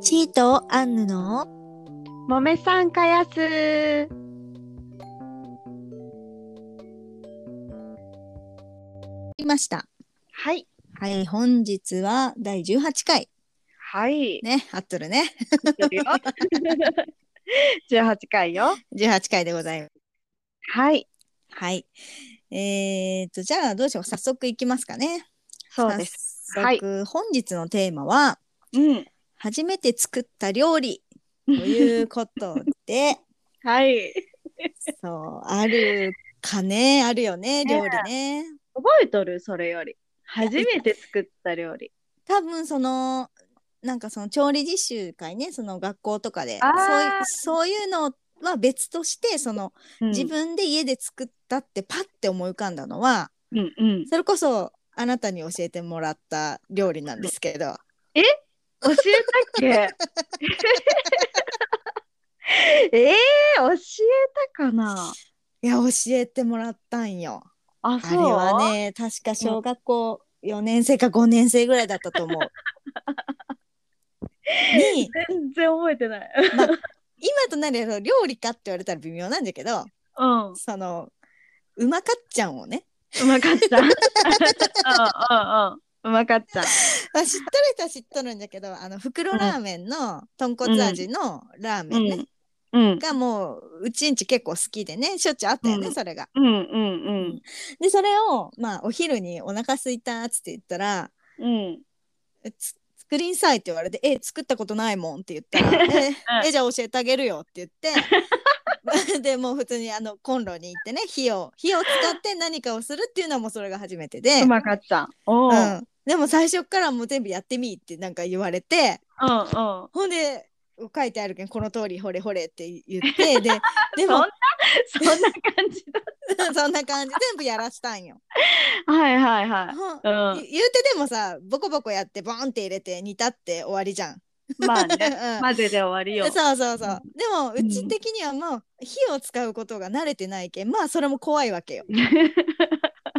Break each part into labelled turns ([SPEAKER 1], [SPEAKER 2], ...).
[SPEAKER 1] シートアンヌの
[SPEAKER 2] もめさんかやす。
[SPEAKER 1] いました。
[SPEAKER 2] はい。
[SPEAKER 1] はい、本日は第18回。
[SPEAKER 2] はい。
[SPEAKER 1] ね、合っとるね。
[SPEAKER 2] やってるよ18回よ。
[SPEAKER 1] 18回でございます。
[SPEAKER 2] はい。
[SPEAKER 1] はい。えー、と、じゃあどうしよう。早速いきますかね。
[SPEAKER 2] そうです。
[SPEAKER 1] す
[SPEAKER 2] はい
[SPEAKER 1] 本日のテーマは、
[SPEAKER 2] うん。
[SPEAKER 1] 初めて作った料理ということで、
[SPEAKER 2] はい。
[SPEAKER 1] そう、あるかね、あるよね、料理ね。
[SPEAKER 2] 覚えとるそれより。初めて作った料理。
[SPEAKER 1] 多分そのなんかその調理実習会ねその学校とかで
[SPEAKER 2] あー
[SPEAKER 1] そういそういうのは別としてその、自分で家で作ったってパッて思い浮かんだのは
[SPEAKER 2] うんうん。
[SPEAKER 1] それこそあなたに教えてもらった料理なんですけど
[SPEAKER 2] 教えたっけ えー、教えたかない
[SPEAKER 1] や教えてもらったんよ。
[SPEAKER 2] あ、
[SPEAKER 1] あ
[SPEAKER 2] そう
[SPEAKER 1] れはね確か小学校4年生か5年生ぐらいだったと 思う。に
[SPEAKER 2] 全然覚えてない。
[SPEAKER 1] 今となれば料理かって言われたら微妙なんだけど
[SPEAKER 2] うん。う
[SPEAKER 1] そのうまかっちゃんをね
[SPEAKER 2] まか った。うんうんうん。うまかった。
[SPEAKER 1] まあ、知っとる人は知っとるんだけどあの袋ラーメンの豚骨味のラーメンね、
[SPEAKER 2] うん。
[SPEAKER 1] がもううちんち結構好きでねしょっちゅうあったよね、
[SPEAKER 2] うん
[SPEAKER 1] それが。
[SPEAKER 2] うんうん
[SPEAKER 1] でそれをまあお昼にお腹すいたっつって言ったら
[SPEAKER 2] うん。うん。
[SPEAKER 1] 「つ作りんさい」って言われて「え作ったことないもん」って言った ら「ええじゃあ教えてあげるよ」って言って でもう普通にあのコンロに行ってね火を火を使って何かをするっていうのはもうそれが初めてで。
[SPEAKER 2] うまかった。
[SPEAKER 1] う
[SPEAKER 2] おお。うん
[SPEAKER 1] ん、でも最初からもう全部やってみいってなんか言われて、
[SPEAKER 2] うん。
[SPEAKER 1] ほんで書いてあるけんこの通りほれほれって言って でで
[SPEAKER 2] そん
[SPEAKER 1] も
[SPEAKER 2] なそんな感じ だ。
[SPEAKER 1] そんな感じ全部やらした んよ。
[SPEAKER 2] はいはいは
[SPEAKER 1] ほん
[SPEAKER 2] い。
[SPEAKER 1] 言言うてでもさボコボコやってボンって入れて煮立って終わりじゃ ん。
[SPEAKER 2] うん。まあね。
[SPEAKER 1] う
[SPEAKER 2] 混ぜで終わりよ
[SPEAKER 1] ん、。そうそうそうでも
[SPEAKER 2] ん
[SPEAKER 1] うち的にはもう火を使うことが慣れてないけんまあそれも怖いわ けよ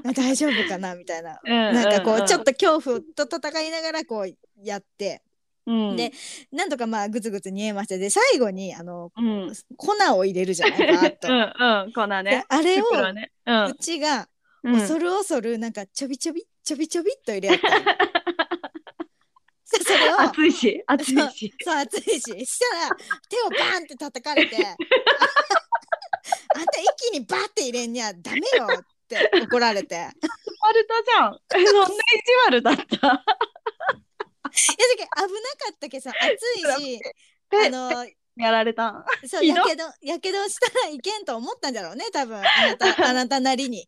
[SPEAKER 1] あ大丈夫かなみたいな
[SPEAKER 2] な
[SPEAKER 1] なんかこうちょっと恐怖と戦いながらこうやって
[SPEAKER 2] と
[SPEAKER 1] で、なんとかまあぐつぐつ煮えましてで最後にあの
[SPEAKER 2] うんうんうん
[SPEAKER 1] 粉を入れるじゃないバーッと
[SPEAKER 2] うん粉
[SPEAKER 1] で
[SPEAKER 2] ね。
[SPEAKER 1] あれを
[SPEAKER 2] 袋ね。うん
[SPEAKER 1] うちが
[SPEAKER 2] うん。
[SPEAKER 1] 恐る恐るなんかちょびちょびちょびちょびっと入れ合 ったのそれを
[SPEAKER 2] 暑いし暑いし。
[SPEAKER 1] そう熱いししたら手をバーンって叩かれてあんた一気にバーって入れんにゃダメよって怒られていや
[SPEAKER 2] アルトじゃん。 そんな意地悪だった。
[SPEAKER 1] じゃけ危なかったけどさ熱いしあ
[SPEAKER 2] で
[SPEAKER 1] の
[SPEAKER 2] やられたん。
[SPEAKER 1] そう
[SPEAKER 2] ひ
[SPEAKER 1] や
[SPEAKER 2] ど
[SPEAKER 1] けどやけどしたらいけんと思ったんだろうね多分あなたあなたなりに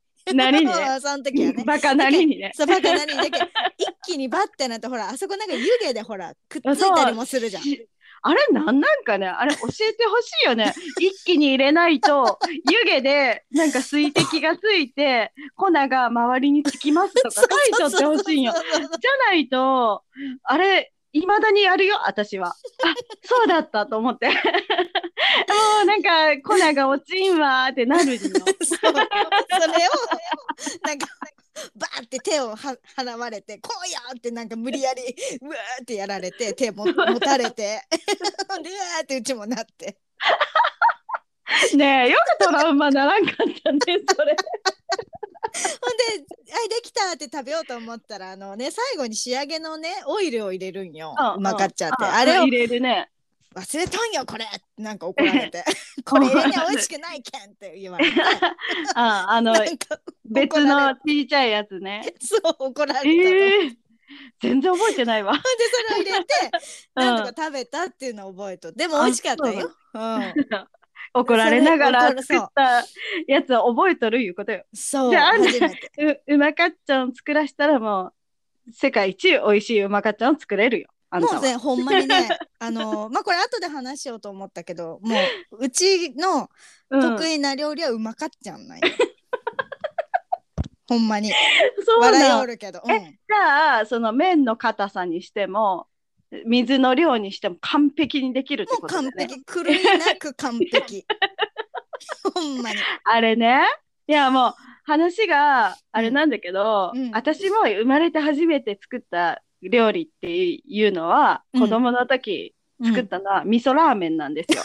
[SPEAKER 2] なりにね。
[SPEAKER 1] その時はね
[SPEAKER 2] バカなりにね。
[SPEAKER 1] そうバカなりにだけど一気にバッてなってほらあそこなんか湯気でほらくっついたりもするじゃん。
[SPEAKER 2] あれなんなんかねあれ教えてほしい よね一気に入れないと湯気でなんか水滴がついて粉が周りにつきま すとか書いとってほしいんよじ
[SPEAKER 1] そうそうそうそう
[SPEAKER 2] ゃないとあれいまだにやるよ私はあそうだったと 思ってもうなんか粉が落ちんわーってなるん よ
[SPEAKER 1] そうそれをなんかバーって手をは払われて「こうよ!」ってなんか無理やりうわーってやられて手も持たれてうわーってうちもなって
[SPEAKER 2] ねえよくトラウマならんかったねそれ
[SPEAKER 1] ほんで「はいできた!」って食べようと思ったらあのね最後に仕上げのねオイルを入れるんよ
[SPEAKER 2] うんうん
[SPEAKER 1] うまかっちゃってあれを
[SPEAKER 2] 入れるね
[SPEAKER 1] 「忘れとんよこれ!」ってなんか怒られて 「これ入れには美味しくないけん!」って言われて
[SPEAKER 2] あ あの
[SPEAKER 1] なんか
[SPEAKER 2] 別のちっちゃいやつね
[SPEAKER 1] そう怒られたの。
[SPEAKER 2] ええ全然覚えてないわ。
[SPEAKER 1] でそれを入れ て なんとか食べたっていうのを覚えとでも美味しかったよ。うん、
[SPEAKER 2] 怒られながら
[SPEAKER 1] そ
[SPEAKER 2] 作
[SPEAKER 1] れ
[SPEAKER 2] ったやつを覚えとるいうことよ。
[SPEAKER 1] そう
[SPEAKER 2] じゃああんた
[SPEAKER 1] 初めて
[SPEAKER 2] ううまかっちゃん作らしたらもう世界一美味しいうまかっちゃんを作れるよ。あん
[SPEAKER 1] も
[SPEAKER 2] た
[SPEAKER 1] う
[SPEAKER 2] は。
[SPEAKER 1] ねほんまにね あのまあこれ後で話しようと思ったけどもううちの
[SPEAKER 2] うん
[SPEAKER 1] 得意な料理はうまかっちゃんない、 ほんまに
[SPEAKER 2] そう
[SPEAKER 1] 笑い
[SPEAKER 2] な
[SPEAKER 1] お
[SPEAKER 2] の。じ
[SPEAKER 1] るけど、うん、
[SPEAKER 2] ゃあその麺の硬さにしても水の量にしても完璧にできるって
[SPEAKER 1] も
[SPEAKER 2] こ
[SPEAKER 1] う
[SPEAKER 2] とだ
[SPEAKER 1] 完
[SPEAKER 2] よね。
[SPEAKER 1] 璧狂いなく完 璧ほんまに
[SPEAKER 2] あれね。いやもう話があれなんだけど、
[SPEAKER 1] うんうん
[SPEAKER 2] 私も生まれて初めて作った料理っていうのは
[SPEAKER 1] うん
[SPEAKER 2] 子供の時作ったのは味噌ラーメンなんですよ。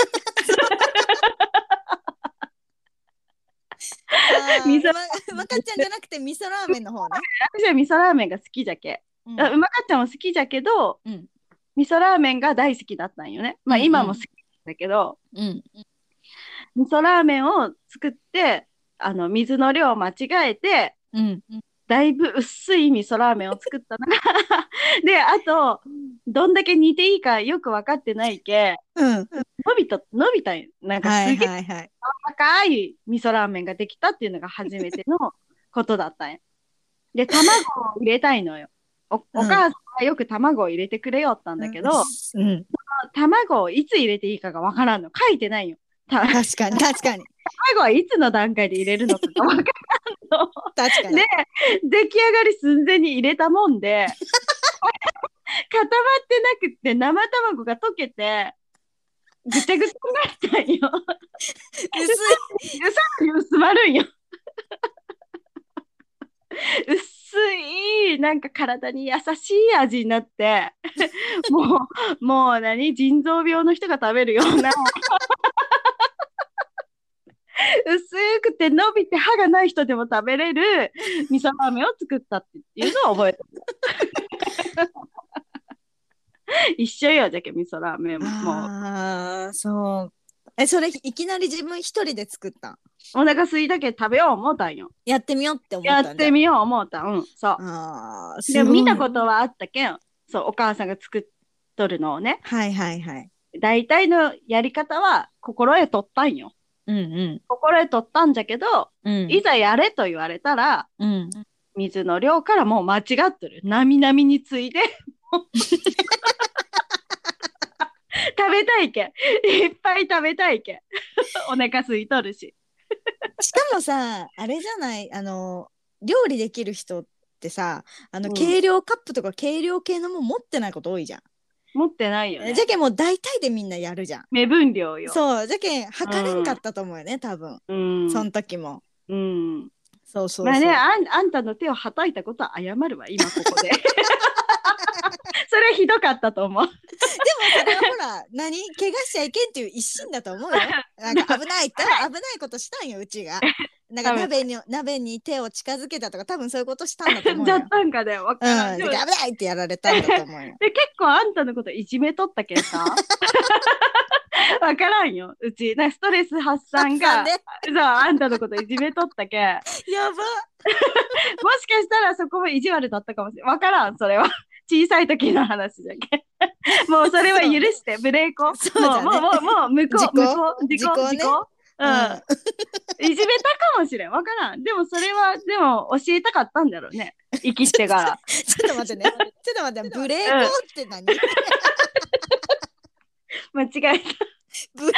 [SPEAKER 1] あー
[SPEAKER 2] 味噌
[SPEAKER 1] ままかっちゃんじゃなくて味噌ラーメンの方ね。
[SPEAKER 2] 私は味噌ラーメンが好きじゃけ。
[SPEAKER 1] う
[SPEAKER 2] あうまかっちゃんも好きじゃけど、
[SPEAKER 1] うん
[SPEAKER 2] 味噌ラーメンが大好きだったんよね。まあ
[SPEAKER 1] うんうん
[SPEAKER 2] 今も好きだけど、
[SPEAKER 1] んうん
[SPEAKER 2] 味噌ラーメンを作って、あの水の量を間違えて、
[SPEAKER 1] うん
[SPEAKER 2] だいぶ薄い味噌ラーメンを作ったのが であとどんだけ似ていいかよく分かってないけ
[SPEAKER 1] うん。
[SPEAKER 2] 伸びた伸びたんよなんか
[SPEAKER 1] は
[SPEAKER 2] す
[SPEAKER 1] い
[SPEAKER 2] げえ
[SPEAKER 1] はいはい。
[SPEAKER 2] 赤い味噌ラーメンができたっていうのが初めてのこと だったんよで卵を入れたいのよおお
[SPEAKER 1] うん
[SPEAKER 2] 母さんがよく卵を入れてくれよったんだけど、
[SPEAKER 1] うん、
[SPEAKER 2] 卵をいつ入れていいかが分からんの書いてないよた卵
[SPEAKER 1] 確かに確かに
[SPEAKER 2] はいつの段階で入れるのかが分からんの
[SPEAKER 1] 確かに。
[SPEAKER 2] で出来上がり寸前に入れたもんで 固まってなくって生卵が溶けてぐちゃぐちゃになったんよ。
[SPEAKER 1] 薄
[SPEAKER 2] さらに薄まるんよ。薄いなんか体に優しい味になってもうもう何腎臓病の人が食べるような薄くて伸びて歯がない人でも食べれる味噌ラーメンを作ったっていうのを覚えてる一緒よじゃけ味噌ラーメン
[SPEAKER 1] い。
[SPEAKER 2] ももう
[SPEAKER 1] ああそう。えそれいきなり自分一人で作ったん
[SPEAKER 2] お腹すいたけど食べよう思ったんよ
[SPEAKER 1] やってみようって思った
[SPEAKER 2] や
[SPEAKER 1] んだ
[SPEAKER 2] ってみよう思ったうんそう
[SPEAKER 1] ああ。
[SPEAKER 2] でも見たこととはあったけんそうお母さんが作っとるのをね
[SPEAKER 1] はいはいはい。
[SPEAKER 2] 大体のやり方は心得とったんよ
[SPEAKER 1] うんうん。
[SPEAKER 2] 心得とったんじゃけど、
[SPEAKER 1] うん
[SPEAKER 2] いざやれと言われたら
[SPEAKER 1] うん、
[SPEAKER 2] 水の量からもう間違ってるなみなみに ついでもう食べたいけんいっぱい食べたいけんお腹空いとるし
[SPEAKER 1] しかもさあれじゃないあの料理できる人ってさあの、
[SPEAKER 2] うん
[SPEAKER 1] 計量カップとか計量系のもん持ってないこと多いじゃん。
[SPEAKER 2] 持ってないよね
[SPEAKER 1] じゃけんもう大体でみんなやるじゃん。
[SPEAKER 2] 目分量よ
[SPEAKER 1] そうじゃけん測れんかったと思うよね、多分
[SPEAKER 2] う、ん
[SPEAKER 1] その時も。
[SPEAKER 2] うん、
[SPEAKER 1] そうそうそう。
[SPEAKER 2] まあねあん、あんたの手をはたいたことは謝るわ、今ここ で。それひどかったと思う。
[SPEAKER 1] でもそれはほら何 怪我しちゃいけんっていう一心だと 思うよ。なんか危ないって危ないことしたんようちが。なんか
[SPEAKER 2] 多分
[SPEAKER 1] 鍋に鍋に手を近づけたとか多分そういうことしたんだと思う
[SPEAKER 2] だ
[SPEAKER 1] よ。う
[SPEAKER 2] っ
[SPEAKER 1] ん、
[SPEAKER 2] たんかね、わからん。
[SPEAKER 1] で
[SPEAKER 2] でも
[SPEAKER 1] 危ないってやられたんだと思うよ。
[SPEAKER 2] で結構あんたのこといじめとったけ んさ。わからんよ、うち。 なストレス発散
[SPEAKER 1] な
[SPEAKER 2] が
[SPEAKER 1] んで、
[SPEAKER 2] そう、あんたのこといじめとったけん。も
[SPEAKER 1] やば
[SPEAKER 2] しかしたらそこも意地悪だったかもしれん。わからん、それは。 小さい時の話じゃ けん。もうそれは許して、ブレーコ。
[SPEAKER 1] そうだね
[SPEAKER 2] もう、もう、もう、向こ
[SPEAKER 1] 時
[SPEAKER 2] う、
[SPEAKER 1] 効
[SPEAKER 2] 向こう、時効、
[SPEAKER 1] 時効ね
[SPEAKER 2] 時効。うん。いじめたかもしれん。わからん。でもそれは、でも教えたかったんだろうね。生きてから。
[SPEAKER 1] ちょっと待ってね。ちょっと 待って、ブレーコって何？ブレー
[SPEAKER 2] 間違えた。
[SPEAKER 1] コ ちょっ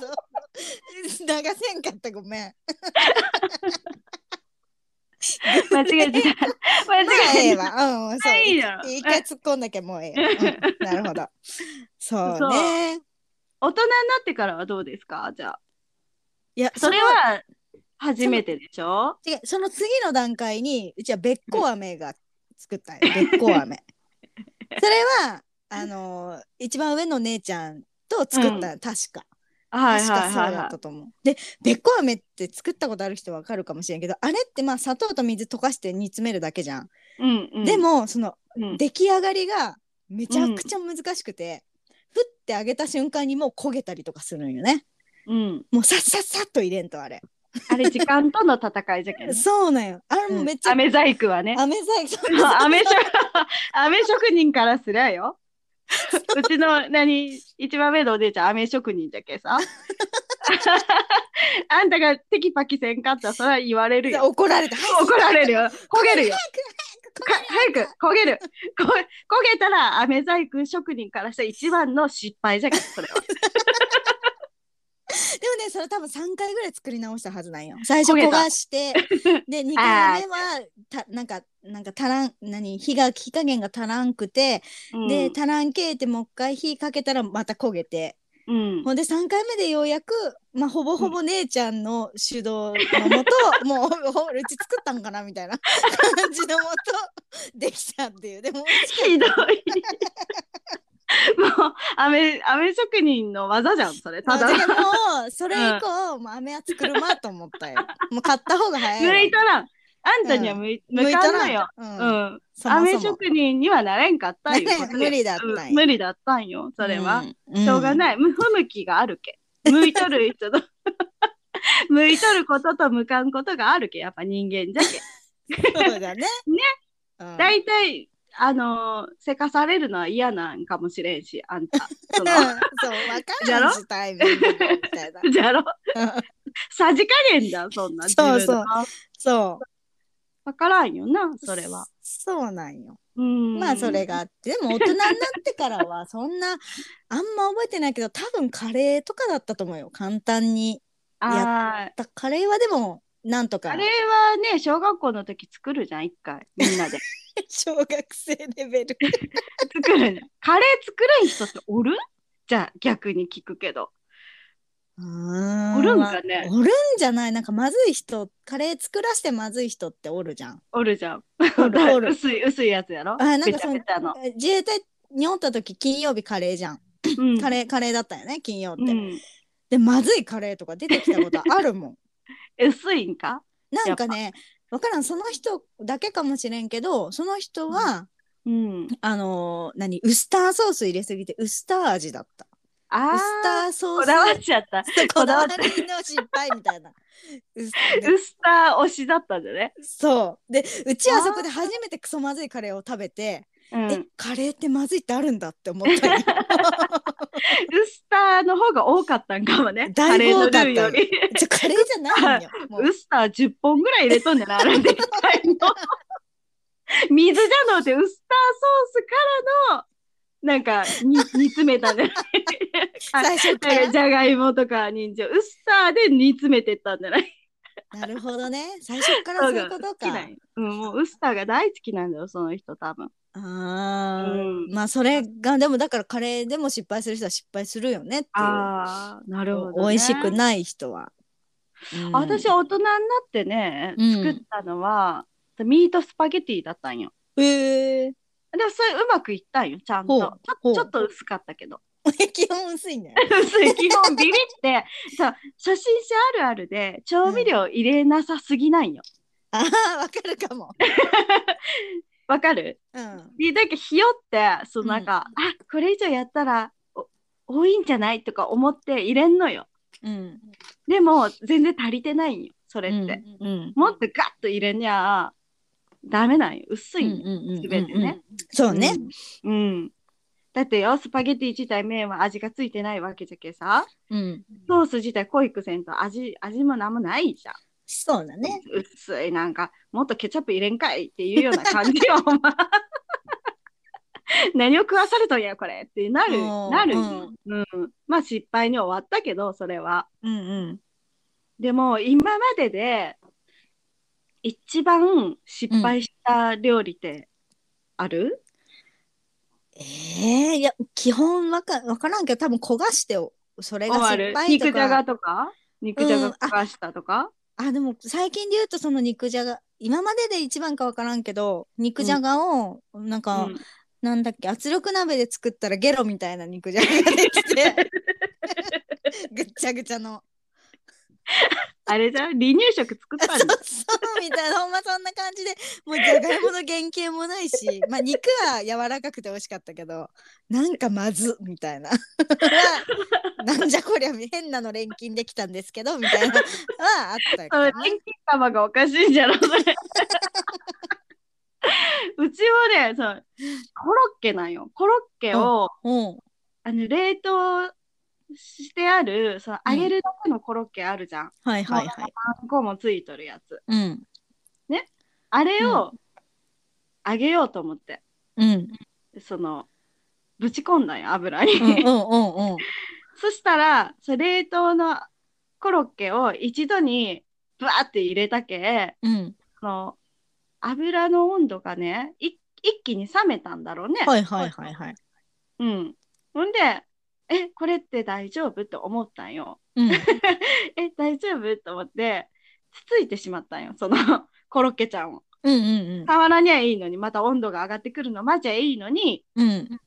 [SPEAKER 1] と 流せんかったごめん。
[SPEAKER 2] 間違 えてた。間
[SPEAKER 1] まあえ
[SPEAKER 2] 違
[SPEAKER 1] え
[SPEAKER 2] えてた。
[SPEAKER 1] わ。うん、そ。
[SPEAKER 2] いういやん
[SPEAKER 1] 一回突っ込んだけもうええ。うんなるほど。そうね。
[SPEAKER 2] 大人になってからはどうですかじゃあ。
[SPEAKER 1] いや、
[SPEAKER 2] それ
[SPEAKER 1] の
[SPEAKER 2] は初めてでしょ
[SPEAKER 1] 違うその次の段階にうちはべっこう飴が作 ったんよべっこう飴それはあのー一番上の姉ちゃんと作った、確か
[SPEAKER 2] はい
[SPEAKER 1] 確
[SPEAKER 2] は
[SPEAKER 1] か
[SPEAKER 2] い
[SPEAKER 1] そう
[SPEAKER 2] はい
[SPEAKER 1] だっ
[SPEAKER 2] は
[SPEAKER 1] たと思う、でべっこう飴って作ったことある人わかるかもしれんけどあれってまあ砂糖と水溶かして煮詰めるだけじゃん、
[SPEAKER 2] い。うんうん。
[SPEAKER 1] でもその
[SPEAKER 2] うん、
[SPEAKER 1] 出来上がりがめちゃくちゃ難しくて、ふってあげた瞬間にもう焦げたりとかするんよね
[SPEAKER 2] うん。
[SPEAKER 1] もうさっさっさっと入れんとあれ、
[SPEAKER 2] あれ時間との戦いじ ゃけんね。
[SPEAKER 1] そうなんよあれもうめっちゃ、
[SPEAKER 2] 飴細工はね。
[SPEAKER 1] 飴細 工
[SPEAKER 2] 飴職飴職人からすりゃよ。うちの何一番上のお姉ちゃん飴職人だっけさ。 あんたがテキパキせんかったらそれは言われ るよ。
[SPEAKER 1] 怒られた。
[SPEAKER 2] 怒られるよ。焦げるよ。か
[SPEAKER 1] 早く
[SPEAKER 2] 早く焦げる。こ焦げたら飴細工職人からしたら一番の失敗じゃけんそれは。
[SPEAKER 1] 早くでもねそれ多分3回ぐらい作り直したはずなんよ。最初
[SPEAKER 2] 焦げ
[SPEAKER 1] 焦
[SPEAKER 2] た
[SPEAKER 1] がしてで2回目はたなんかなんか足らん何火が火加減が足らんくて、
[SPEAKER 2] うん
[SPEAKER 1] で足らんけえってもう一回火かけたらまた焦げて
[SPEAKER 2] うん
[SPEAKER 1] ほんで3回目でようやく、まあ、ほぼほぼ姉ちゃんの主導のもと、 もうほうち作ったんかなみたいな 感じのもとできたっていうでも美味しかっ
[SPEAKER 2] ひどい。もう、飴、飴職人の技じゃん、それ。
[SPEAKER 1] ま
[SPEAKER 2] た
[SPEAKER 1] あ、
[SPEAKER 2] だ
[SPEAKER 1] で
[SPEAKER 2] の。
[SPEAKER 1] もそれ以降、もう飴は作るまと思ったよもう買った方が早いわ
[SPEAKER 2] 向いたら、あんたには向い、向かんのよ。
[SPEAKER 1] う、
[SPEAKER 2] うんん。
[SPEAKER 1] そも
[SPEAKER 2] 飴
[SPEAKER 1] そも
[SPEAKER 2] 職人にはなれんかったいうこと
[SPEAKER 1] ね 無理だったん
[SPEAKER 2] う
[SPEAKER 1] や
[SPEAKER 2] ん無理だったんよ、それは。
[SPEAKER 1] うん
[SPEAKER 2] しょうが
[SPEAKER 1] い、
[SPEAKER 2] ない。む不向きがあるけ。向いとる人と、 向いとることと向かんことがあるけ。やっぱ人間じゃけ。
[SPEAKER 1] そう だねね、うん
[SPEAKER 2] 大体、あのーせかされるのは嫌なんかもしれんし、あんた。そ
[SPEAKER 1] うん
[SPEAKER 2] の
[SPEAKER 1] そう分
[SPEAKER 2] や
[SPEAKER 1] から
[SPEAKER 2] ろ
[SPEAKER 1] んしタイミングがみたいな
[SPEAKER 2] じゃろ
[SPEAKER 1] うん
[SPEAKER 2] さじ加減だ、そんな。
[SPEAKER 1] そうそう
[SPEAKER 2] 自分の
[SPEAKER 1] そう
[SPEAKER 2] わからんよな、 それは。
[SPEAKER 1] そうなんよ
[SPEAKER 2] うん。
[SPEAKER 1] まあそれ。があってでも大人になってからはそ んなあんま覚えてないけど多分カレーとかだったと思うよ簡単に
[SPEAKER 2] あー
[SPEAKER 1] だカレーはでもなんとか
[SPEAKER 2] あれはね、小学校の時作るじゃん、一回。みんな で。
[SPEAKER 1] 小学生レベル
[SPEAKER 2] 作るじゃん。カレー作る人っておるじゃあ逆に聞くけど。
[SPEAKER 1] うー
[SPEAKER 2] おるんかね
[SPEAKER 1] おるんじゃないなんかまずい人カレー作らしてまずい人っておるじゃん
[SPEAKER 2] おるじゃん。
[SPEAKER 1] おるおる
[SPEAKER 2] 薄い、薄いやつやろ。
[SPEAKER 1] あなんか
[SPEAKER 2] べちゃべちゃの。
[SPEAKER 1] え自衛隊におった時金曜日カレーじゃん、
[SPEAKER 2] うん
[SPEAKER 1] カレーカレーだったよね金曜って、
[SPEAKER 2] うん。
[SPEAKER 1] でまずいカレーとか出てきたことあるもん
[SPEAKER 2] 薄いんか
[SPEAKER 1] なんかねわからんその人だけかもしれんけどその人は、
[SPEAKER 2] うん。
[SPEAKER 1] あのー何ウスターソース入れすぎてウスター味だった
[SPEAKER 2] あ
[SPEAKER 1] ウスタ
[SPEAKER 2] あ。
[SPEAKER 1] ーソー
[SPEAKER 2] こ
[SPEAKER 1] ス
[SPEAKER 2] だわっちゃった。
[SPEAKER 1] こだわりの失敗みたいな。う
[SPEAKER 2] ウスター推しだったんじゃね。
[SPEAKER 1] そうでうちはそこで初めてクソまずいカレーを食べて、
[SPEAKER 2] うん。ウ
[SPEAKER 1] えカレーってまずいってあるんだって思った よ
[SPEAKER 2] スターの方が多かったんかもね。
[SPEAKER 1] だ
[SPEAKER 2] カ
[SPEAKER 1] い
[SPEAKER 2] レ
[SPEAKER 1] ぶ
[SPEAKER 2] ー
[SPEAKER 1] 多か
[SPEAKER 2] の
[SPEAKER 1] ったよ
[SPEAKER 2] ルーより。
[SPEAKER 1] ちょカレーじゃないんよもう
[SPEAKER 2] ウスター10本ぐらい入れとんじゃないあれでっかいの。 水じゃのうてウスターソースからのなんかに煮詰めたんじゃない
[SPEAKER 1] 最初か
[SPEAKER 2] なんからじゃがいもとか人参ウスターで煮詰めてったんじゃない
[SPEAKER 1] なるほどね最初からそういうこと
[SPEAKER 2] 好き
[SPEAKER 1] か
[SPEAKER 2] なんようん、もうウスターが大好きなんだよその人多分、う
[SPEAKER 1] あー、
[SPEAKER 2] ん、
[SPEAKER 1] まあそれがでもだからカレーでも失敗する人は失敗するよねっていう
[SPEAKER 2] あーなるほど、ね、
[SPEAKER 1] 美味しくない人は、うん
[SPEAKER 2] 私大人になってね
[SPEAKER 1] うん
[SPEAKER 2] 作ったのは、ミートスパゲティだったんよ
[SPEAKER 1] えー、
[SPEAKER 2] でもそれうまくいったんよちゃんと
[SPEAKER 1] ほ
[SPEAKER 2] ち
[SPEAKER 1] うほ
[SPEAKER 2] ょ
[SPEAKER 1] う
[SPEAKER 2] ちょっと薄かったけど
[SPEAKER 1] 基本薄いね
[SPEAKER 2] 薄い基本ビビってそう初心者あるあるで調味料入れなさすぎないよ
[SPEAKER 1] ああわかるかも
[SPEAKER 2] わかる
[SPEAKER 1] うん
[SPEAKER 2] でなんかひよってそのなんか、あこれ以上やったらお多いんじゃないとか思って入れんのよ
[SPEAKER 1] うん
[SPEAKER 2] でも全然足りてないんよそれって、
[SPEAKER 1] うんうん
[SPEAKER 2] もっとガッと入れにゃダメなんよ薄いんよ、
[SPEAKER 1] す
[SPEAKER 2] 全てね。
[SPEAKER 1] そうね。
[SPEAKER 2] うん。うんだってよ、スパゲティ自体麺は味がついてないわけじゃけさ、
[SPEAKER 1] うん。
[SPEAKER 2] ソース自体濃いくせんと味、味もなんもないじゃん。
[SPEAKER 1] そうだね。
[SPEAKER 2] 薄いなんか、もっとケチャップ入れんかいっていうような感じよ、お前。何を食わされとんや、これってなる、
[SPEAKER 1] うん
[SPEAKER 2] なるよ、うん。まあ失敗に終わったけど、それは。
[SPEAKER 1] うんうん。
[SPEAKER 2] でも、今までで、一番失敗した料理ってある、
[SPEAKER 1] ええいや基本わかわからんけど多分焦がしておそれが
[SPEAKER 2] 終わ
[SPEAKER 1] 失
[SPEAKER 2] る
[SPEAKER 1] 敗
[SPEAKER 2] 肉
[SPEAKER 1] と
[SPEAKER 2] じゃが
[SPEAKER 1] か。
[SPEAKER 2] とか肉じゃが焦がしたとか、
[SPEAKER 1] あでも最近で言うとその肉じゃが今までで一番かわからんけど肉じゃがをなん
[SPEAKER 2] う
[SPEAKER 1] か、
[SPEAKER 2] ん
[SPEAKER 1] なんだっけ圧力鍋で作ったらゲロみたいな肉じゃがができ てぐっちゃぐちゃの
[SPEAKER 2] あれじゃん離乳食作っ
[SPEAKER 1] そう
[SPEAKER 2] たんだ
[SPEAKER 1] そうみたいなほんまそんな感じでもうじゃがいもの原型もないしまあ肉は柔らかくて美味しかったけどなんかまずみたいな はなんじゃこりゃ変なの錬金できたんですけどみたいなはあった
[SPEAKER 2] それ
[SPEAKER 1] かな
[SPEAKER 2] 天気玉がおかしいんじゃろそれうちはねそうコロッケなんよコロッケを、
[SPEAKER 1] うん
[SPEAKER 2] あの冷凍してあるその
[SPEAKER 1] うん
[SPEAKER 2] 揚げるだけのコロッケあるじゃん、
[SPEAKER 1] はいはいはい
[SPEAKER 2] あんこもついとるやつ
[SPEAKER 1] うん
[SPEAKER 2] あれを揚げようと思って、
[SPEAKER 1] うん
[SPEAKER 2] そのぶち込んだんよ油に、
[SPEAKER 1] うんうんうんうん
[SPEAKER 2] そしたらそう冷凍のコロッケを一度にブワーって入れたけ
[SPEAKER 1] うん
[SPEAKER 2] その油の温度がねい一気に冷めたんだろうね。
[SPEAKER 1] はいはいはいはい
[SPEAKER 2] うん、ほんでえこれって大丈夫って思ったんよ。
[SPEAKER 1] うん
[SPEAKER 2] え大丈夫と思ってつついてしまったんよそのコロッケちゃんを。
[SPEAKER 1] うんうん
[SPEAKER 2] 触らにゃいいのにまた温度が上がってくるのマジゃいいのに
[SPEAKER 1] うん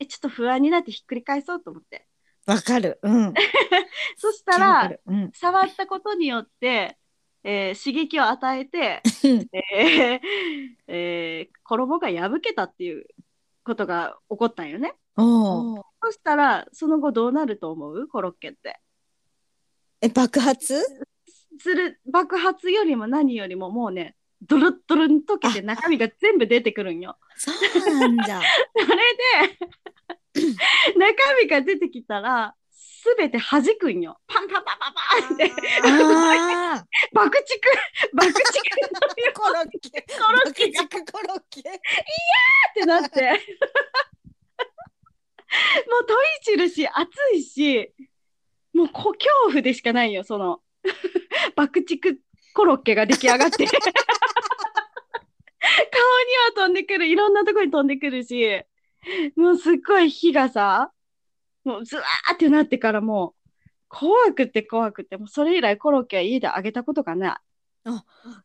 [SPEAKER 2] えちょっと不安になってひっくり返そうと思って
[SPEAKER 1] わかる。うん。
[SPEAKER 2] そした
[SPEAKER 1] わからる うん。
[SPEAKER 2] 触ったことによって、えー刺激を与えて、えーえー衣が破けたっていうことが起こったんよね
[SPEAKER 1] おう
[SPEAKER 2] そしたらその後どうなると思うコロッケって
[SPEAKER 1] え、爆発
[SPEAKER 2] する爆発よりも何よりももうねドロッドロに溶けて中身が全部出てくるんよ
[SPEAKER 1] そうなんだ。
[SPEAKER 2] それで中身が出てきたら全て弾くんよパンパンパンパンパンって
[SPEAKER 1] ああ。
[SPEAKER 2] 爆竹 爆竹
[SPEAKER 1] コロッケ。
[SPEAKER 2] コロッケが
[SPEAKER 1] 爆竹コロッケ。
[SPEAKER 2] ってなってもう問い散るし暑いしもうこ恐怖でしかないよその爆竹コロッケが出来上がって顔には飛んでくるいろんなとこに飛んでくるしもうすっごい火がさもうズワーってなってからもう怖くて怖くてもうそれ以来コロッケは家で揚げたことがな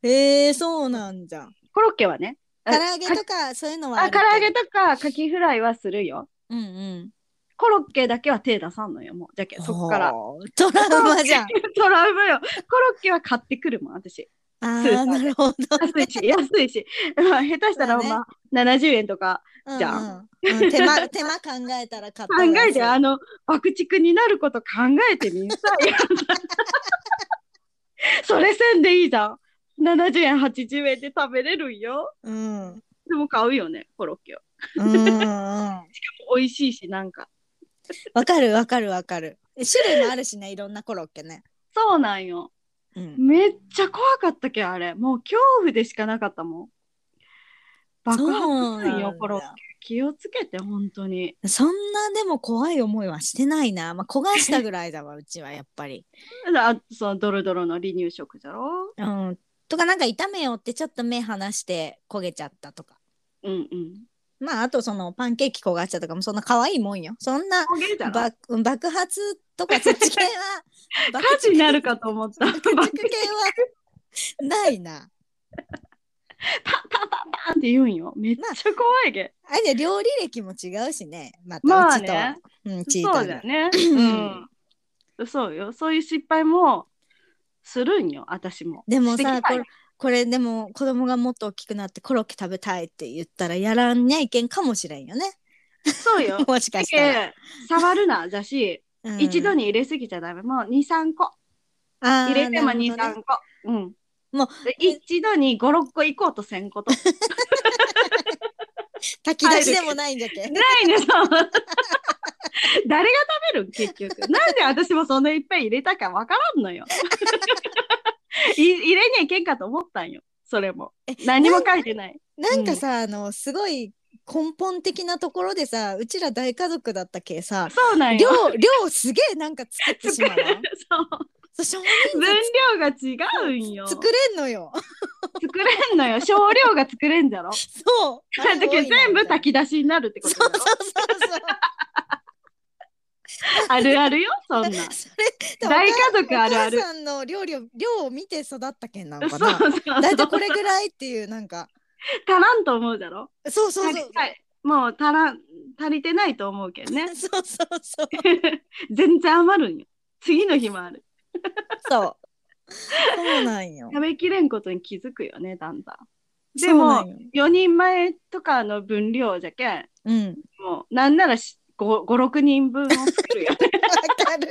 [SPEAKER 1] えー、そうなんだ。
[SPEAKER 2] いコロッケはね
[SPEAKER 1] 唐揚げとかそういうのは
[SPEAKER 2] あ
[SPEAKER 1] るけ
[SPEAKER 2] 唐
[SPEAKER 1] ど
[SPEAKER 2] 揚げとかカキフライはするよ
[SPEAKER 1] うんうん。
[SPEAKER 2] コロッケだけは手出さんのよ、もう。じゃけ、そっから。
[SPEAKER 1] ほう。トラウマじ ゃん。
[SPEAKER 2] トラウマよ。コロッケは買ってくるもん、私。
[SPEAKER 1] あ
[SPEAKER 2] スーパ
[SPEAKER 1] あ、
[SPEAKER 2] ー
[SPEAKER 1] な
[SPEAKER 2] で
[SPEAKER 1] るほど。
[SPEAKER 2] 安いし、安いし。まあ、下手した
[SPEAKER 1] そ
[SPEAKER 2] ら、
[SPEAKER 1] うだね
[SPEAKER 2] まあ、70円とかじゃ
[SPEAKER 1] うんうん、うん手 間手間考えたら買った
[SPEAKER 2] 考
[SPEAKER 1] やつ
[SPEAKER 2] えて、あの、爆竹になること考えて みんさい。それせんでいいじゃん。70円、80円で食べれるんよ。
[SPEAKER 1] うん。うん
[SPEAKER 2] でも買うよね、コロッケを。
[SPEAKER 1] うんうん。
[SPEAKER 2] 美味しいし、なんか。
[SPEAKER 1] わかるわかるわかる。種類もあるしね、いろんなコロッケね。
[SPEAKER 2] そうなんよ。
[SPEAKER 1] うん。
[SPEAKER 2] めっちゃ怖かったけんあれもう恐怖でしかなかったもん爆
[SPEAKER 1] そう
[SPEAKER 2] 発す
[SPEAKER 1] なん
[SPEAKER 2] る
[SPEAKER 1] だ
[SPEAKER 2] よコロッケ気をつけて本当に
[SPEAKER 1] そんなでも怖い思いはしてないな。まあ、焦がしたぐらいだわ、うちはやっぱり。
[SPEAKER 2] あそのドロドロの離乳食じゃろ
[SPEAKER 1] うん。とかなんか炒めようってちょっと目離して焦げちゃったとか。
[SPEAKER 2] うんうん
[SPEAKER 1] まああとそのパンケーキ焦がしたとかもそんな可愛いもんよ。そんな
[SPEAKER 2] 焦げるじゃろ
[SPEAKER 1] ば爆発とかそっち系 は爆
[SPEAKER 2] 火
[SPEAKER 1] 竹
[SPEAKER 2] 事になるかと思った
[SPEAKER 1] 爆竹系はないな。
[SPEAKER 2] パンパンパンパンって言うんよめっちゃ怖いけ
[SPEAKER 1] あれね料理歴も違うしね。また
[SPEAKER 2] まあ
[SPEAKER 1] うちと、
[SPEAKER 2] ね
[SPEAKER 1] うん、チー
[SPEAKER 2] そうだよね
[SPEAKER 1] ん
[SPEAKER 2] うんそうよそういう失敗もするんよ私も
[SPEAKER 1] でも
[SPEAKER 2] して
[SPEAKER 1] さこ
[SPEAKER 2] きた
[SPEAKER 1] れ
[SPEAKER 2] よ
[SPEAKER 1] これでも子供がもっと大きくなってコロッケ食べたいって言ったらやらんにゃいけんかもしれんよね。
[SPEAKER 2] そうよ
[SPEAKER 1] もしかしたら。
[SPEAKER 2] け触るなじゃし
[SPEAKER 1] うん
[SPEAKER 2] 一度に入れすぎちゃダメもう23個
[SPEAKER 1] あー
[SPEAKER 2] 入れても
[SPEAKER 1] なる
[SPEAKER 2] 23
[SPEAKER 1] ほどね
[SPEAKER 2] 個、うん
[SPEAKER 1] もう
[SPEAKER 2] で一度に56個いこうと1000個と
[SPEAKER 1] 炊き出しでもないんじゃけ。
[SPEAKER 2] ないねそう 誰が食べるん結局なんで私もそんないっぱい入れたかわからんのよ い入れにゃいけんかと思ったんよそれも何も書いてない
[SPEAKER 1] なんかさ、あのすごい根本的なところでさうちら大家族だったけさ
[SPEAKER 2] そうなん
[SPEAKER 1] 量
[SPEAKER 2] よ
[SPEAKER 1] 量すげえなんか作ってしまうわ
[SPEAKER 2] そう
[SPEAKER 1] そう少人
[SPEAKER 2] 分量が違うんよ
[SPEAKER 1] 数
[SPEAKER 2] 作
[SPEAKER 1] 作れんのよ
[SPEAKER 2] れんのよ少量が作れんじゃろ
[SPEAKER 1] そう
[SPEAKER 2] だってけ全部炊き出しになるってこ
[SPEAKER 1] そう
[SPEAKER 2] と
[SPEAKER 1] そう
[SPEAKER 2] だろ
[SPEAKER 1] そうそう
[SPEAKER 2] あるあるよそんな
[SPEAKER 1] それ
[SPEAKER 2] 大家族あるある
[SPEAKER 1] お母さんの料理を量を見て育ったけんな
[SPEAKER 2] そ
[SPEAKER 1] のか
[SPEAKER 2] うそう
[SPEAKER 1] な
[SPEAKER 2] そう
[SPEAKER 1] だいたいこれぐらいっていうなんか
[SPEAKER 2] 足らんと思うだろ
[SPEAKER 1] そうそうそう
[SPEAKER 2] 足りないもう足らん足りてないと思うけどね
[SPEAKER 1] そうそうそう
[SPEAKER 2] 全然余るんよ次の日もある
[SPEAKER 1] そうそうなんよ
[SPEAKER 2] 食べきれんことに気づくよねだんだん
[SPEAKER 1] そ
[SPEAKER 2] で
[SPEAKER 1] うなん
[SPEAKER 2] も
[SPEAKER 1] よ
[SPEAKER 2] 4人前とかの分量じゃけん
[SPEAKER 1] うん
[SPEAKER 2] もうなんなら56人分を作 るよで
[SPEAKER 1] わかる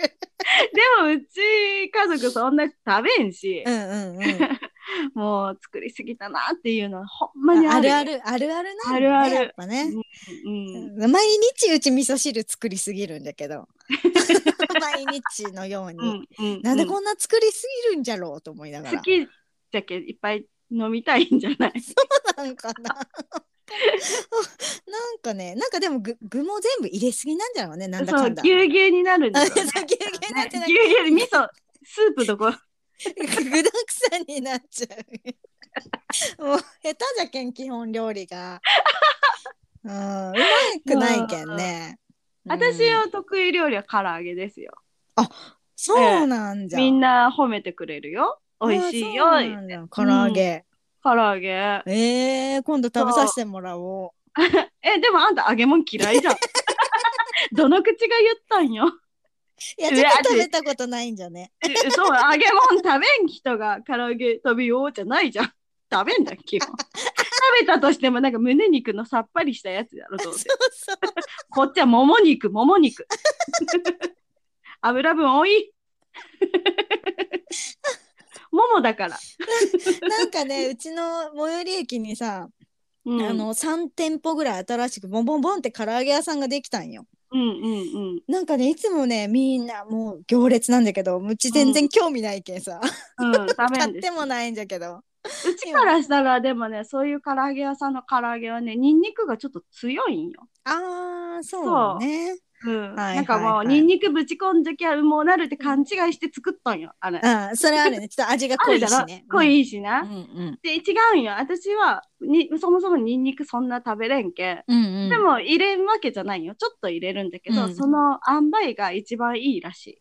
[SPEAKER 2] もうち家族そんな食べんし
[SPEAKER 1] う、んうんうん
[SPEAKER 2] もう作りすぎたなっていうのはほんまに
[SPEAKER 1] あ
[SPEAKER 2] ある
[SPEAKER 1] る
[SPEAKER 2] よ
[SPEAKER 1] あるあるあるなんだね
[SPEAKER 2] あるある
[SPEAKER 1] やっぱね、
[SPEAKER 2] うん、
[SPEAKER 1] 毎日うち味噌汁作りすぎるんだけ ど毎日のように、
[SPEAKER 2] うんうん
[SPEAKER 1] なんでこんな作りすぎるんじゃろうと思いなが
[SPEAKER 2] 好
[SPEAKER 1] ら
[SPEAKER 2] きじゃけんいっぱい飲みたいんじゃない
[SPEAKER 1] そうなんかななんかねなんかでも具具も全部入れすぎなんだろうねなんだ
[SPEAKER 2] そ
[SPEAKER 1] か
[SPEAKER 2] うん
[SPEAKER 1] だ
[SPEAKER 2] ぎゅうぎゅうになるんだ
[SPEAKER 1] あ
[SPEAKER 2] よ、
[SPEAKER 1] そう
[SPEAKER 2] ね。
[SPEAKER 1] ぎゅうぎゅうになってな
[SPEAKER 2] ぎ
[SPEAKER 1] い
[SPEAKER 2] ゅうぎゅうに味噌スープとこ
[SPEAKER 1] 具だくさんになっちゃうもう下手じゃけん基本料理がうんうまくないけんね
[SPEAKER 2] 私
[SPEAKER 1] うん
[SPEAKER 2] の得意料理は唐揚げですよ。
[SPEAKER 1] そうなんじゃ
[SPEAKER 2] みんな褒めてくれるよ。美味しいよ
[SPEAKER 1] あ。そうなんだ唐揚げ、
[SPEAKER 2] 唐揚げ。
[SPEAKER 1] えー、今度食べさせてもらおう
[SPEAKER 2] え、でもあんた揚げ物嫌いじゃん。どの口が言ったんよ。
[SPEAKER 1] いや、ちょっと食べたことないんじゃね。
[SPEAKER 2] えそう、揚げ物食べん人が唐揚げ飛びようじゃないじゃん。食べんだっ け食べたとしてもなんか胸肉のさっぱりしたやつやろどう
[SPEAKER 1] そう
[SPEAKER 2] せ
[SPEAKER 1] そう。
[SPEAKER 2] こっちはもも肉もも肉油分多いももだから、
[SPEAKER 1] なんかね、うちの最寄り駅にさ、
[SPEAKER 2] うん、
[SPEAKER 1] あの3店舗ぐらい新しくボンボンボンって唐揚げ屋さんができたんよ。
[SPEAKER 2] うんうん
[SPEAKER 1] なんかねいつもねみんなもう行列なんだけどうち全然興味ないけんさ、
[SPEAKER 2] うんうん食べ
[SPEAKER 1] 買
[SPEAKER 2] ん
[SPEAKER 1] っ
[SPEAKER 2] です
[SPEAKER 1] てもないんじゃけど
[SPEAKER 2] うちからしたらでもねそういう唐揚げ屋さんの唐揚げはねニンニクがちょっと強いんよ
[SPEAKER 1] あーそうね
[SPEAKER 2] うん
[SPEAKER 1] はい
[SPEAKER 2] なんかも
[SPEAKER 1] は
[SPEAKER 2] う
[SPEAKER 1] いはい
[SPEAKER 2] ニンニクぶち込んじゃきゃうもうなるって勘違いして作ったんよあれ
[SPEAKER 1] あーそれあるねちょっと味が
[SPEAKER 2] あ
[SPEAKER 1] 濃
[SPEAKER 2] る
[SPEAKER 1] い
[SPEAKER 2] だ
[SPEAKER 1] し
[SPEAKER 2] ろ
[SPEAKER 1] ね
[SPEAKER 2] 濃いし
[SPEAKER 1] う
[SPEAKER 2] な、
[SPEAKER 1] んうん
[SPEAKER 2] で違うんよ私はにそもそもニンニクそんな食べれんけ、
[SPEAKER 1] うんうんうん
[SPEAKER 2] でも入れんわけじゃないよちょっと入れるんだけど、
[SPEAKER 1] うん
[SPEAKER 2] その塩梅が一番いいらしい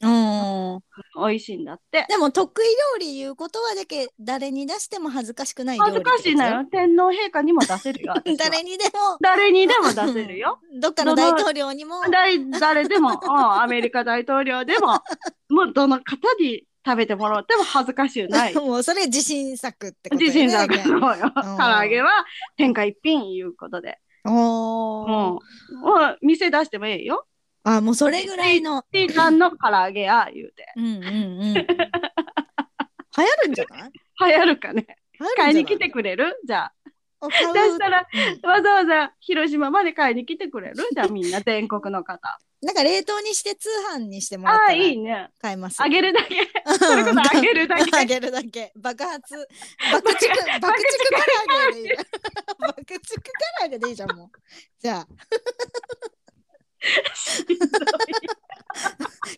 [SPEAKER 1] うん
[SPEAKER 2] 美味しいんだって
[SPEAKER 1] でも得意料理いうことはだけ誰に出しても恥ずかしくない料理
[SPEAKER 2] 恥ずかしいなよ天皇陛下にも出せるよ私 は
[SPEAKER 1] 誰にでも
[SPEAKER 2] 誰にでも出せるよ
[SPEAKER 1] どっかの大統領にも
[SPEAKER 2] だい誰でも、うんアメリカ大統領でももうどの方に食べてもらっても恥ずかしゅうない
[SPEAKER 1] もうそれ自信作ってこと
[SPEAKER 2] 自信作
[SPEAKER 1] だけ
[SPEAKER 2] そうよ唐
[SPEAKER 1] ん
[SPEAKER 2] 揚げは天下一品いうことで
[SPEAKER 1] おー
[SPEAKER 2] もうもう店出してもいいよ
[SPEAKER 1] あもうそれぐらいの。
[SPEAKER 2] ティータンの唐揚げや言うて
[SPEAKER 1] うんうんうん。流行るんじゃない
[SPEAKER 2] 流行るか
[SPEAKER 1] 流行るん
[SPEAKER 2] ね買い
[SPEAKER 1] じゃない
[SPEAKER 2] に来てくれるじゃあ
[SPEAKER 1] お
[SPEAKER 2] 出
[SPEAKER 1] 買う
[SPEAKER 2] したら
[SPEAKER 1] うん
[SPEAKER 2] わざわざ広島まで買いに来てくれるじゃあみんな全国の方。
[SPEAKER 1] なんか冷凍にして通販にしてもらっ
[SPEAKER 2] あ
[SPEAKER 1] た
[SPEAKER 2] あ
[SPEAKER 1] ら
[SPEAKER 2] いいね。
[SPEAKER 1] 買えます。
[SPEAKER 2] あげ
[SPEAKER 1] る。
[SPEAKER 2] るだけ。 それこそあげるだけ。
[SPEAKER 1] あげるだけ。爆発。爆竹、爆竹唐揚げでいいじゃん。 爆竹唐揚げでいいじゃん、もう。じ ゃあ、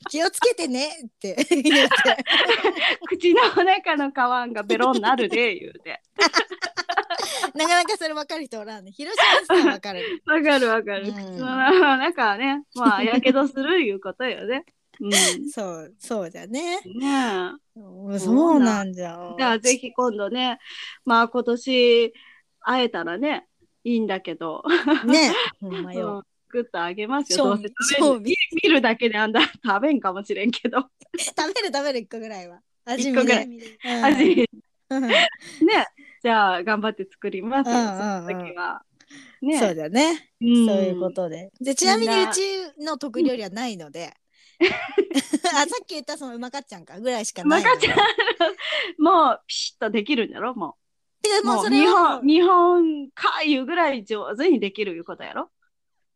[SPEAKER 1] 気をつけてねって言って。
[SPEAKER 2] 口の中の皮がベロになるで言うて。
[SPEAKER 1] なかなかそれ分かる人おらんね。広島さん分かる。
[SPEAKER 2] わかるわか
[SPEAKER 1] う
[SPEAKER 2] る。
[SPEAKER 1] ん
[SPEAKER 2] 口の中はね、まあやけどするいうことよ ね。うん。
[SPEAKER 1] そう、そうじゃね。
[SPEAKER 2] ねえ。
[SPEAKER 1] そうなんじゃ。
[SPEAKER 2] じゃあぜひ今度ね、まあ今年会えたらね、いいんだけど、
[SPEAKER 1] ね。ほんま
[SPEAKER 2] う
[SPEAKER 1] よ。
[SPEAKER 2] ん作ってあげますよ。ど
[SPEAKER 1] 賞
[SPEAKER 2] う
[SPEAKER 1] 味
[SPEAKER 2] せ食べん
[SPEAKER 1] 賞味
[SPEAKER 2] 見るだけであんだ食べんかもしれんけど
[SPEAKER 1] 食べる食べる一個ぐらいは。味
[SPEAKER 2] 一
[SPEAKER 1] 見
[SPEAKER 2] 個ぐ
[SPEAKER 1] で
[SPEAKER 2] らい味
[SPEAKER 1] うん
[SPEAKER 2] ね
[SPEAKER 1] うん
[SPEAKER 2] じゃあ頑張って作りますよ
[SPEAKER 1] う
[SPEAKER 2] そ
[SPEAKER 1] んうんうん
[SPEAKER 2] の時はね
[SPEAKER 1] そうだね。
[SPEAKER 2] う
[SPEAKER 1] そうんいうことで。でちなみに
[SPEAKER 2] みん
[SPEAKER 1] う
[SPEAKER 2] な
[SPEAKER 1] ちの得意料理はないので。 あさっき言ったそのうまかっちゃんかぐらいしかな
[SPEAKER 2] ま
[SPEAKER 1] いの
[SPEAKER 2] か
[SPEAKER 1] で。
[SPEAKER 2] ちゃんもうピシッとできるんだろも
[SPEAKER 1] で
[SPEAKER 2] う
[SPEAKER 1] も
[SPEAKER 2] も
[SPEAKER 1] う
[SPEAKER 2] う
[SPEAKER 1] それ
[SPEAKER 2] 日
[SPEAKER 1] は
[SPEAKER 2] 本日本かいうぐらい上手にできるいうことやろ、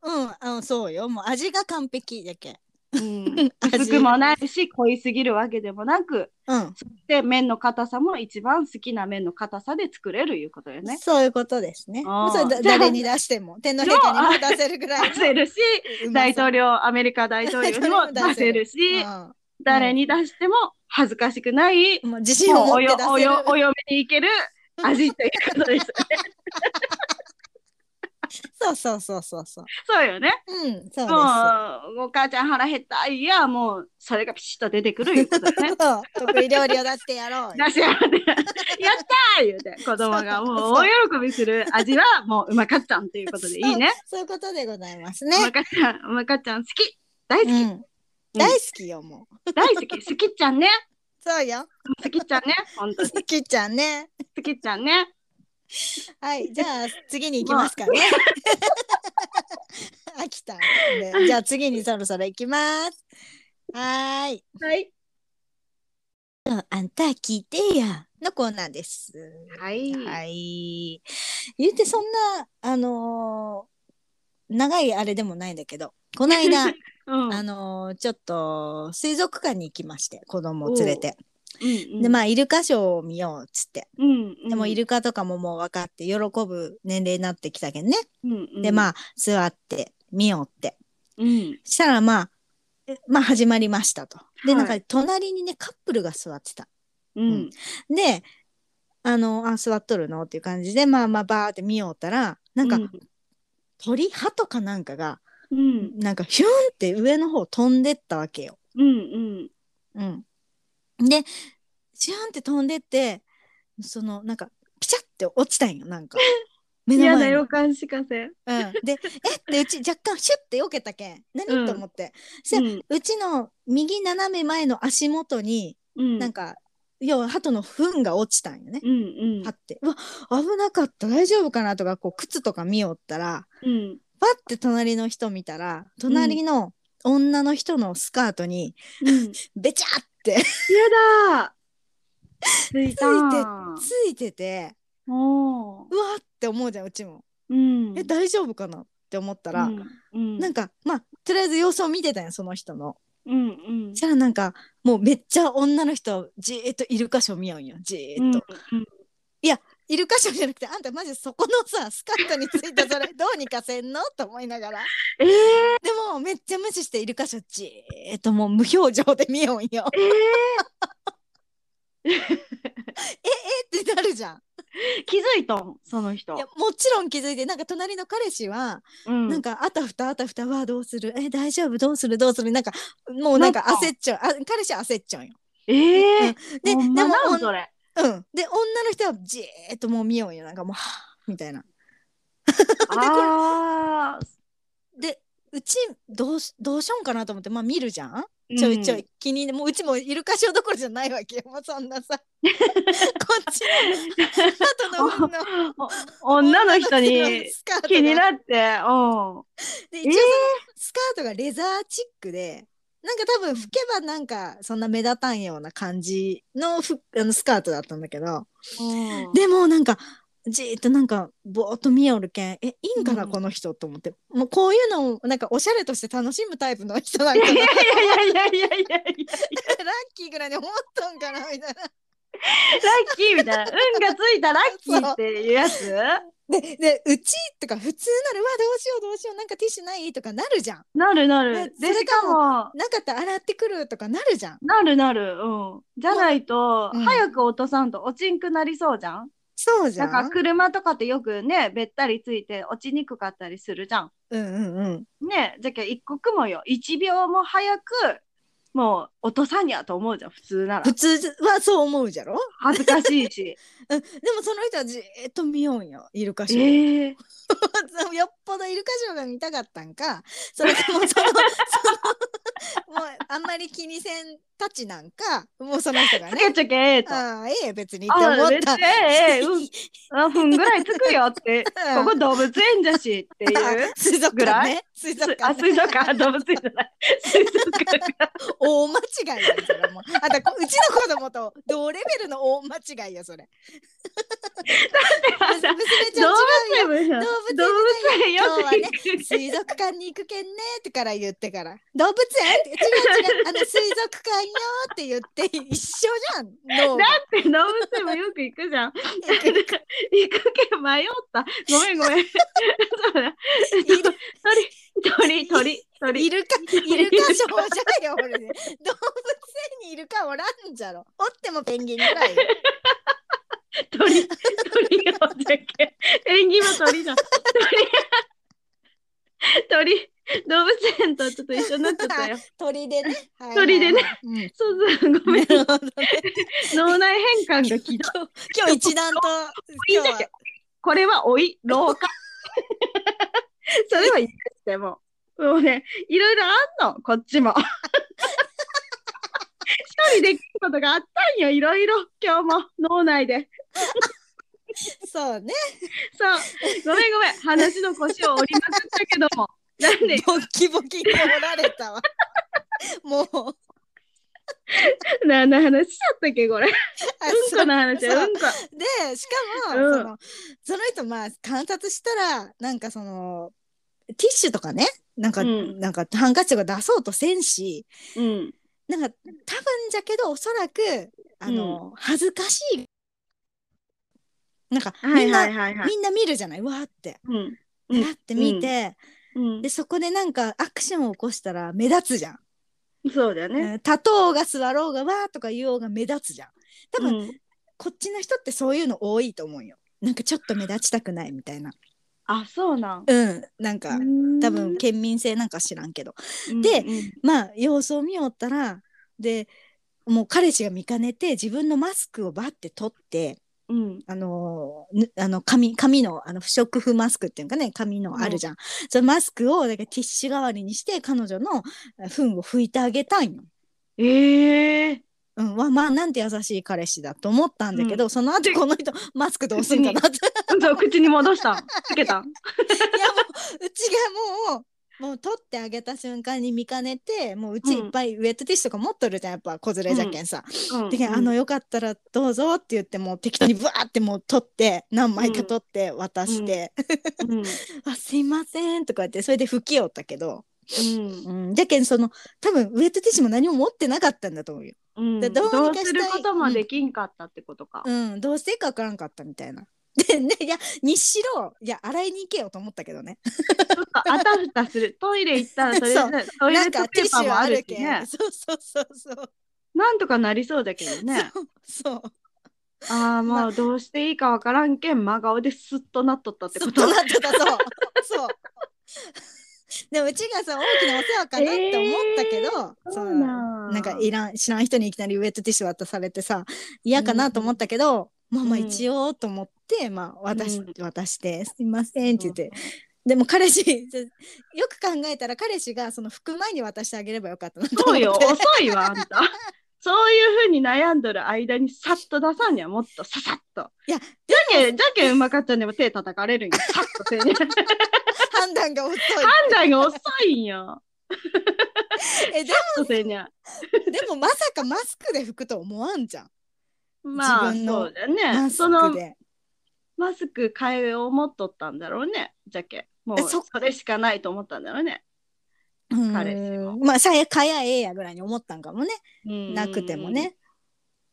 [SPEAKER 1] うんあのそうよもう味が完璧だけ。
[SPEAKER 2] うん、
[SPEAKER 1] 味
[SPEAKER 2] 薄くもないし濃いすぎるわけでもなく
[SPEAKER 1] うん、
[SPEAKER 2] そして麺の硬さも一番好きな麺の硬さで作れるいうことよね
[SPEAKER 1] そういうことですね。
[SPEAKER 2] あー
[SPEAKER 1] もうそれだ
[SPEAKER 2] じゃあ
[SPEAKER 1] 誰に出しても天皇陛下にも出せるぐらいの
[SPEAKER 2] 出せるし
[SPEAKER 1] うまさ
[SPEAKER 2] 大統領アメリカ大統領にも出せるし、誰に出しても恥ずかしくない、
[SPEAKER 1] うんもう自信を
[SPEAKER 2] もう
[SPEAKER 1] 持
[SPEAKER 2] お
[SPEAKER 1] って
[SPEAKER 2] よ
[SPEAKER 1] 出
[SPEAKER 2] お
[SPEAKER 1] せる
[SPEAKER 2] よお嫁に行ける味ということですね。
[SPEAKER 1] そうそうそうそうそう。
[SPEAKER 2] そうよね。
[SPEAKER 1] うんそうです。
[SPEAKER 2] もうお母ちゃん腹減ったいやもうそれがピシッと出てくるいうことだね。
[SPEAKER 1] そう得意料理を出してや ろうよ。
[SPEAKER 2] 出し合ってやったー言うて子供がもう大喜びする味はもううまかっちゃんということでいいね。
[SPEAKER 1] そういうことでございます
[SPEAKER 2] う
[SPEAKER 1] ね。
[SPEAKER 2] まかっちゃんうまかっちゃん好き大好き、
[SPEAKER 1] うん大好きよもう。
[SPEAKER 2] 大好き好きっちゃんね
[SPEAKER 1] そうよ。
[SPEAKER 2] 好きっちゃんね本当に
[SPEAKER 1] きっちゃんね。
[SPEAKER 2] 好きっちゃんね。
[SPEAKER 1] はい、じゃあ次に行きますかね。 飽きたんで。じゃあ次にそろそろ行きます。はーい。
[SPEAKER 2] はい
[SPEAKER 1] あんた聞いてや。のコーナーです。
[SPEAKER 2] はい
[SPEAKER 1] はい。言うてそんな、あのー長いあれでもないんだけど、この 間、
[SPEAKER 2] うんうん
[SPEAKER 1] あのーちょっと水族館に行きまして、子供を連れて。
[SPEAKER 2] うん
[SPEAKER 1] で、まあ、イルカショーを見ようっつって。
[SPEAKER 2] うんうん
[SPEAKER 1] でもイルカとかももう分かって喜ぶ年齢になってきたけんね。で
[SPEAKER 2] で
[SPEAKER 1] ま
[SPEAKER 2] あ、
[SPEAKER 1] あ座って見ようって
[SPEAKER 2] うん、
[SPEAKER 1] したらまあえまあ始まりましたと。で
[SPEAKER 2] は
[SPEAKER 1] なん
[SPEAKER 2] い
[SPEAKER 1] か隣にねカップルが座ってた。
[SPEAKER 2] うん、
[SPEAKER 1] であのあ座っとるのっていう感じでまあまあバーって見ようったらなんか鳥歯とかなんかが
[SPEAKER 2] うん、
[SPEAKER 1] なんかヒュンって上の方飛んでったわけよ。
[SPEAKER 2] うん、うん、
[SPEAKER 1] うん、で シュンって飛んでってそのなんかピチャって落ちたんよなんか。目の
[SPEAKER 2] 嫌な
[SPEAKER 1] 前に
[SPEAKER 2] 予感しかせ
[SPEAKER 1] う
[SPEAKER 2] ん。
[SPEAKER 1] ん、で「 えっ!」てうち若干シュッてよけたけん何、
[SPEAKER 2] うん
[SPEAKER 1] と思ってそし
[SPEAKER 2] う
[SPEAKER 1] たら
[SPEAKER 2] ん。
[SPEAKER 1] うちの右斜め前の足元に
[SPEAKER 2] うん。
[SPEAKER 1] なんか、要は鳩の糞が落ちたんよね。
[SPEAKER 2] うんうん。
[SPEAKER 1] パッてうわ危なかった大丈夫かなとかこう靴とか見よったら
[SPEAKER 2] うん。
[SPEAKER 1] パッて隣の人見たら隣の女の人のスカートに
[SPEAKER 2] うん。
[SPEAKER 1] べちゃって
[SPEAKER 2] やだーついた
[SPEAKER 1] つ
[SPEAKER 2] ー
[SPEAKER 1] いてて
[SPEAKER 2] おー
[SPEAKER 1] うわって思うじゃんうちも。
[SPEAKER 2] うん
[SPEAKER 1] え大丈夫かなって思ったら、
[SPEAKER 2] うん
[SPEAKER 1] なんかまあとりあえず様子を見てたんよその人の。
[SPEAKER 2] うんうん
[SPEAKER 1] そしたらなんかもうめっちゃ女の人じーっとイルカショー見よんよじーっと、
[SPEAKER 2] うん
[SPEAKER 1] イルカショーじゃなくてあんたマジそこのさスカートについたそれどうにかせんのと思いながら
[SPEAKER 2] えー、
[SPEAKER 1] でもめっちゃ無視してイルカショーじーっともう無表情で見よんよ えってなるじゃん
[SPEAKER 2] 気づいたんその人
[SPEAKER 1] いやもちろん気づいてなんか隣の彼氏は、
[SPEAKER 2] うん
[SPEAKER 1] なんかあたふたあたふたはどうするえ大丈夫どうするどうするなんかもうなんか
[SPEAKER 2] なんか
[SPEAKER 1] 焦っちゃうあ彼氏は焦っちゃうんよ
[SPEAKER 2] えー、
[SPEAKER 1] でで
[SPEAKER 2] ほ
[SPEAKER 1] も
[SPEAKER 2] んまなん
[SPEAKER 1] おん
[SPEAKER 2] それ
[SPEAKER 1] うん。で、女の人はじーっともう見ようよ。なんかもう、はぁみたいな。
[SPEAKER 2] あー
[SPEAKER 1] で、うちどうし、どうしようんかなと思って、まあ見るじゃんちょいちょい気に入って、もううちもイルカショーどころじゃないわけ よ。もうそん なさ。こっちの、あとのの
[SPEAKER 2] うんお女の人に
[SPEAKER 1] スカートが
[SPEAKER 2] 気になってうん
[SPEAKER 1] で、一応そのスカートがレザーチックで、なんか多分拭けばなんかそんな目立たんような感じのふあのスカートだったんだけど、
[SPEAKER 2] うん
[SPEAKER 1] でもなんかじーっとなんかぼーっと見よるけんえいいんかな、
[SPEAKER 2] うん
[SPEAKER 1] この人と思ってもうこういうのをなんかおしゃれとして楽しむタイプの人なん
[SPEAKER 2] い
[SPEAKER 1] か
[SPEAKER 2] や
[SPEAKER 1] ないラッ
[SPEAKER 2] やいやいやいやいやいや
[SPEAKER 1] キーぐらいに思っとんかなみたい
[SPEAKER 2] ラッキーみたいな運がついたラッキーっていうや つ
[SPEAKER 1] な。ででうちとか普通なるわどうしようどうしようなんかティッシュないとかなるじゃん
[SPEAKER 2] なるな
[SPEAKER 1] ね
[SPEAKER 2] るで
[SPEAKER 1] それ
[SPEAKER 2] し
[SPEAKER 1] か
[SPEAKER 2] か
[SPEAKER 1] も
[SPEAKER 2] も
[SPEAKER 1] なかったら洗ってくるとかなるじゃん
[SPEAKER 2] なるなるうんじゃないと、
[SPEAKER 1] うん
[SPEAKER 2] 早く落とさんと落ちんくなりそうじゃん
[SPEAKER 1] そうじゃ
[SPEAKER 2] だ
[SPEAKER 1] ん
[SPEAKER 2] から車とかってよくねべったりついて落ちにくかったりするじゃん
[SPEAKER 1] うんうんうん
[SPEAKER 2] ねじゃけ一刻もよ一秒も早くもう落とさんやと思うじゃん普通 なら
[SPEAKER 1] 普通はそう思うじゃろ、
[SPEAKER 2] 恥ずかしいし
[SPEAKER 1] うん、でもその人はじーっと見ようんよイルカショー
[SPEAKER 2] え え
[SPEAKER 1] よっぽどイルカショーが見たかったんかそれ ともそのそのもうあんまり気にせんたちなんかもうその人が
[SPEAKER 2] つ
[SPEAKER 1] ね
[SPEAKER 2] けちゃけええとあ
[SPEAKER 1] ああええ別にって思っ
[SPEAKER 2] 別
[SPEAKER 1] た
[SPEAKER 2] にええ ええうんあふんぐらいつくよってここ動物園じゃしって いう
[SPEAKER 1] 水族
[SPEAKER 2] ぐら
[SPEAKER 1] 館
[SPEAKER 2] い
[SPEAKER 1] ね水族
[SPEAKER 2] あ
[SPEAKER 1] 館、
[SPEAKER 2] 水
[SPEAKER 1] ね、
[SPEAKER 2] 族館動物園じゃない水族館が
[SPEAKER 1] 大間違いよそれもあんたうちの子供と同レベルの大間違いよそれ娘ちゃん違うよ
[SPEAKER 2] 動物園じゃ
[SPEAKER 1] 動物
[SPEAKER 2] ん動
[SPEAKER 1] 園
[SPEAKER 2] 物園よ
[SPEAKER 1] 今日はね
[SPEAKER 2] って言って
[SPEAKER 1] 水族館に行くけんねってから言ってから動 物園って違う違うあの水族館よって言って一緒じゃん脳が
[SPEAKER 2] だって動物園もよく行くじゃん。行くけ迷った。ごめんごめん。そうだ鳥鳥鳥鳥。
[SPEAKER 1] イルカ、イルカショーじゃよ、俺ね。動物園にイルカおらんじゃろ。おってもペンギンぐらいよ。
[SPEAKER 2] 鳥鳥よじゃけ縁起も鳥だ鳥鳥動物園とちょっと一緒になっちゃったよ
[SPEAKER 1] 鳥でね。はいはい
[SPEAKER 2] 鳥でね。
[SPEAKER 1] うん
[SPEAKER 2] そうそうごめん
[SPEAKER 1] なるほどね
[SPEAKER 2] 脳内変換がきた
[SPEAKER 1] 今日一 段と、
[SPEAKER 2] いい
[SPEAKER 1] 今日
[SPEAKER 2] じゃ
[SPEAKER 1] は
[SPEAKER 2] けこれは老い老化 それはいいですでももうねいろいろあんのこっちも一人できることがあったんよいろいろ今日も脳内で
[SPEAKER 1] そうね。
[SPEAKER 2] そうごめんごめん話の腰を折りまくったけどもなんで
[SPEAKER 1] ボッキボキにおられ たわ。もう、
[SPEAKER 2] 何の話しちゃったっけこれ。
[SPEAKER 1] あ
[SPEAKER 2] うん
[SPEAKER 1] そ
[SPEAKER 2] こ
[SPEAKER 1] う
[SPEAKER 2] の話
[SPEAKER 1] そ
[SPEAKER 2] や、うんこ。
[SPEAKER 1] で、しかも、
[SPEAKER 2] うん
[SPEAKER 1] その、その人、まあ、観察したら、なんかその、ティッシュとかね、なんか、
[SPEAKER 2] うん
[SPEAKER 1] なんかハンカチとか出そうとせんし、
[SPEAKER 2] うん。
[SPEAKER 1] なんか多分じゃけどおそらくあの、恥ずかしいなんか
[SPEAKER 2] は
[SPEAKER 1] みん
[SPEAKER 2] い
[SPEAKER 1] な、
[SPEAKER 2] はいはいはい。
[SPEAKER 1] みんな見るじゃないわーって。
[SPEAKER 2] うん。うん
[SPEAKER 1] やって見て、
[SPEAKER 2] うん
[SPEAKER 1] で。そこでなんかアクションを起こしたら目立つじゃん。
[SPEAKER 2] そうだよね。
[SPEAKER 1] うん立とうが座ろうがわーとか言おうが目立つじゃん。多分、
[SPEAKER 2] うん
[SPEAKER 1] こっちの人ってそういうの多いと思うよ。なんかちょっと目立ちたくないみたいな。
[SPEAKER 2] あ、そうなん。
[SPEAKER 1] うん。なんか
[SPEAKER 2] うん
[SPEAKER 1] 多分、県民性なんか知らんけど。
[SPEAKER 2] うん
[SPEAKER 1] で
[SPEAKER 2] うん
[SPEAKER 1] まあ様子を見よったらでもう彼氏が見かねて自分のマスクをバッて取って
[SPEAKER 2] うん。
[SPEAKER 1] あのーぬあの紙紙のあの不織布マスクっていうかね紙のあるじゃん、そのマスクをだからティッシュ代わりにして彼女のあ糞を拭いてあげたいの。
[SPEAKER 2] ええ
[SPEAKER 1] うん、わまあなんて優しい彼氏だと思ったんだけど、その後この人 マスクどうすんかなってい
[SPEAKER 2] ー。そう、口に戻したん。つけた
[SPEAKER 1] や
[SPEAKER 2] ん。
[SPEAKER 1] もううちがもうもう取ってあげた瞬間に見かねてもううちいっぱいウェットティッシュとか持っとるじゃんやっぱ子連れじゃけんさ。
[SPEAKER 2] うん
[SPEAKER 1] で、あの、よかったらどうぞって言ってもう適当にブワーってもう取って何枚か取って渡して
[SPEAKER 2] うん。うん
[SPEAKER 1] 「 あすいません」とか言ってそれで拭きよったけど、
[SPEAKER 2] う
[SPEAKER 1] うん、じゃけんその多分ウェットティッシュも何も持ってなかったんだと思うよ。
[SPEAKER 2] ん。
[SPEAKER 1] でど
[SPEAKER 2] ど
[SPEAKER 1] うにか
[SPEAKER 2] うする
[SPEAKER 1] したい
[SPEAKER 2] こともできんかったってことか。
[SPEAKER 1] うん、どうしてかわからんかったみたいな。 でねいやにしろいや洗いに行けよと思ったけどね。
[SPEAKER 2] ちょっとあたふたする。トイレ行ったらとりあえずトイレ
[SPEAKER 1] な
[SPEAKER 2] ッ
[SPEAKER 1] ん
[SPEAKER 2] ト
[SPEAKER 1] かティ
[SPEAKER 2] ペー
[SPEAKER 1] ッシ
[SPEAKER 2] パー
[SPEAKER 1] ュ
[SPEAKER 2] も
[SPEAKER 1] あ
[SPEAKER 2] ある
[SPEAKER 1] る
[SPEAKER 2] し
[SPEAKER 1] けん、
[SPEAKER 2] ね。
[SPEAKER 1] そうそうそうそう。
[SPEAKER 2] なんとかなりそうだけどね。
[SPEAKER 1] そう
[SPEAKER 2] ああ、まあどうしていいかわからんけん、真顔ですっとなっとったって
[SPEAKER 1] そ
[SPEAKER 2] こ
[SPEAKER 1] う
[SPEAKER 2] と
[SPEAKER 1] と。なってたそうそう。 でもうちがさ大きなお世話かなって思ったけど、
[SPEAKER 2] えー
[SPEAKER 1] そ
[SPEAKER 2] そううなん
[SPEAKER 1] なんかいらん知らん人にいきなりウエットティッシュ渡されてさ嫌かなと思ったけど、まあまあ
[SPEAKER 2] うん
[SPEAKER 1] 一応と思って、まあ渡し,、
[SPEAKER 2] うん
[SPEAKER 1] 渡してすいませんって言って、でも彼氏 よく考えたら彼氏がその服前に渡してあげればよかったなと思
[SPEAKER 2] そう
[SPEAKER 1] って
[SPEAKER 2] よ、遅いわ、あんた。そういうふうに悩んどる間にさっと出さんにはもっとささっと。
[SPEAKER 1] いや
[SPEAKER 2] じゃけん、じゃけんうまかったんでも手叩かれるんよ、さっと手に。判
[SPEAKER 1] 判断が遅い
[SPEAKER 2] 断が遅いんよ、
[SPEAKER 1] えで
[SPEAKER 2] さっと手に。
[SPEAKER 1] でもまさかマスクで拭くと思わんじゃん
[SPEAKER 2] まあ、
[SPEAKER 1] 自分の
[SPEAKER 2] そうだね。
[SPEAKER 1] マス
[SPEAKER 2] そ
[SPEAKER 1] ク
[SPEAKER 2] の
[SPEAKER 1] で
[SPEAKER 2] マスク替えを持っとったんだろうね、じゃけん。も
[SPEAKER 1] え
[SPEAKER 2] う
[SPEAKER 1] そ
[SPEAKER 2] それしかないと思ったんだろうね。彼氏も
[SPEAKER 1] うんまあさやかやええやぐらいに思ったんかもねな
[SPEAKER 2] な
[SPEAKER 1] くても。ね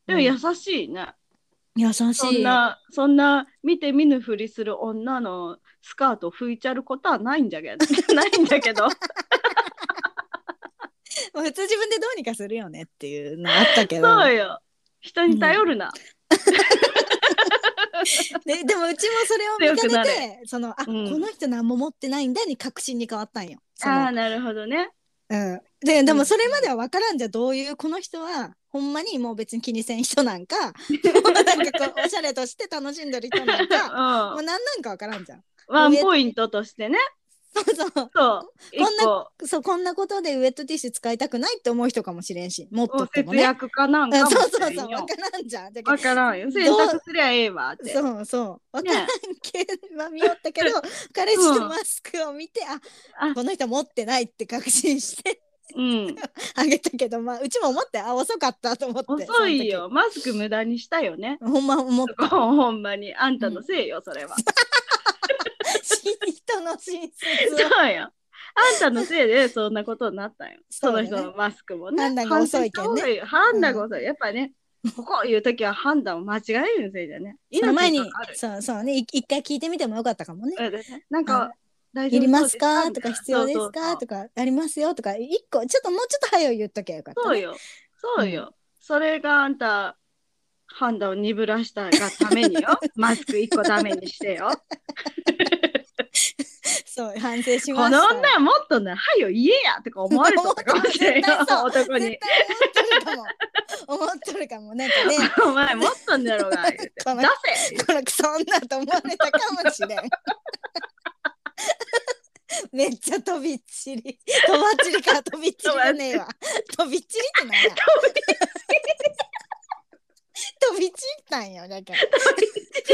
[SPEAKER 2] でも優しいね。
[SPEAKER 1] 優しい
[SPEAKER 2] そんな、そんな見て見ぬふりする女のスカート拭いちゃることはないんじゃ けど、ないんだけど。
[SPEAKER 1] まあ普通自分でどうにかするよねっていうのあったけど
[SPEAKER 2] そうよ。人に頼るな。
[SPEAKER 1] ででもうちもそれを見
[SPEAKER 2] 強く
[SPEAKER 1] か
[SPEAKER 2] な
[SPEAKER 1] ねてそのあ、
[SPEAKER 2] うん
[SPEAKER 1] この人何も持ってないんだに確信に変わったんよ。そ
[SPEAKER 2] あ
[SPEAKER 1] の
[SPEAKER 2] あ、なるほどね。
[SPEAKER 1] うん、ででもそれまでは分からんじゃんどういうこの人はほんまにもう別に気にせん人なん かもうなんかこうおしゃれとして楽しんでる人なん
[SPEAKER 2] うん
[SPEAKER 1] かもう何なんか分からんじゃん。
[SPEAKER 2] ワンポイントとしてね。
[SPEAKER 1] そうそう
[SPEAKER 2] そう。一
[SPEAKER 1] こんな
[SPEAKER 2] 個、
[SPEAKER 1] そうこんなことでウェットティッシュ使いたくないって思う人かもしれんし持っとっても
[SPEAKER 2] 節
[SPEAKER 1] ね。うん
[SPEAKER 2] 約かなん
[SPEAKER 1] そ
[SPEAKER 2] か
[SPEAKER 1] う
[SPEAKER 2] もし
[SPEAKER 1] そうそう
[SPEAKER 2] れん
[SPEAKER 1] 分か
[SPEAKER 2] よ
[SPEAKER 1] らんじゃん。だけど
[SPEAKER 2] わからんよ。選択すりゃええわって。
[SPEAKER 1] そうそう分
[SPEAKER 2] ね
[SPEAKER 1] からんけんは見よったけど 彼氏のマスクを見て、あ
[SPEAKER 2] あ
[SPEAKER 1] この人持ってないって確信して
[SPEAKER 2] うん。
[SPEAKER 1] あげたけどまあうちも思ってあ遅かったと思って
[SPEAKER 2] 遅いよ。マスク無駄にしたよね。
[SPEAKER 1] その時ほんま思っ
[SPEAKER 2] そこほんまに。あんたのせいよ、それは。
[SPEAKER 1] た人の親切を
[SPEAKER 2] そうよ。あんたのせいでそんなことになったんよ。
[SPEAKER 1] そ
[SPEAKER 2] そ
[SPEAKER 1] だ
[SPEAKER 2] うの
[SPEAKER 1] ね
[SPEAKER 2] 人のマスクもね。
[SPEAKER 1] 判断が遅いけんね
[SPEAKER 2] 反省した方がいいよ判断が遅い。やっぱね、ここいう時は判断を間違えるせいだね。
[SPEAKER 1] その前に
[SPEAKER 2] 命とかある
[SPEAKER 1] そうそうねい一回聞いてみてもよかったかもね。
[SPEAKER 2] そうだねなん
[SPEAKER 1] うん
[SPEAKER 2] か、大
[SPEAKER 1] いります
[SPEAKER 2] そ
[SPEAKER 1] か
[SPEAKER 2] う
[SPEAKER 1] と
[SPEAKER 2] で
[SPEAKER 1] か必要ですか
[SPEAKER 2] そうそう
[SPEAKER 1] とかありますよとか一個ちょっともうちょっと早い言っときゃよかった、
[SPEAKER 2] そうよ。そうよ。それがあんた、判断を鈍らしたがために よ。マスク一個ダメにしてよ。
[SPEAKER 1] そう反省しま
[SPEAKER 2] こ
[SPEAKER 1] した。
[SPEAKER 2] の女もっとね、はよ言えやとか思われとったかもしれんよ
[SPEAKER 1] 思ってた、
[SPEAKER 2] 男に
[SPEAKER 1] 絶。対思っとるかも思っとるかもなんかね。
[SPEAKER 2] お前もっとんだろ うが。言うて
[SPEAKER 1] ごめん
[SPEAKER 2] 出せ
[SPEAKER 1] このクソ女と思われたかもしれん。 めっちゃ飛びっちり。飛ばっちりか飛びっちりじゃねえわ。飛びっちりってなんや。飛び散ったんよだから。ふ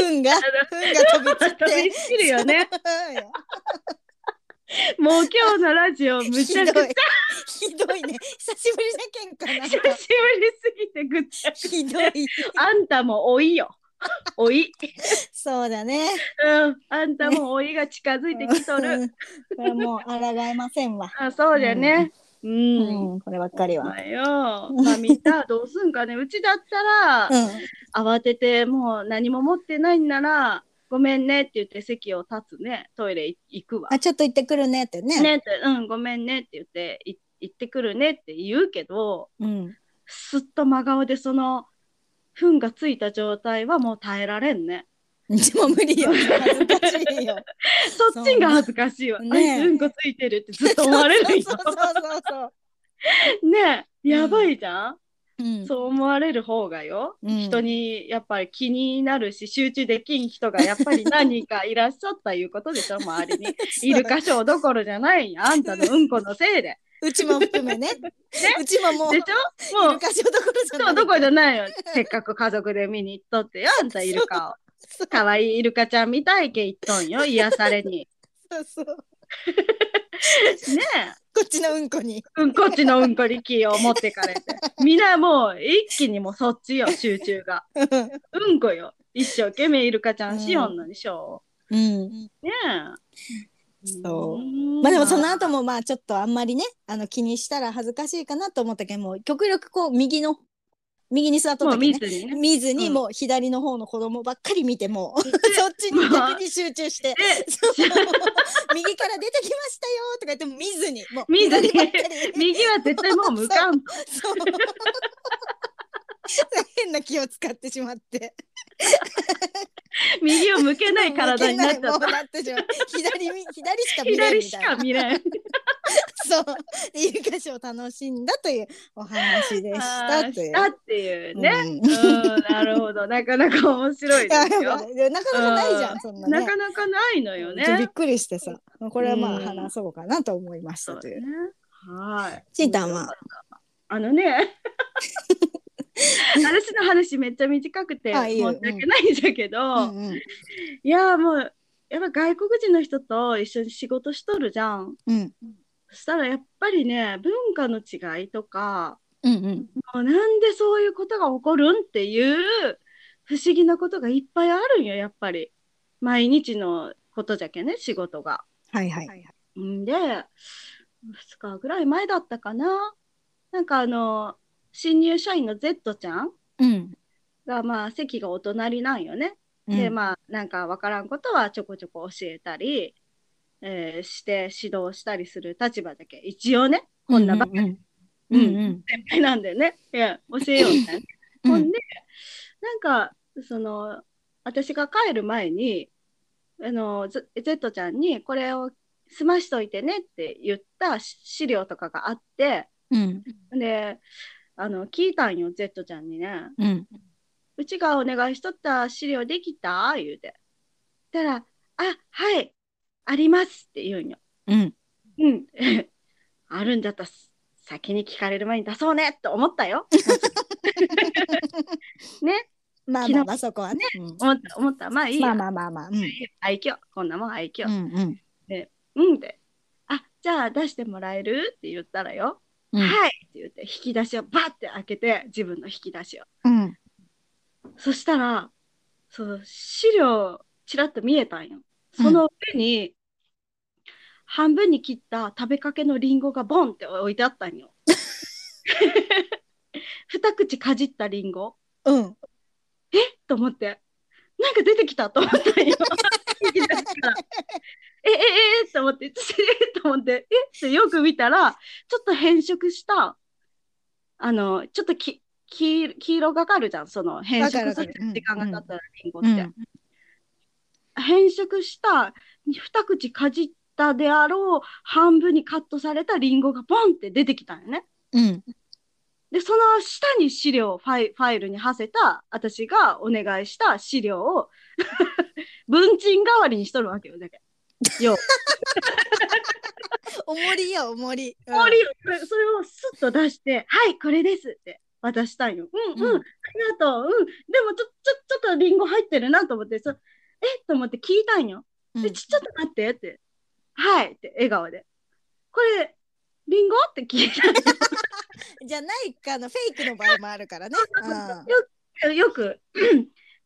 [SPEAKER 1] んがふんが飛び散っ
[SPEAKER 2] 飛び
[SPEAKER 1] て。
[SPEAKER 2] 散るよ ね。
[SPEAKER 1] そうよ
[SPEAKER 2] もう今日のラジオむ
[SPEAKER 1] ひ
[SPEAKER 2] ち
[SPEAKER 1] ど
[SPEAKER 2] ゃ
[SPEAKER 1] い
[SPEAKER 2] くちゃ久し。
[SPEAKER 1] ひどいね。久しぶりじゃけんかな
[SPEAKER 2] ぶりすぎてぐっちゃ。
[SPEAKER 1] ひどい。
[SPEAKER 2] あんたも老いよ。老い。
[SPEAKER 1] そうだね。
[SPEAKER 2] うん。あんたも老いが近づいてきとる。
[SPEAKER 1] うんこれもう抗えませんわ。
[SPEAKER 2] あ、そうだね。う。
[SPEAKER 1] うんん、こればっかり
[SPEAKER 2] お
[SPEAKER 1] は。
[SPEAKER 2] 前よ。まあ、みんなどうすん かね。うちだった
[SPEAKER 1] う
[SPEAKER 2] ら、
[SPEAKER 1] ん。
[SPEAKER 2] 慌ててもう何も持ってないんなら、ごめんねって言って席を立つね。トイレ行くわ。
[SPEAKER 1] あ、ちょっと行ってくるねってね。
[SPEAKER 2] ねって、うん、ごめんねって言って、い行ってくるねって言うけど、
[SPEAKER 1] うん。
[SPEAKER 2] すっと真顔でその糞がついた状態はもう耐えられんね。
[SPEAKER 1] でも無理よ。恥ずかし いよ。
[SPEAKER 2] そっちが恥ずかしいわ。
[SPEAKER 1] そうね
[SPEAKER 2] あいつうんこついてるってずっと思われるよ
[SPEAKER 1] そう。そうそうそうそう。
[SPEAKER 2] ねえやばいじゃん、
[SPEAKER 1] うん
[SPEAKER 2] そう思われる方がよ、
[SPEAKER 1] うん
[SPEAKER 2] 人にやっぱり気になるし集中できん人がやっぱり何人かいらっしゃったいうことでしょ周 りにいる箇所どころじゃないんやあんたのうんこのせいで
[SPEAKER 1] うちも含 めね。うちももう、
[SPEAKER 2] で
[SPEAKER 1] い
[SPEAKER 2] し
[SPEAKER 1] る
[SPEAKER 2] ょもう
[SPEAKER 1] か所どころじゃな
[SPEAKER 2] そう
[SPEAKER 1] い。
[SPEAKER 2] どころじゃないよせっかく家族で見に行っとってよあんたイルカをかわいいイルカちゃん見たいけ行っと んよ癒されに
[SPEAKER 1] そうそうこ
[SPEAKER 2] ねえ
[SPEAKER 1] っちのうんこに。
[SPEAKER 2] うんこっちのうんこ力を持ってか れて。みんなもう一気にもうそっちよ、集中が。 うんこよ。一生懸命イルカちゃんしよんのにしょ
[SPEAKER 1] うん。
[SPEAKER 2] う。ねえ。
[SPEAKER 1] そう
[SPEAKER 2] ーん
[SPEAKER 1] まあでもその後もまあちょっとあんまりね、あの気にしたら恥ずかしいかなと思ったけど、もう極力こう右の、右に座っとっ
[SPEAKER 2] も
[SPEAKER 1] た
[SPEAKER 2] う
[SPEAKER 1] け
[SPEAKER 2] 見
[SPEAKER 1] どね。
[SPEAKER 2] ずにね。
[SPEAKER 1] 見ずに
[SPEAKER 2] うん
[SPEAKER 1] もう左の方の子供ばっかり見てもう そっちに逆に集中 して
[SPEAKER 2] で、
[SPEAKER 1] そう 右から出てきましたよとか言っても見ずにもう
[SPEAKER 2] 見ずに
[SPEAKER 1] 左ばっかり
[SPEAKER 2] 右は絶対もう 向かん。
[SPEAKER 1] そう 変な気を使ってしまって
[SPEAKER 2] 右を向けない体になっちゃ
[SPEAKER 1] もう
[SPEAKER 2] っ
[SPEAKER 1] な
[SPEAKER 2] た。
[SPEAKER 1] ってしまう左み 左しか見れん
[SPEAKER 2] 左
[SPEAKER 1] みた
[SPEAKER 2] し
[SPEAKER 1] いな
[SPEAKER 2] か見れん。
[SPEAKER 1] そう イルカショーを楽しんだというお話でし
[SPEAKER 2] あ
[SPEAKER 1] た
[SPEAKER 2] ー
[SPEAKER 1] とい
[SPEAKER 2] し
[SPEAKER 1] う
[SPEAKER 2] たっていうね。
[SPEAKER 1] うん
[SPEAKER 2] うん、なるほど。なかなか面白い
[SPEAKER 1] いや
[SPEAKER 2] で
[SPEAKER 1] ですも
[SPEAKER 2] よ。
[SPEAKER 1] なかなかないじゃんそんなね
[SPEAKER 2] なかなかないのよ
[SPEAKER 1] ちょっとび
[SPEAKER 2] ね
[SPEAKER 1] っ。くりしてさこれはまあ
[SPEAKER 2] うん
[SPEAKER 1] 話そうかなと思いまし
[SPEAKER 2] そ
[SPEAKER 1] た
[SPEAKER 2] う
[SPEAKER 1] と
[SPEAKER 2] だ
[SPEAKER 1] い
[SPEAKER 2] ね
[SPEAKER 1] う。。
[SPEAKER 2] はい。
[SPEAKER 1] ちんたんは
[SPEAKER 2] あのね 私の話めっちゃ短くて
[SPEAKER 1] あいい
[SPEAKER 2] 申し
[SPEAKER 1] よ
[SPEAKER 2] 訳ないんだけど、
[SPEAKER 1] うんうん
[SPEAKER 2] いやもうやっぱ外国人の人と一緒に仕事しとるじゃん
[SPEAKER 1] うん
[SPEAKER 2] そしたらやっぱりね文化の違いとか
[SPEAKER 1] うんうん
[SPEAKER 2] もうなんでそういうことが起こるんっていう不思議なことがいっぱいあるんよやっぱり毎日のことじゃけね仕事が。
[SPEAKER 1] はいはい
[SPEAKER 2] んで2日ぐらい前だったかななんかあの新入社員の Z ちゃん
[SPEAKER 1] うん
[SPEAKER 2] がまあ席がお隣なんよね。
[SPEAKER 1] うん
[SPEAKER 2] でまあなんかわからんことはちょこちょこ教えたり、えーして指導したりする立場だけ一応ね こんなばっか
[SPEAKER 1] うん
[SPEAKER 2] う
[SPEAKER 1] うんん
[SPEAKER 2] うん
[SPEAKER 1] うん
[SPEAKER 2] りなんでねいや教えようみたいな。
[SPEAKER 1] うん
[SPEAKER 2] ほんでなんかその私が帰る前にあの Z, Z ちゃんにこれを済ましといてねって言ったし資料とかがあって
[SPEAKER 1] うん
[SPEAKER 2] であの聞いたんよ Z ちゃんにね。
[SPEAKER 1] うん
[SPEAKER 2] うちがお願いしとった資料できた言うて。たら、あ、はい、ありますって言うんよ。
[SPEAKER 1] うん
[SPEAKER 2] うん。 あるんだったらす先に聞かれる前に出そうねって思ったよ。
[SPEAKER 1] まあまあまあそこはねうん
[SPEAKER 2] 思った、思った。まあいい
[SPEAKER 1] ま
[SPEAKER 2] よ。
[SPEAKER 1] あまあまあまあうん
[SPEAKER 2] 愛嬌。こんなもん愛嬌。
[SPEAKER 1] うんうん
[SPEAKER 2] うん、って。あ、じゃあ出してもらえるって言ったらよ。
[SPEAKER 1] うん
[SPEAKER 2] はいって言って、引き出しをバッて開けて、自分の引き出しを。
[SPEAKER 1] うん
[SPEAKER 2] そしたら、そう、資料、ちらっと見えたんよ。その上に、半分に切った食べかけのリンゴがボンって置いてあったんよ。二口かじったリンゴ
[SPEAKER 1] うん
[SPEAKER 2] と思って、なんか出てきたと思ったんよ。引き出しからえ、え、え、えと思って、つえと思って、えってよく見たら、ちょっと変色した、あの、ちょっとき、黄黄色がかるじゃん、その変色
[SPEAKER 1] わかるわ
[SPEAKER 2] す
[SPEAKER 1] か
[SPEAKER 2] る
[SPEAKER 1] るうん
[SPEAKER 2] 時間が経ったらリンゴっ
[SPEAKER 1] う
[SPEAKER 2] て。
[SPEAKER 1] ん
[SPEAKER 2] 変色した二口かじったであろう半分にカットされたリンゴがボンって出てきたんよね。
[SPEAKER 1] うん
[SPEAKER 2] で、その下に資料ファイ、ファイルに馳せた、私がお願いした資料を、 文鎮代わりにしとるわけよ、だけど。よ、
[SPEAKER 1] おもりやおもりうん
[SPEAKER 2] 氷を、それをスッと出して、はい、これですって渡したんよ。うん、うん、
[SPEAKER 1] うん
[SPEAKER 2] ありがとう、うん。でもちょ、ちょ、ちょっとリンゴ入ってるなと思って、そえと思って聞いたんよ。
[SPEAKER 1] うん
[SPEAKER 2] で、ちちょっと待ってって。はいって、笑顔で。これ、リンゴって聞い た
[SPEAKER 1] じゃないかのフェイクの場合もあるからね
[SPEAKER 2] の。よく、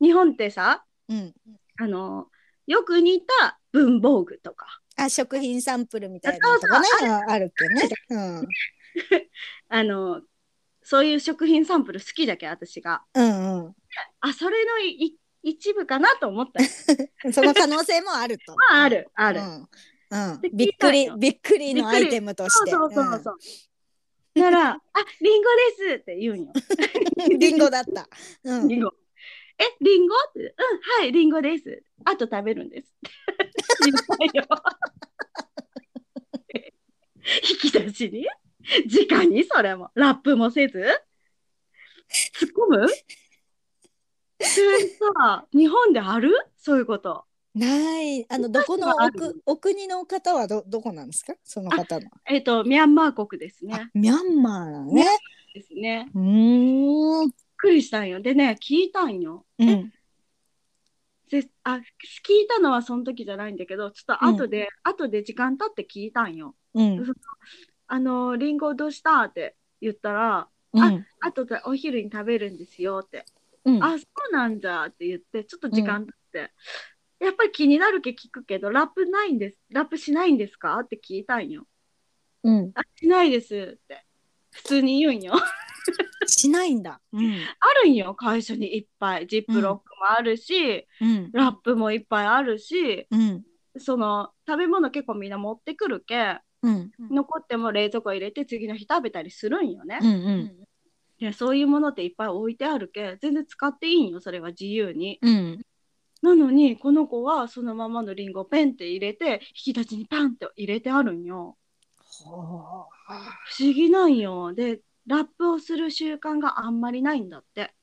[SPEAKER 2] 日本ってさ、
[SPEAKER 1] うんうん
[SPEAKER 2] あの、よく似た文房具とか、
[SPEAKER 1] あ食品サンプルみたいなとかねうんあるっけねうん
[SPEAKER 2] あの、そういう食品サンプル好きだけど、私が。
[SPEAKER 1] うん
[SPEAKER 2] あ、それのい一部かなと 思ったよ。
[SPEAKER 1] うんその可能性もある と
[SPEAKER 2] まあ、ある、ある。
[SPEAKER 1] うんうん
[SPEAKER 2] で、
[SPEAKER 1] びっく
[SPEAKER 2] 聞い
[SPEAKER 1] り
[SPEAKER 2] た
[SPEAKER 1] びっくりのアイテムとして
[SPEAKER 2] そうそうそうそう。なら、あ、リンゴですって言うんよ。
[SPEAKER 1] うん リンゴだった、うん、
[SPEAKER 2] リンゴ。え、リンゴって、うん、はい、リンゴです。あと食べるんです。言ったよ。引き出しに直にそれも。ラップもせず。突っ込むそれさ、日本であるそういうこと。
[SPEAKER 1] ないあのどこの
[SPEAKER 2] はあ
[SPEAKER 1] お
[SPEAKER 2] る
[SPEAKER 1] くお国の方はどどこなんですかその方の。
[SPEAKER 2] えっ、と、ミャンマー国です
[SPEAKER 1] あ
[SPEAKER 2] ね。
[SPEAKER 1] ミャンマーなのね。
[SPEAKER 2] ですね。
[SPEAKER 1] うーん。
[SPEAKER 2] びっくりしたんよ。でね、聞いたんよ。
[SPEAKER 1] うん。
[SPEAKER 2] であ聞いたのはその時じゃないんだけどちょっと後で、後で時間経って聞いたんよ。
[SPEAKER 1] うん。
[SPEAKER 2] あのリンゴどうしたって言ったら
[SPEAKER 1] うん。
[SPEAKER 2] 後でお昼に食べるんですよって、
[SPEAKER 1] うん。
[SPEAKER 2] あそうなんじゃって言ってちょっと時間経って、やっぱり気になるけ聞くけどラップないんですラップしないんですかって聞いたんよ。
[SPEAKER 1] うん。
[SPEAKER 2] あしないですって普通に言うん よ。
[SPEAKER 1] しないんだ。うん。
[SPEAKER 2] あるんよ会社にいっぱいジップロックもあるし、
[SPEAKER 1] うん。
[SPEAKER 2] ラップもいっぱいあるし
[SPEAKER 1] うん。
[SPEAKER 2] その食べ物結構みんな持ってくるけ
[SPEAKER 1] うん。
[SPEAKER 2] 残っても冷蔵庫入れて次の日食べたりするんよね
[SPEAKER 1] う。ん。
[SPEAKER 2] いやそういうものっていっぱい置いてあるけ全然使っていいんよそれは自由に。
[SPEAKER 1] うん。
[SPEAKER 2] なのにこの子はそのままのリンゴペンって入れて引き立ちにパンって入れてあるんよ。
[SPEAKER 1] ほー
[SPEAKER 2] 不思議なんよ。でラップをする習慣があんまりないんだって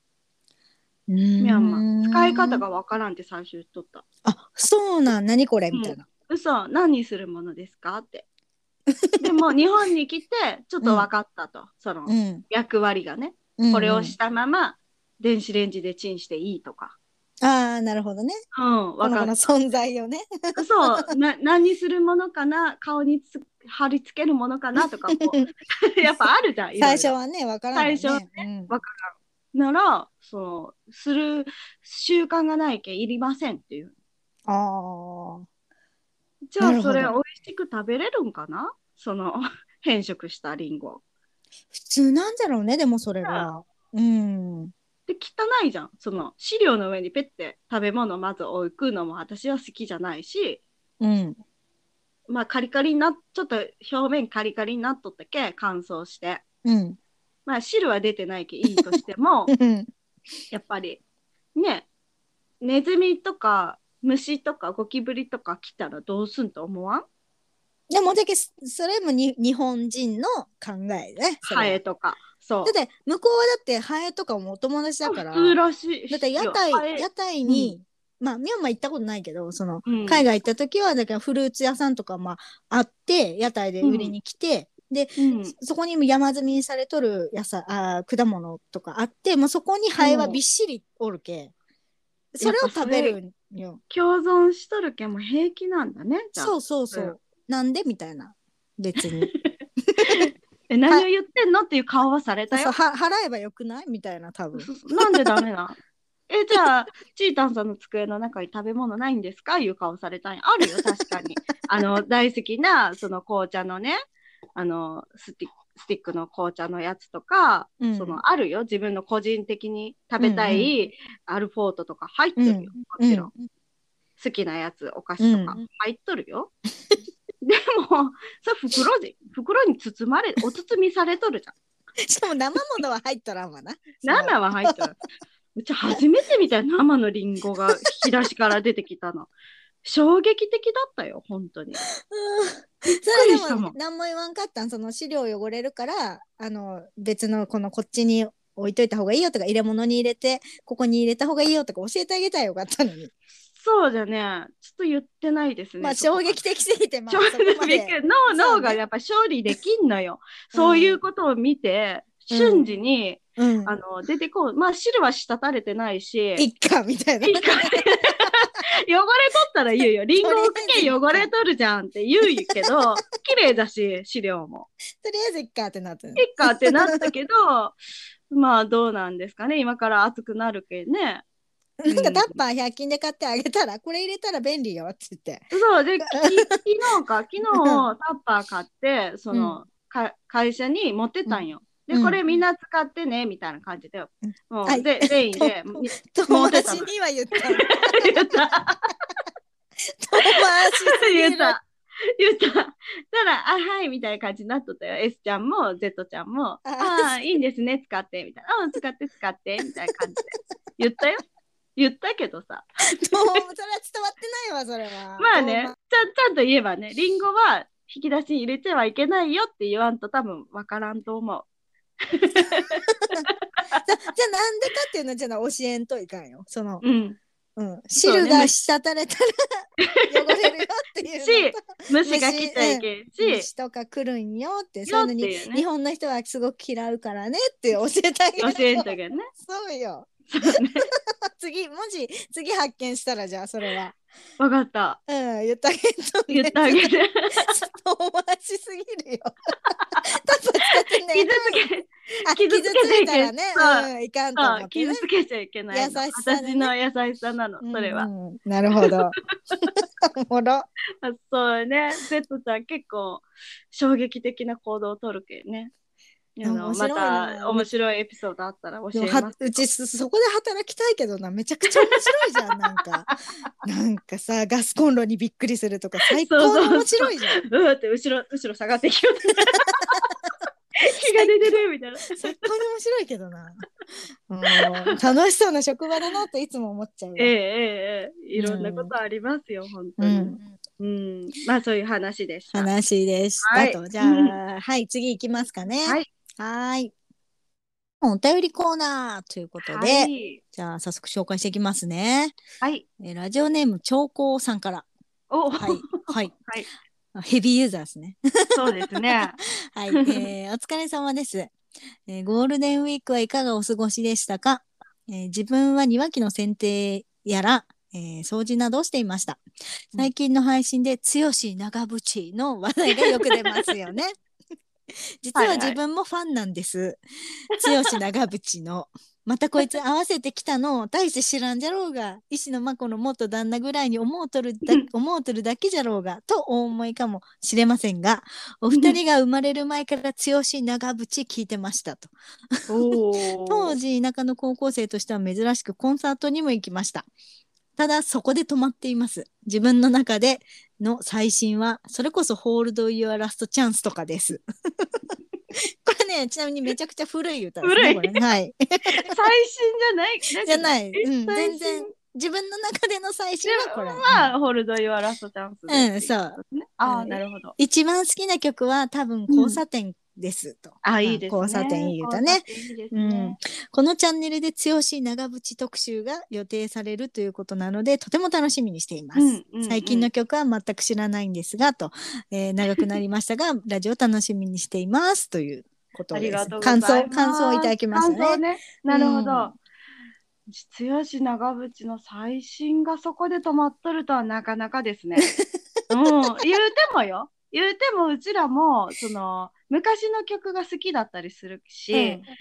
[SPEAKER 2] ミ
[SPEAKER 1] ミ
[SPEAKER 2] ャンマー。使い方がわからんって最初言っとった。
[SPEAKER 1] あそうなん何これみたいな。
[SPEAKER 2] 嘘何するものですか って。でも日本に来てちょっと分かったと、その
[SPEAKER 1] うん。
[SPEAKER 2] 役割がね。
[SPEAKER 1] うん
[SPEAKER 2] これをしたまま電子レンジでチンしていいとか。
[SPEAKER 1] うんああなるほどね。
[SPEAKER 2] うん、
[SPEAKER 1] こ
[SPEAKER 2] わ
[SPEAKER 1] の
[SPEAKER 2] か
[SPEAKER 1] 子
[SPEAKER 2] る
[SPEAKER 1] の。存在をね。
[SPEAKER 2] そう、な何にするものかな、顔につ貼り付けるものかなとかこ う、やっぱあるじゃん。いろい
[SPEAKER 1] 最
[SPEAKER 2] ろ
[SPEAKER 1] 初はねわからない、ね。
[SPEAKER 2] 最初は
[SPEAKER 1] ね
[SPEAKER 2] わなら、そのする習慣がないけんいりませんっていう。
[SPEAKER 1] うん、ああ。
[SPEAKER 2] じゃ
[SPEAKER 1] な
[SPEAKER 2] あ
[SPEAKER 1] るほ
[SPEAKER 2] そ
[SPEAKER 1] ど
[SPEAKER 2] れ美味しく食べれるんかな？その 変色したリンゴ。
[SPEAKER 1] 普通なんだろうねでもそれは。うん。
[SPEAKER 2] で汚いじゃん。その資料の上にペッて食べ物をまず置くのも私は好きじゃないし。
[SPEAKER 1] うん。
[SPEAKER 2] まあカリカリになちょっと表面カリカリになっとったけ乾燥して
[SPEAKER 1] うん。
[SPEAKER 2] まあ汁は出てないけいいとし ても
[SPEAKER 1] うん。
[SPEAKER 2] やっぱりねネズミとか虫とかゴキブリとか来たらどうすんと思わん
[SPEAKER 1] でもだけそそれもに日本人の考えね。それは
[SPEAKER 2] ハエとかそう
[SPEAKER 1] だって向こうはだってハエとかもお友達だから。
[SPEAKER 2] 普通らしい
[SPEAKER 1] だって屋
[SPEAKER 2] ハエ
[SPEAKER 1] 台屋台に、まあミャンマー行ったことないけどその、
[SPEAKER 2] うん
[SPEAKER 1] 海外行った時はだからフルーツ屋さんとかまああって屋台で売りに来て、で
[SPEAKER 2] うん
[SPEAKER 1] そこにも山積みにされとる野菜あー果物とかあって、まあ、そこにハエはびっしりおるけ、それを食べるんよ
[SPEAKER 2] 共存しとるけんも平気なんだねじゃあ
[SPEAKER 1] そうそうそう、
[SPEAKER 2] うん
[SPEAKER 1] なんでみたいな別 に
[SPEAKER 2] え何を言ってんのっていう顔はされた
[SPEAKER 1] そう
[SPEAKER 2] よ
[SPEAKER 1] は払えばよくないみたいな多分
[SPEAKER 2] そなんでダメなん えじゃあチータンさんの机の中に食べ物ないんですかいう顔されたんやあるよ確 かにあの大好きなその紅茶のねあのスティスティックの紅茶のやつとか、
[SPEAKER 1] うん
[SPEAKER 2] そのあるよ自分の個人的に食べたいアルフォートとか入っとるよ、
[SPEAKER 1] うん
[SPEAKER 2] も
[SPEAKER 1] うん
[SPEAKER 2] ちろん、好きなやつお菓子とか
[SPEAKER 1] う
[SPEAKER 2] 入っとるよ、 でもさ袋で袋に 包まれお包みされとるじゃん
[SPEAKER 1] しかも生ものは入っとらんわな
[SPEAKER 2] 生は入ったら。うち初めてみたいな生のリンゴが引き出しから出てきたの。衝撃的だったよ、本 当
[SPEAKER 1] う
[SPEAKER 2] に。
[SPEAKER 1] ん
[SPEAKER 2] くり
[SPEAKER 1] そ
[SPEAKER 2] し
[SPEAKER 1] れで
[SPEAKER 2] たも
[SPEAKER 1] も
[SPEAKER 2] ん
[SPEAKER 1] 何も言わんかったんその資料汚れるからあの別のこのこっちに置いといた方がいいよとか入れ物に入れてここに入れた方がいいよとか教えてあげたらよかったのに、
[SPEAKER 2] そうじゃね、ちょっと言ってないですね。
[SPEAKER 1] まあ
[SPEAKER 2] そ
[SPEAKER 1] 衝
[SPEAKER 2] こは
[SPEAKER 1] 撃的すぎてまあ
[SPEAKER 2] 衝
[SPEAKER 1] そこま
[SPEAKER 2] 撃びっ
[SPEAKER 1] で
[SPEAKER 2] くり。脳、
[SPEAKER 1] そう
[SPEAKER 2] 脳
[SPEAKER 1] ね
[SPEAKER 2] がやっぱ勝利できんのよ。そういうことを見
[SPEAKER 1] うん
[SPEAKER 2] て、瞬時に、
[SPEAKER 1] うん
[SPEAKER 2] あの出てこう。まあ、汁は滴れてないし、
[SPEAKER 1] いっかみたいな
[SPEAKER 2] 一回汚れとった ら言うよ。リンゴをかけ汚れとるじゃんって言うけど、綺麗だし、資料も。
[SPEAKER 1] とりあえずいっか ってなって
[SPEAKER 2] 結果ってなったけど、まあどうなんですかね、今から暑くなるけんね。
[SPEAKER 1] なんかタッパー100均で買ってあげたらこれ入れたら便利よって言って
[SPEAKER 2] そう で、き昨日か、昨日タッパー買って、その、か会社に持ってったんよ。で、
[SPEAKER 1] うん
[SPEAKER 2] これみんな使ってね、みたいな感じで、
[SPEAKER 1] うん
[SPEAKER 2] も、
[SPEAKER 1] はいう
[SPEAKER 2] で、全員で、
[SPEAKER 1] と
[SPEAKER 2] み
[SPEAKER 1] 友達には言った友
[SPEAKER 2] 言 った、
[SPEAKER 1] 達
[SPEAKER 2] 言った、言った。たら、あ、はい、みたいな感じになっとったよ。S ちゃんも Z ちゃんも、ああー、いいんですね、使って、みたいな。うん、使って、使って、みたいな感じで。言ったよ。言ったけどさ。
[SPEAKER 1] とそれは伝わってないわそれは
[SPEAKER 2] まあね、ちゃんちゃんと言えばね、リンゴは引き出しに入れてはいけないよって言わんと多分わからんと思う。
[SPEAKER 1] じゃあなんでかっていうのじゃあ教えんといかんよその、
[SPEAKER 2] うん。
[SPEAKER 1] うん、
[SPEAKER 2] そう
[SPEAKER 1] 汁
[SPEAKER 2] ね
[SPEAKER 1] が滴れたら汚れるよっていう
[SPEAKER 2] し
[SPEAKER 1] のと、
[SPEAKER 2] 虫が来ちゃいけんし、
[SPEAKER 1] 虫とか来るんよってそういうのに、
[SPEAKER 2] よっていうね
[SPEAKER 1] 日本の人はすごく嫌うからねって教えてあげる
[SPEAKER 2] 教
[SPEAKER 1] よ
[SPEAKER 2] えんとけんね。
[SPEAKER 1] そうよ
[SPEAKER 2] そうね。
[SPEAKER 1] 次もし次発見したらじゃあそれは、
[SPEAKER 2] わ かった。
[SPEAKER 1] うん、言ってあげんとね
[SPEAKER 2] 言って あげ
[SPEAKER 1] ちょ
[SPEAKER 2] て。
[SPEAKER 1] っとお待ちすぎるよタッパー使ってね
[SPEAKER 2] 傷つけ、
[SPEAKER 1] あ傷
[SPEAKER 2] 傷
[SPEAKER 1] つ
[SPEAKER 2] つけて
[SPEAKER 1] い
[SPEAKER 2] い
[SPEAKER 1] た
[SPEAKER 2] け
[SPEAKER 1] らね、
[SPEAKER 2] そう
[SPEAKER 1] うん、いかんと
[SPEAKER 2] そ
[SPEAKER 1] 思
[SPEAKER 2] う
[SPEAKER 1] って、ね
[SPEAKER 2] 傷、つけちゃいけないの。
[SPEAKER 1] 優しさでね
[SPEAKER 2] 私の優しさなの、それは。
[SPEAKER 1] うんうんなるほど おもろ
[SPEAKER 2] あそうね、ゼットちゃん結構衝撃的な行動をとるけんね。あの
[SPEAKER 1] 面白
[SPEAKER 2] ま
[SPEAKER 1] いな
[SPEAKER 2] た面白いエピソードあったら
[SPEAKER 1] で
[SPEAKER 2] 教
[SPEAKER 1] も
[SPEAKER 2] えます
[SPEAKER 1] は。うちそそこで働きたいけどなめちゃくちゃ面白いじゃんなん かなんかさガスコンロにびっくりするとか最高に面白いじゃん
[SPEAKER 2] うわって後ろ後ろ下がってきよ う。気が出てるみたいな。
[SPEAKER 1] 最高に面白いけどな、うん、楽しそうな職場だなといつも思っちゃうよ
[SPEAKER 2] ええええええいろんなことありますよ、本
[SPEAKER 1] う
[SPEAKER 2] 当に。
[SPEAKER 1] ん、
[SPEAKER 2] うん、まあそういう話で した。
[SPEAKER 1] 話でした、
[SPEAKER 2] はい
[SPEAKER 1] とじゃあ、はい次行きますかね
[SPEAKER 2] はい
[SPEAKER 1] はーいお便りコーナーということで、
[SPEAKER 2] はい、
[SPEAKER 1] じゃあ早速紹介していきますね、
[SPEAKER 2] はい、
[SPEAKER 1] えーラジオネーム長光さん から
[SPEAKER 2] お、
[SPEAKER 1] はいはい、
[SPEAKER 2] はい
[SPEAKER 1] あヘビーユーザーですね
[SPEAKER 2] そうですね。
[SPEAKER 1] はい、えーお疲れ様です、えーゴールデンウィークはいかがお過ごしでしたか、えー自分は庭木の剪定やら、えー掃除などをしていました。最近の配信で「剛長渕」の話題がよく出ますよ ね。実
[SPEAKER 2] は
[SPEAKER 1] はい
[SPEAKER 2] はい
[SPEAKER 1] 自分もファンなんです。剛長渕の。またこいつ合わせてきたのを大して知らんじゃろうが石野真子の元旦那ぐらいに思うとるだ思うとるだけじゃろうがとお思いかもしれませんがお二人が生まれる前から剛長渕聞いてましたと
[SPEAKER 2] おお。
[SPEAKER 1] 当時田舎の高校生としては珍しくコンサートにも行きましたただそこで止まっています自分の中での最新はそれこそ「ホールド・ユア・ラスト・チャンス」とかです これねちなみにめちゃくちゃ古い歌ですね
[SPEAKER 2] 古い
[SPEAKER 1] これね はい
[SPEAKER 2] 最新じ ゃない。じ
[SPEAKER 1] じゃない、うん、
[SPEAKER 2] 最
[SPEAKER 1] 全
[SPEAKER 2] 新
[SPEAKER 1] 然自分の中での最新はこれ、
[SPEAKER 2] まあ、ホールドイワラストチャンスで
[SPEAKER 1] うん
[SPEAKER 2] っていことねあ
[SPEAKER 1] う
[SPEAKER 2] あ、
[SPEAKER 1] ん
[SPEAKER 2] なるほど。
[SPEAKER 1] 一番好きな曲は多分「交差点」ですと、
[SPEAKER 2] あ、
[SPEAKER 1] いいですね
[SPEAKER 2] 交差点いい歌ね。
[SPEAKER 1] うん、このチャンネルで剛長渕特集が予定されるということなのでとても楽しみにしています。
[SPEAKER 2] うんうんうん
[SPEAKER 1] 最近の曲は全く知らないんですがと、えー長くなりましたが ラジオ楽しみにしていますということ
[SPEAKER 2] あ
[SPEAKER 1] で
[SPEAKER 2] り
[SPEAKER 1] す
[SPEAKER 2] がとうござ
[SPEAKER 1] 感
[SPEAKER 2] います。
[SPEAKER 1] 想感想をいただきました
[SPEAKER 2] 感想
[SPEAKER 1] ね。
[SPEAKER 2] ね。なるほ
[SPEAKER 1] うん
[SPEAKER 2] ど。剛長渕の最新がそこで止まっとるとはなかなかで すね。うん、言うてもよ。言うてもうちらもその昔の曲が好きだったりするし、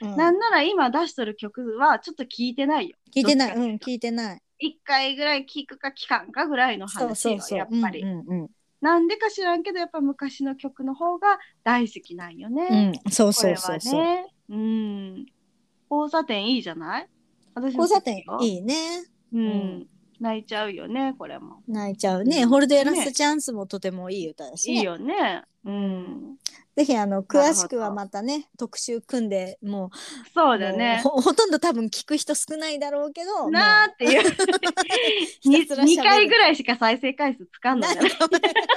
[SPEAKER 1] うんうん
[SPEAKER 2] なんなら今出しとる曲はちょっと聞いてないよ。
[SPEAKER 1] 聞いてない、
[SPEAKER 2] どっちか
[SPEAKER 1] うん、聞いてない。
[SPEAKER 2] 一回ぐらい聞くか聞かんかぐらいの
[SPEAKER 1] そう
[SPEAKER 2] 話
[SPEAKER 1] そ
[SPEAKER 2] よ
[SPEAKER 1] うそう。
[SPEAKER 2] やっぱり
[SPEAKER 1] う。んうん
[SPEAKER 2] なんでか知らんけどやっぱ昔の曲の方が大好きなんよ
[SPEAKER 1] うん、
[SPEAKER 2] ね。
[SPEAKER 1] うんそう
[SPEAKER 2] こ
[SPEAKER 1] そ
[SPEAKER 2] れ
[SPEAKER 1] うそ
[SPEAKER 2] は
[SPEAKER 1] うそう。
[SPEAKER 2] ね。うん。交差点いいじゃない私も
[SPEAKER 1] 交差点
[SPEAKER 2] い。
[SPEAKER 1] いいね。
[SPEAKER 2] う。
[SPEAKER 1] うん
[SPEAKER 2] 泣いちゃうよね、これも。
[SPEAKER 1] 泣いちゃうね。
[SPEAKER 2] うん
[SPEAKER 1] ホールデーラストチャンスもとてもいい歌だし、ね。
[SPEAKER 2] いいよね。うん。
[SPEAKER 1] ぜひあの
[SPEAKER 2] ほど
[SPEAKER 1] 詳しくはまたね特集組んでも
[SPEAKER 2] そう
[SPEAKER 1] う
[SPEAKER 2] だね
[SPEAKER 1] も。うほほとんど多分聞く人少ないだろうけど
[SPEAKER 2] なあ
[SPEAKER 1] も
[SPEAKER 2] っていう。
[SPEAKER 1] う ひたすら喋る
[SPEAKER 2] 2回ぐらいしか再生回数つかんの
[SPEAKER 1] な
[SPEAKER 2] じ
[SPEAKER 1] い
[SPEAKER 2] ゃ
[SPEAKER 1] かも
[SPEAKER 2] な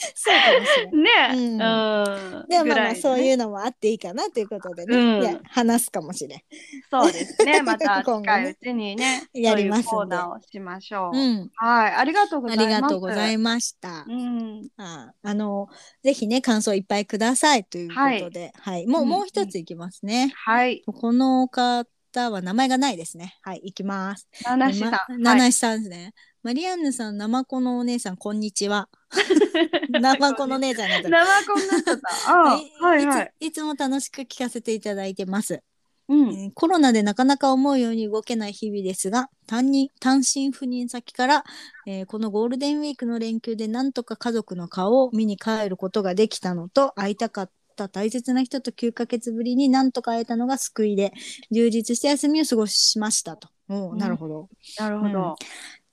[SPEAKER 1] そうかもしれない。う
[SPEAKER 2] ね
[SPEAKER 1] ん
[SPEAKER 2] うん。
[SPEAKER 1] でもまあ
[SPEAKER 2] ぐ
[SPEAKER 1] ま
[SPEAKER 2] ら
[SPEAKER 1] あ
[SPEAKER 2] ね
[SPEAKER 1] そういうのもあっていいかなということでね、
[SPEAKER 2] うん
[SPEAKER 1] いや話すかもしれん。
[SPEAKER 2] そうで すね。また
[SPEAKER 1] 今後ね
[SPEAKER 2] 近いうちにね、
[SPEAKER 1] やりますんで
[SPEAKER 2] そういうコーナーをしましょう。
[SPEAKER 1] うん、
[SPEAKER 2] はい、ありがとうご
[SPEAKER 1] あ
[SPEAKER 2] ざいます。
[SPEAKER 1] りがとうござい
[SPEAKER 2] ま
[SPEAKER 1] ました。
[SPEAKER 2] うん、
[SPEAKER 1] ああのぜひね感想いっぱいくださいということで、はいもう
[SPEAKER 2] うん
[SPEAKER 1] もう一ついきますね。
[SPEAKER 2] はい、
[SPEAKER 1] この方は名前がないですね。はいいきます。
[SPEAKER 2] ナナシさん、
[SPEAKER 1] ナ
[SPEAKER 2] はい
[SPEAKER 1] ナシさんですね。マリアンヌさん、ナマコのお姉さん、こんにち は。ナマコのお姉さんなんだ
[SPEAKER 2] 生コンになっちゃった。 あー、はいはい。
[SPEAKER 1] いついつも楽しく聞かせていただいてます、
[SPEAKER 2] う
[SPEAKER 1] え
[SPEAKER 2] ん、
[SPEAKER 1] ーコロナでなかなか思うように動けない日々ですが、単に単身赴任先から、えーこのゴールデンウィークの連休でなんとか家族の顔を見に帰ることができたのと、会いたかった大切な人と9ヶ月ぶりになんとか会えたのが救いで、充実した休みを過ごしましたと。おーなるほど。
[SPEAKER 2] なるほど。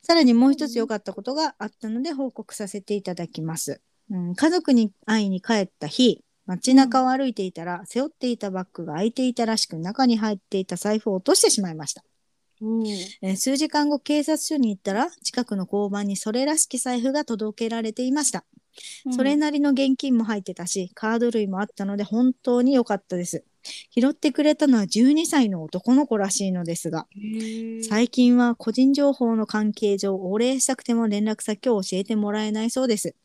[SPEAKER 1] さらにもう一つ良かったことがあったので報告させていただきます。うん、家族に会いに帰った日、街中を歩いていたら、背負っていたバッグが開いていたらしく、中に入っていた財布を落としてしまいました。
[SPEAKER 2] うん、
[SPEAKER 1] えー数時間後、警察署に行ったら、近くの交番にそれらしき財布が届けられていました。それなりの現金も入ってたし、カード類もあったので本当に良かったです。拾ってくれたのは12歳の男の子らしいのですが、
[SPEAKER 2] 最
[SPEAKER 1] 最近は個人情報の関係上、お礼したくても連絡先を教えてもらえないそうです。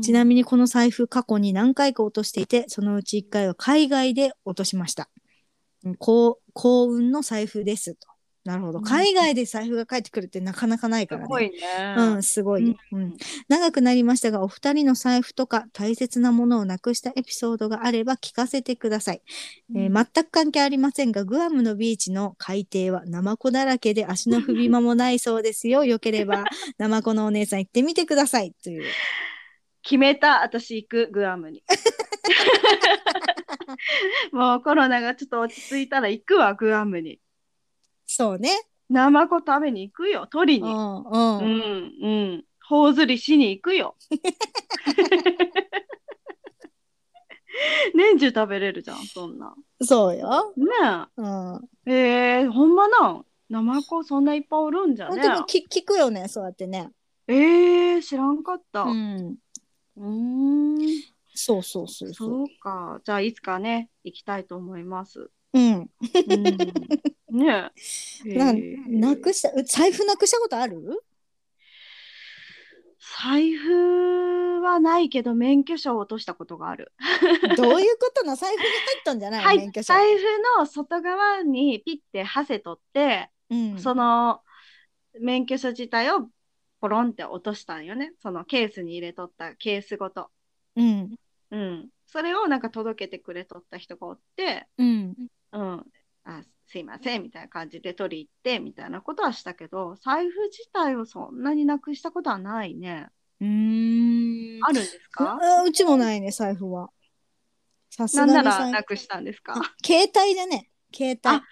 [SPEAKER 1] ちな
[SPEAKER 2] み
[SPEAKER 1] みにこの財布過去に何回か落としていて、そのうち1回は海外で落としました。うん幸幸運の財布ですと。なるほど。
[SPEAKER 2] うん
[SPEAKER 1] 海外で財布が返ってくるってなかなかないからね。
[SPEAKER 2] すごいね。
[SPEAKER 1] うん、すごい、うん長くなりましたが、お二人の財布とか大切なものをなくしたエピソードがあれば聞かせてください。えー全く関係ありませんが、グアムのビーチの海底はナマコだらけで足の踏み間もないそうです よ。よければ、ナマコのお姉さん行ってみてください。という。
[SPEAKER 2] 決めた私行くグアムにもうコロナがちょっと落ち着いたら行くわグアムに
[SPEAKER 1] そうね。
[SPEAKER 2] ナマコ食べに行くよ取り
[SPEAKER 1] う
[SPEAKER 2] に
[SPEAKER 1] ん、
[SPEAKER 2] う
[SPEAKER 1] うん。
[SPEAKER 2] んうん頬ずりしに行くよ年中食べれるじゃんそんな
[SPEAKER 1] そうよ。
[SPEAKER 2] ね
[SPEAKER 1] うん。
[SPEAKER 2] ええー、ほんまなんナマコそんないっぱいおるんじゃ
[SPEAKER 1] まあ
[SPEAKER 2] ね
[SPEAKER 1] でもき聞くよね、そうやってね。
[SPEAKER 2] えー、知らんかった
[SPEAKER 1] う。
[SPEAKER 2] うんーん
[SPEAKER 1] そうそうそうそう。
[SPEAKER 2] そうかじゃあいつかね行きたいと思います
[SPEAKER 1] うん。
[SPEAKER 2] うんねえ。
[SPEAKER 1] な
[SPEAKER 2] へえ
[SPEAKER 1] なくした、う財布なくしたことある
[SPEAKER 2] 財布はないけど免許証を落としたことがある。
[SPEAKER 1] どういうことな財布に入ったんじゃない、
[SPEAKER 2] はい、
[SPEAKER 1] 免
[SPEAKER 2] 財
[SPEAKER 1] 許
[SPEAKER 2] 布
[SPEAKER 1] 証。
[SPEAKER 2] の外側にピッてハセ取って、
[SPEAKER 1] うん、
[SPEAKER 2] その免許証自体をポロンって落としたんよね。そのケースに入れとったケースごと。
[SPEAKER 1] うん、
[SPEAKER 2] うん。それをなんか届けてくれとった人がおって、
[SPEAKER 1] うん、
[SPEAKER 2] うん。あすいませんみたいな感じで取り行ってみたいなことはしたけど財布自体をそんなになくしたことはないね。
[SPEAKER 1] うーん。
[SPEAKER 2] あるんですか
[SPEAKER 1] あうちもないね、財布は。さす
[SPEAKER 2] な
[SPEAKER 1] が
[SPEAKER 2] ん
[SPEAKER 1] に
[SPEAKER 2] な
[SPEAKER 1] 財
[SPEAKER 2] ら
[SPEAKER 1] 布
[SPEAKER 2] なくしたんですか
[SPEAKER 1] あ携帯だね。携帯
[SPEAKER 2] あ。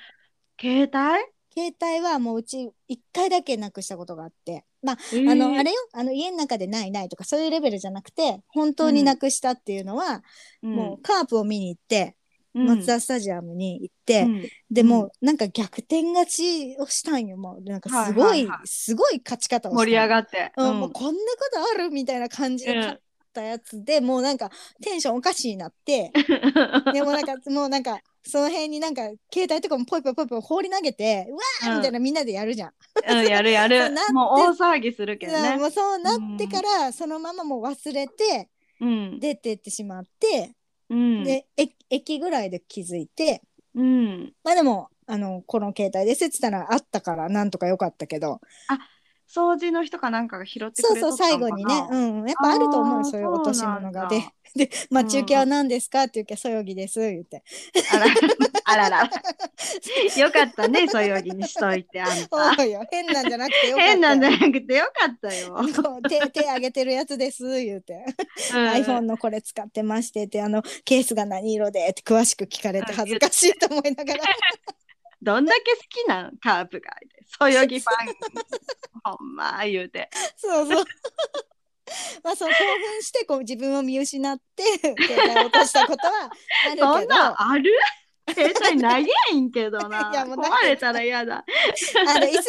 [SPEAKER 2] 携帯
[SPEAKER 1] 携帯はもううち一回だけなくしたことがあって。まあ、
[SPEAKER 2] えー
[SPEAKER 1] あの、あれよ、あの家の中でないないとかそういうレベルじゃなくて、本当になくしたっていうのは、
[SPEAKER 2] うん
[SPEAKER 1] もうカープを見に行って、
[SPEAKER 2] うん
[SPEAKER 1] マツダスタジアムに行って、
[SPEAKER 2] うん
[SPEAKER 1] でも、なんか逆転勝ちをしたんよ、もう。なんかすごい、
[SPEAKER 2] はいはいはい
[SPEAKER 1] すごい勝ち方をした
[SPEAKER 2] 盛り上
[SPEAKER 1] っ
[SPEAKER 2] がって。
[SPEAKER 1] うん
[SPEAKER 2] うん
[SPEAKER 1] もうこんなことあるみたいな感じで
[SPEAKER 2] うん
[SPEAKER 1] 勝ったやつで、もうなんかテンションおかしいな って、でもなんか、もうなんか、その辺になんか、携帯とかもぽいぽいぽいぽい放り投げて、うわーみたいなみんなでやるじゃん。
[SPEAKER 2] うん、やるや
[SPEAKER 1] そう
[SPEAKER 2] る
[SPEAKER 1] なって。
[SPEAKER 2] もう大騒ぎするけど
[SPEAKER 1] だからも
[SPEAKER 2] ね。
[SPEAKER 1] うそうなってから、そのままもう忘れて、
[SPEAKER 2] うん。
[SPEAKER 1] 出てってしまって、
[SPEAKER 2] うん。
[SPEAKER 1] で、え駅ぐらいで気づいて、
[SPEAKER 2] うん。
[SPEAKER 1] まあでも、あの、この携帯ですって言ったらあったからなんとかよかったけど、
[SPEAKER 2] 掃除の人かなんかが拾ってく
[SPEAKER 1] そう
[SPEAKER 2] れ
[SPEAKER 1] そ
[SPEAKER 2] と
[SPEAKER 1] う、
[SPEAKER 2] った
[SPEAKER 1] 最
[SPEAKER 2] んか
[SPEAKER 1] 後
[SPEAKER 2] な
[SPEAKER 1] にね、うん、やっぱあると思
[SPEAKER 2] あ
[SPEAKER 1] う、
[SPEAKER 2] ー
[SPEAKER 1] そういう落とし物が。
[SPEAKER 2] そう
[SPEAKER 1] で
[SPEAKER 2] なんだ、
[SPEAKER 1] で、まあ
[SPEAKER 2] うん
[SPEAKER 1] 中継は何ですかって言うけど、そよぎです、言って。
[SPEAKER 2] あらあらら。 よかったね、そういうようにしといて、あんた。
[SPEAKER 1] そうよ、変なんじゃなくてよかったよ。
[SPEAKER 2] 変なんじゃなくてよかったよ。うん
[SPEAKER 1] こう手 手挙げてるやつです言うて iPhone のこれ使ってましてってあのケースが何色でって詳しく聞かれて恥ずかしいと思いなが ら
[SPEAKER 2] どんだけ好きなのカープが。そよぎファ ン。ほんま、言うて。
[SPEAKER 1] そうそうまあその興奮してこう自分を見失って携帯を落としたことはあ
[SPEAKER 2] そ
[SPEAKER 1] るけ
[SPEAKER 2] ん
[SPEAKER 1] ど
[SPEAKER 2] なん
[SPEAKER 1] あ
[SPEAKER 2] ある携帯投げやんけどな。
[SPEAKER 1] いやもう
[SPEAKER 2] 壊
[SPEAKER 1] だって
[SPEAKER 2] れたら嫌だ。
[SPEAKER 1] の椅子にポンっ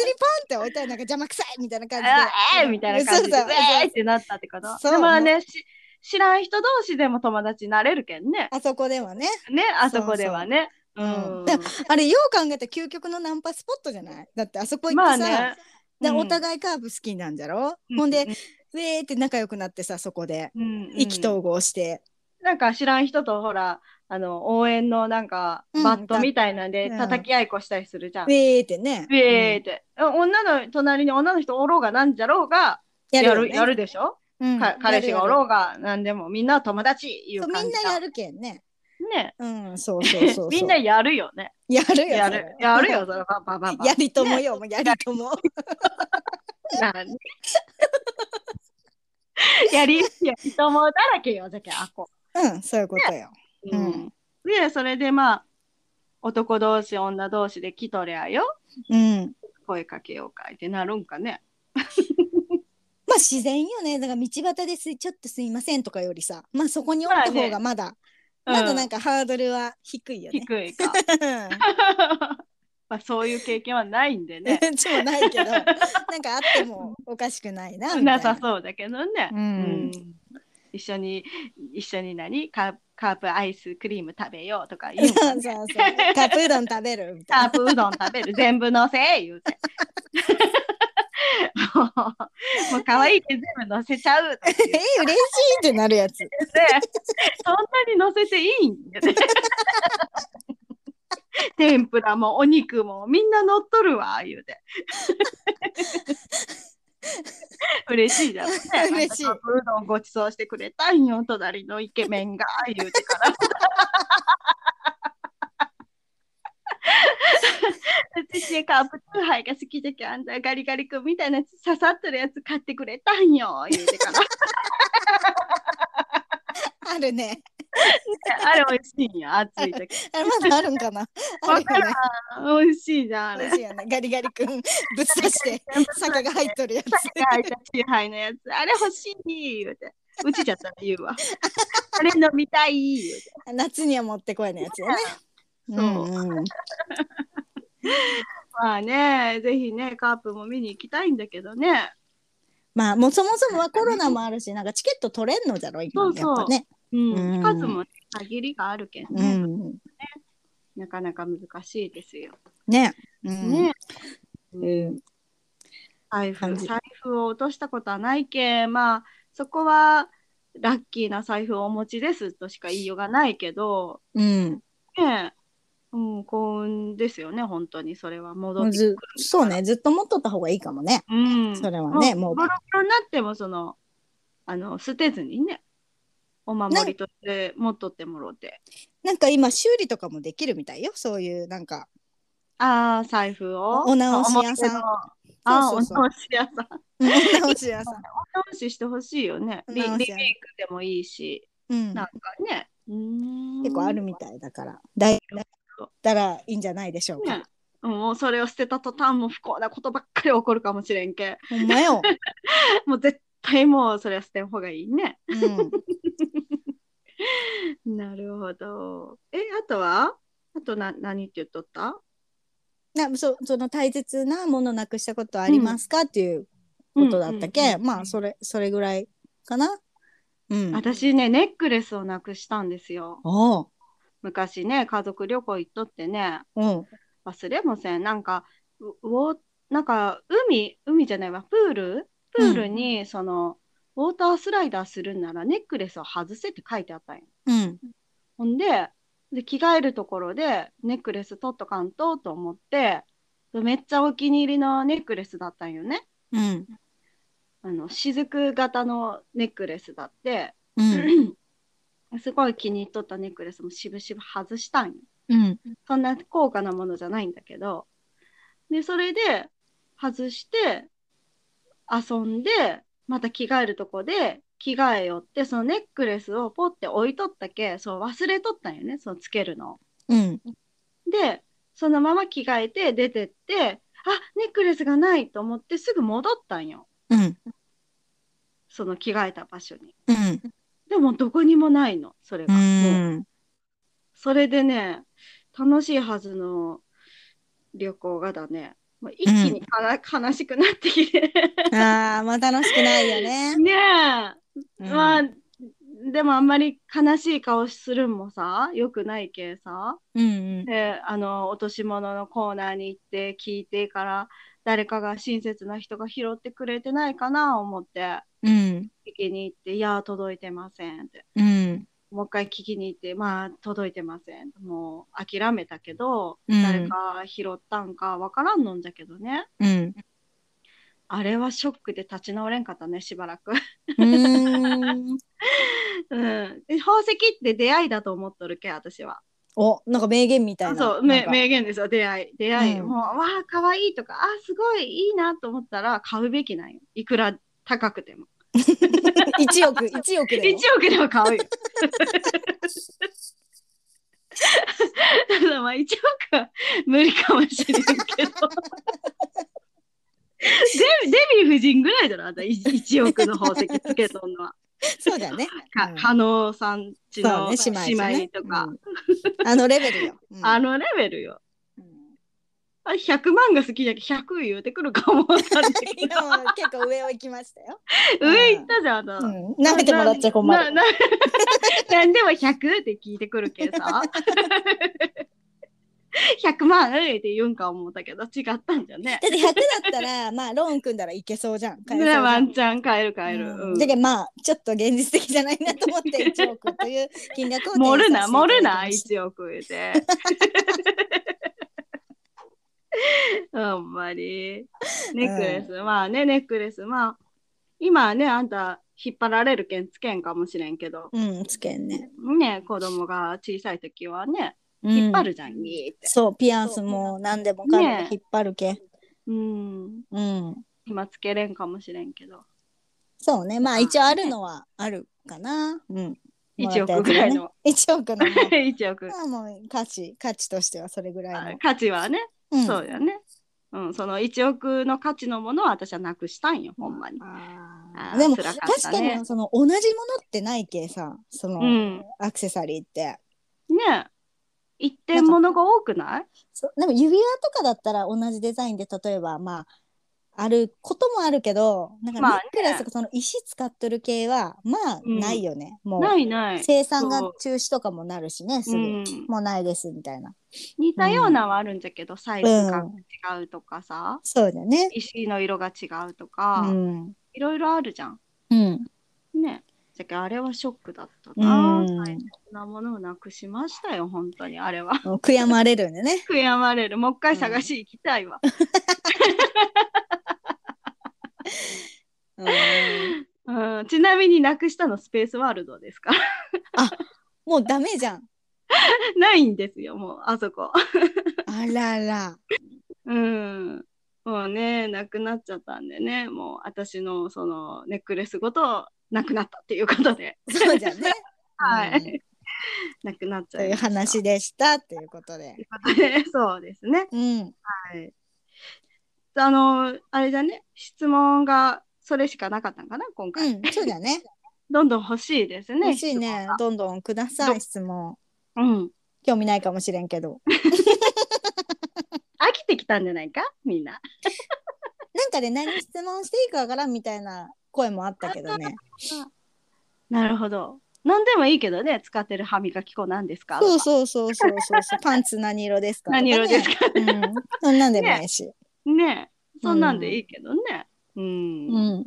[SPEAKER 1] て置いたらなんか邪魔くさいみたいな感じで
[SPEAKER 2] ええーみたいな感じで、え
[SPEAKER 1] そうそう
[SPEAKER 2] ーってなったってこと。
[SPEAKER 1] そう
[SPEAKER 2] でもまあ
[SPEAKER 1] も
[SPEAKER 2] ね、し知らん人同士でも友達になれるけんね。
[SPEAKER 1] あそこではね
[SPEAKER 2] ね、あそこではね。。
[SPEAKER 1] そううそうんで あれよう考えたら究極のナンパスポットじゃないだってあそこ行って
[SPEAKER 2] ま
[SPEAKER 1] さ、
[SPEAKER 2] あね。
[SPEAKER 1] で
[SPEAKER 2] うん
[SPEAKER 1] お互いカーブ好きなんじゃろ、
[SPEAKER 2] う
[SPEAKER 1] ほんで、
[SPEAKER 2] う
[SPEAKER 1] ウェーって仲良くなってさそこで
[SPEAKER 2] うんうん
[SPEAKER 1] 意気投合して、
[SPEAKER 2] なんか知らん人とほら、あの、応援のなんか、
[SPEAKER 1] うん
[SPEAKER 2] バットみたいなんで
[SPEAKER 1] うん
[SPEAKER 2] 叩き合いっこしたりするじゃん。
[SPEAKER 1] ウ
[SPEAKER 2] ウ
[SPEAKER 1] ェーってね
[SPEAKER 2] ェーって。女の、隣に女の人おろうがなんじゃろうが、
[SPEAKER 1] うんや
[SPEAKER 2] や
[SPEAKER 1] るよ
[SPEAKER 2] る、
[SPEAKER 1] ね
[SPEAKER 2] やるでしょ
[SPEAKER 1] うん
[SPEAKER 2] か彼氏がお
[SPEAKER 1] やる
[SPEAKER 2] ろうが、なんでも、みんな友達い
[SPEAKER 1] や
[SPEAKER 2] う
[SPEAKER 1] るそう
[SPEAKER 2] 感
[SPEAKER 1] みん
[SPEAKER 2] じだ
[SPEAKER 1] なやるけんね
[SPEAKER 2] ね。
[SPEAKER 1] うんそうそうそうそう
[SPEAKER 2] みんなやるよね。
[SPEAKER 1] やるよ
[SPEAKER 2] や
[SPEAKER 1] それ
[SPEAKER 2] る。やるよ、それ。ばばば ば。
[SPEAKER 1] やりとも よ、もうやりとも。
[SPEAKER 2] 何 やり、 やりともだらけよ、じゃけん、あこ。
[SPEAKER 1] うん、そういうことよ。う
[SPEAKER 2] うんん。で、それでまあ、男同士、女同士で来とりゃよ、
[SPEAKER 1] うん。
[SPEAKER 2] 声かけようかいってなるんかね。
[SPEAKER 1] まあ自然よね。だから道端ですいちょっとすいませんとかよりさ、まあそこにおった方がまだ、
[SPEAKER 2] うん
[SPEAKER 1] まだなんかハードルは低いよね。
[SPEAKER 2] 低い か。まあ、そういう経験はないん でね。
[SPEAKER 1] うちもない けど、なんかあってもおかしくないなみたいな。
[SPEAKER 2] なさそうだけどね。
[SPEAKER 1] うん。
[SPEAKER 2] うん一緒に一緒に何カーカープアイスクリーム食べよう とか言
[SPEAKER 1] そうう
[SPEAKER 2] もん
[SPEAKER 1] そうそうカップうどん食べるみたいな
[SPEAKER 2] カープうどん食べる全部のせ言うて もうもう可愛いけど全部のせちゃうとか
[SPEAKER 1] え
[SPEAKER 2] 言って
[SPEAKER 1] 嬉しいってなるやつ
[SPEAKER 2] そんなにのせていいん やで天ぷらもお肉もみんな乗っとるわ言うて 嬉しいじゃんね
[SPEAKER 1] 嬉しい
[SPEAKER 2] カップうどんごちそうしてくれたんよ隣のイケメンが言うてから 私カップツーハイが好きじゃけあんたガリガリ君みたいなやつ刺さってるやつ買ってくれたんよ言うてから
[SPEAKER 1] あるね
[SPEAKER 2] あれ美味しいんや、暑い時。
[SPEAKER 1] あれまだあるんかなあるよね
[SPEAKER 2] 美味しいじゃん、あ
[SPEAKER 1] 美
[SPEAKER 2] れ。
[SPEAKER 1] 味しいよねガリガリ君ぶっ刺 して酒が入っとるやつ
[SPEAKER 2] 入ったチューハイのやつ。あれ欲しい言うて。うちじゃったら言うわ。あれ飲みたい言うて。
[SPEAKER 1] 夏には持ってこいのやつよねう
[SPEAKER 2] そう
[SPEAKER 1] んうん
[SPEAKER 2] まあね、ぜひね、カープも見に行きたいんだけどね。
[SPEAKER 1] まあもうそもそもはコロナもあるしなんかチケット取れんのじゃろ今
[SPEAKER 2] そうそう
[SPEAKER 1] やっぱね
[SPEAKER 2] う。
[SPEAKER 1] うんん
[SPEAKER 2] 数もね限りがあるけど
[SPEAKER 1] う
[SPEAKER 2] ね、
[SPEAKER 1] ん
[SPEAKER 2] なかなか難しいですよ。
[SPEAKER 1] ねうん
[SPEAKER 2] ね。
[SPEAKER 1] うん
[SPEAKER 2] 財布
[SPEAKER 1] 感じ
[SPEAKER 2] 財布を落としたことはないけんまあそこはラッキーな財布をお持ちですとしか言いようがないけど、
[SPEAKER 1] うん
[SPEAKER 2] ねえうん、幸運ですよね本当にそれは戻
[SPEAKER 1] も
[SPEAKER 2] っ
[SPEAKER 1] う
[SPEAKER 2] て
[SPEAKER 1] ず
[SPEAKER 2] くる
[SPEAKER 1] そうねずっと持っとった方がいいかもね
[SPEAKER 2] うん、
[SPEAKER 1] それはね
[SPEAKER 2] も
[SPEAKER 1] も
[SPEAKER 2] う
[SPEAKER 1] う
[SPEAKER 2] ボロボロになってもそのあの捨てずにねお守りとして持っとってもろて
[SPEAKER 1] なんか今修理とかもできるみたいよそういうなんか
[SPEAKER 2] ああ財布を
[SPEAKER 1] おお直し屋さん
[SPEAKER 2] お表のあー
[SPEAKER 1] そうそうそう
[SPEAKER 2] お直し屋さん
[SPEAKER 1] うん直し屋さん
[SPEAKER 2] お直ししてほしいよねリリメ
[SPEAKER 1] お直
[SPEAKER 2] イク
[SPEAKER 1] し屋
[SPEAKER 2] でもいいし
[SPEAKER 1] うん
[SPEAKER 2] なんかねうん
[SPEAKER 1] 結構あるみたいだから大だったらいいんじゃないでしょうか
[SPEAKER 2] ね、もうそれを捨てた途端もう不幸なことばっかり起こるかもしれんけん
[SPEAKER 1] ほんま よ、
[SPEAKER 2] もう絶対もうそれは捨てん方がいいね
[SPEAKER 1] うん、
[SPEAKER 2] なるほどえあとはあとな何って言っとった
[SPEAKER 1] なそその大切なものなくしたことありますか、っていうことだったけ、
[SPEAKER 2] うんうんうん
[SPEAKER 1] まあそれそれぐらいかなうん
[SPEAKER 2] 私ねネックレスをなくしたんですよ
[SPEAKER 1] おう
[SPEAKER 2] 昔ね家族旅行行っとってね
[SPEAKER 1] うん
[SPEAKER 2] 忘れもせんなんかうウォなんか海海じゃないわプールプールにその、ウォータースライダーするんならネックレスを外せって書いてあったんよ
[SPEAKER 1] うん
[SPEAKER 2] ほんでで着替えるところでネックレス取っとかんとと思ってめっちゃお気に入りのネックレスだったんよね
[SPEAKER 1] うん
[SPEAKER 2] あの雫型のネックレスだって、
[SPEAKER 1] うん
[SPEAKER 2] すごい気に入っとったネックレスもしぶしぶ外したんよ
[SPEAKER 1] うん
[SPEAKER 2] そんな高価なものじゃないんだけどでそれで外して遊んでまた着替えるとこで着替えよってそのネックレスをポッて置いとったけそう忘れとったんよねそのつけるのを
[SPEAKER 1] うん
[SPEAKER 2] でそのまま着替えて出てってあネックレスがないと思ってすぐ戻ったんよ
[SPEAKER 1] うん
[SPEAKER 2] その着替えた場所に
[SPEAKER 1] うん
[SPEAKER 2] でもどこにもないのそれがもう
[SPEAKER 1] うん
[SPEAKER 2] それでね楽しいはずの旅行がだねもう一気にかな、悲しくなってきて
[SPEAKER 1] あーまあ楽しくないよね。
[SPEAKER 2] ねえ、
[SPEAKER 1] うん
[SPEAKER 2] まあでもあんまり悲しい顔するんもさよくないけさ
[SPEAKER 1] うん
[SPEAKER 2] であの落とし物のコーナーに行って聞いてから誰かが親切な人が拾ってくれてないかな思って
[SPEAKER 1] うんうん
[SPEAKER 2] 聞きに行って「いや届いてません」って
[SPEAKER 1] うん
[SPEAKER 2] もう一回聞きに行って「まあ届いてません」もう諦めたけど、
[SPEAKER 1] うん
[SPEAKER 2] 誰か拾ったんかわからんのんじゃけどね
[SPEAKER 1] うん
[SPEAKER 2] あれはショックで立ち直れんかったねしばらく、
[SPEAKER 1] うーん
[SPEAKER 2] うん、で宝石って出会いだと思っとるけ私は
[SPEAKER 1] おなんか名言みたいな。
[SPEAKER 2] そ
[SPEAKER 1] な
[SPEAKER 2] う
[SPEAKER 1] ん
[SPEAKER 2] 名
[SPEAKER 1] か
[SPEAKER 2] 名言ですよ出会い出会い、
[SPEAKER 1] うん
[SPEAKER 2] もうわあ可愛いとかあすごいいいなと思ったら買うべきなんよいくら高くても
[SPEAKER 1] 一億 一億で
[SPEAKER 2] 1
[SPEAKER 1] も。
[SPEAKER 2] 億でも買うよただまあ1億は無理かもしれんけどデデヴィ夫人ぐらいだろあんた 1, 億の宝石つけとんのは、
[SPEAKER 1] そうだね。
[SPEAKER 2] か
[SPEAKER 1] うん
[SPEAKER 2] 加納さんちの
[SPEAKER 1] そうね姉
[SPEAKER 2] 姉
[SPEAKER 1] 妹
[SPEAKER 2] 妹
[SPEAKER 1] ね
[SPEAKER 2] とか、
[SPEAKER 1] うんあのレベルよ。うん
[SPEAKER 2] あのレベルよあれ100万が好きじゃけ100言うてくるかもわかんないけ
[SPEAKER 1] い
[SPEAKER 2] ど
[SPEAKER 1] やもう結構上を行きましたよ。
[SPEAKER 2] 上行ったじゃんあ
[SPEAKER 1] うん、
[SPEAKER 2] の、
[SPEAKER 1] 舐めてもらっちゃ困る。
[SPEAKER 2] なななんでも100って聞いてくるけ さ。100万円って言うんか思ったけど違ったんじゃね。
[SPEAKER 1] だって100だったらまあローン組んだらいけそうじゃん。買えそうじゃん
[SPEAKER 2] ワンチャン買える買え
[SPEAKER 1] う
[SPEAKER 2] る。うんん
[SPEAKER 1] だけどまあちょっと現実的じゃないなと思って1億という金額を提
[SPEAKER 2] 盛
[SPEAKER 1] 示
[SPEAKER 2] る
[SPEAKER 1] させて
[SPEAKER 2] な
[SPEAKER 1] いただ
[SPEAKER 2] 盛る
[SPEAKER 1] きま
[SPEAKER 2] な
[SPEAKER 1] した
[SPEAKER 2] 1億円 で。ほんまに。ネックレス、まあねネックレスまあ今はねあんた引っ張られるけんつけんかもしれんけど
[SPEAKER 1] うんつけんね。
[SPEAKER 2] ね子供が小さい時はね
[SPEAKER 1] うん
[SPEAKER 2] 引っ張るじゃん、ギーって。
[SPEAKER 1] そうピアスも何でもかんでも引っ張るけ。
[SPEAKER 2] うん
[SPEAKER 1] うん。
[SPEAKER 2] 今つけれんかもしれんけど
[SPEAKER 1] そうねまあ一応あるのはあるかな。うん。
[SPEAKER 2] 1億ぐら いの。
[SPEAKER 1] 1億のもう
[SPEAKER 2] 1億
[SPEAKER 1] まあもう価値価値としてはそれぐらいの。
[SPEAKER 2] 価値はね、
[SPEAKER 1] うん
[SPEAKER 2] そうだね、うん、その1億の価値のものは私はなくしたんよほんまに
[SPEAKER 1] あ
[SPEAKER 2] あ
[SPEAKER 1] ー
[SPEAKER 2] ー
[SPEAKER 1] でも
[SPEAKER 2] 辛かったね
[SPEAKER 1] 確かにその同じものってないけさその、
[SPEAKER 2] うん
[SPEAKER 1] アクセサリーって
[SPEAKER 2] ね一点物が多くない
[SPEAKER 1] そうでも指輪とかだったら同じデザインで例えばまああることもあるけどなんかネ
[SPEAKER 2] まあね
[SPEAKER 1] ックレスとかその石使っとる系はまあ
[SPEAKER 2] うん
[SPEAKER 1] ないよね、も
[SPEAKER 2] な
[SPEAKER 1] う
[SPEAKER 2] いない、
[SPEAKER 1] 生産が
[SPEAKER 2] そう
[SPEAKER 1] 中止とかもなるしねす
[SPEAKER 2] う
[SPEAKER 1] ぐ、
[SPEAKER 2] ん、
[SPEAKER 1] もうないですみたいな
[SPEAKER 2] 似たようなはあるんじゃけど、サイズ感が違うとかさ、
[SPEAKER 1] そうだね
[SPEAKER 2] 石の色が違うと
[SPEAKER 1] う
[SPEAKER 2] か、
[SPEAKER 1] ん
[SPEAKER 2] いろいろあるじゃん
[SPEAKER 1] うん
[SPEAKER 2] ねじゃけあれはショックだったな、
[SPEAKER 1] うん
[SPEAKER 2] 大切なものをなくしましたよ本当にあれは
[SPEAKER 1] 悔やまれるんでね
[SPEAKER 2] 悔やまれるもう一回探し行きたいわ、
[SPEAKER 1] うん
[SPEAKER 2] うんちなみになくしたのスペースワールドですか
[SPEAKER 1] もうダメじゃん
[SPEAKER 2] ないんですよもうあそこ
[SPEAKER 1] あらら
[SPEAKER 2] うんもうねなくなっちゃったんでねもう私のそのネックレスごとなくなったっていうことで
[SPEAKER 1] そうじゃんね
[SPEAKER 2] はい、
[SPEAKER 1] うん
[SPEAKER 2] なくなっち
[SPEAKER 1] と
[SPEAKER 2] ゃい
[SPEAKER 1] いう
[SPEAKER 2] ました
[SPEAKER 1] 話でしたということで。
[SPEAKER 2] そうですね
[SPEAKER 1] うん、
[SPEAKER 2] はいあのあれだね質問がそれしかなかったんかな今
[SPEAKER 1] う
[SPEAKER 2] 回、
[SPEAKER 1] ん、そうだね。
[SPEAKER 2] どんどん欲しいですね
[SPEAKER 1] 欲しいね。どんどんください、質問。
[SPEAKER 2] 質問うん
[SPEAKER 1] 興味ないかもしれんけど。
[SPEAKER 2] 飽きてきたんじゃないかみんな
[SPEAKER 1] なんかで何質問していいかわからんみたいな声もあったけどね。
[SPEAKER 2] なるほど。何でもいいけどね、使ってる歯磨き粉なんですか
[SPEAKER 1] そうそうそうそうそうそう。パンツ何色ですか、
[SPEAKER 2] 何色です
[SPEAKER 1] か、
[SPEAKER 2] か
[SPEAKER 1] うん、そんなんでもないし。
[SPEAKER 2] ねえそんなんでいいけどね。うん。
[SPEAKER 1] うん。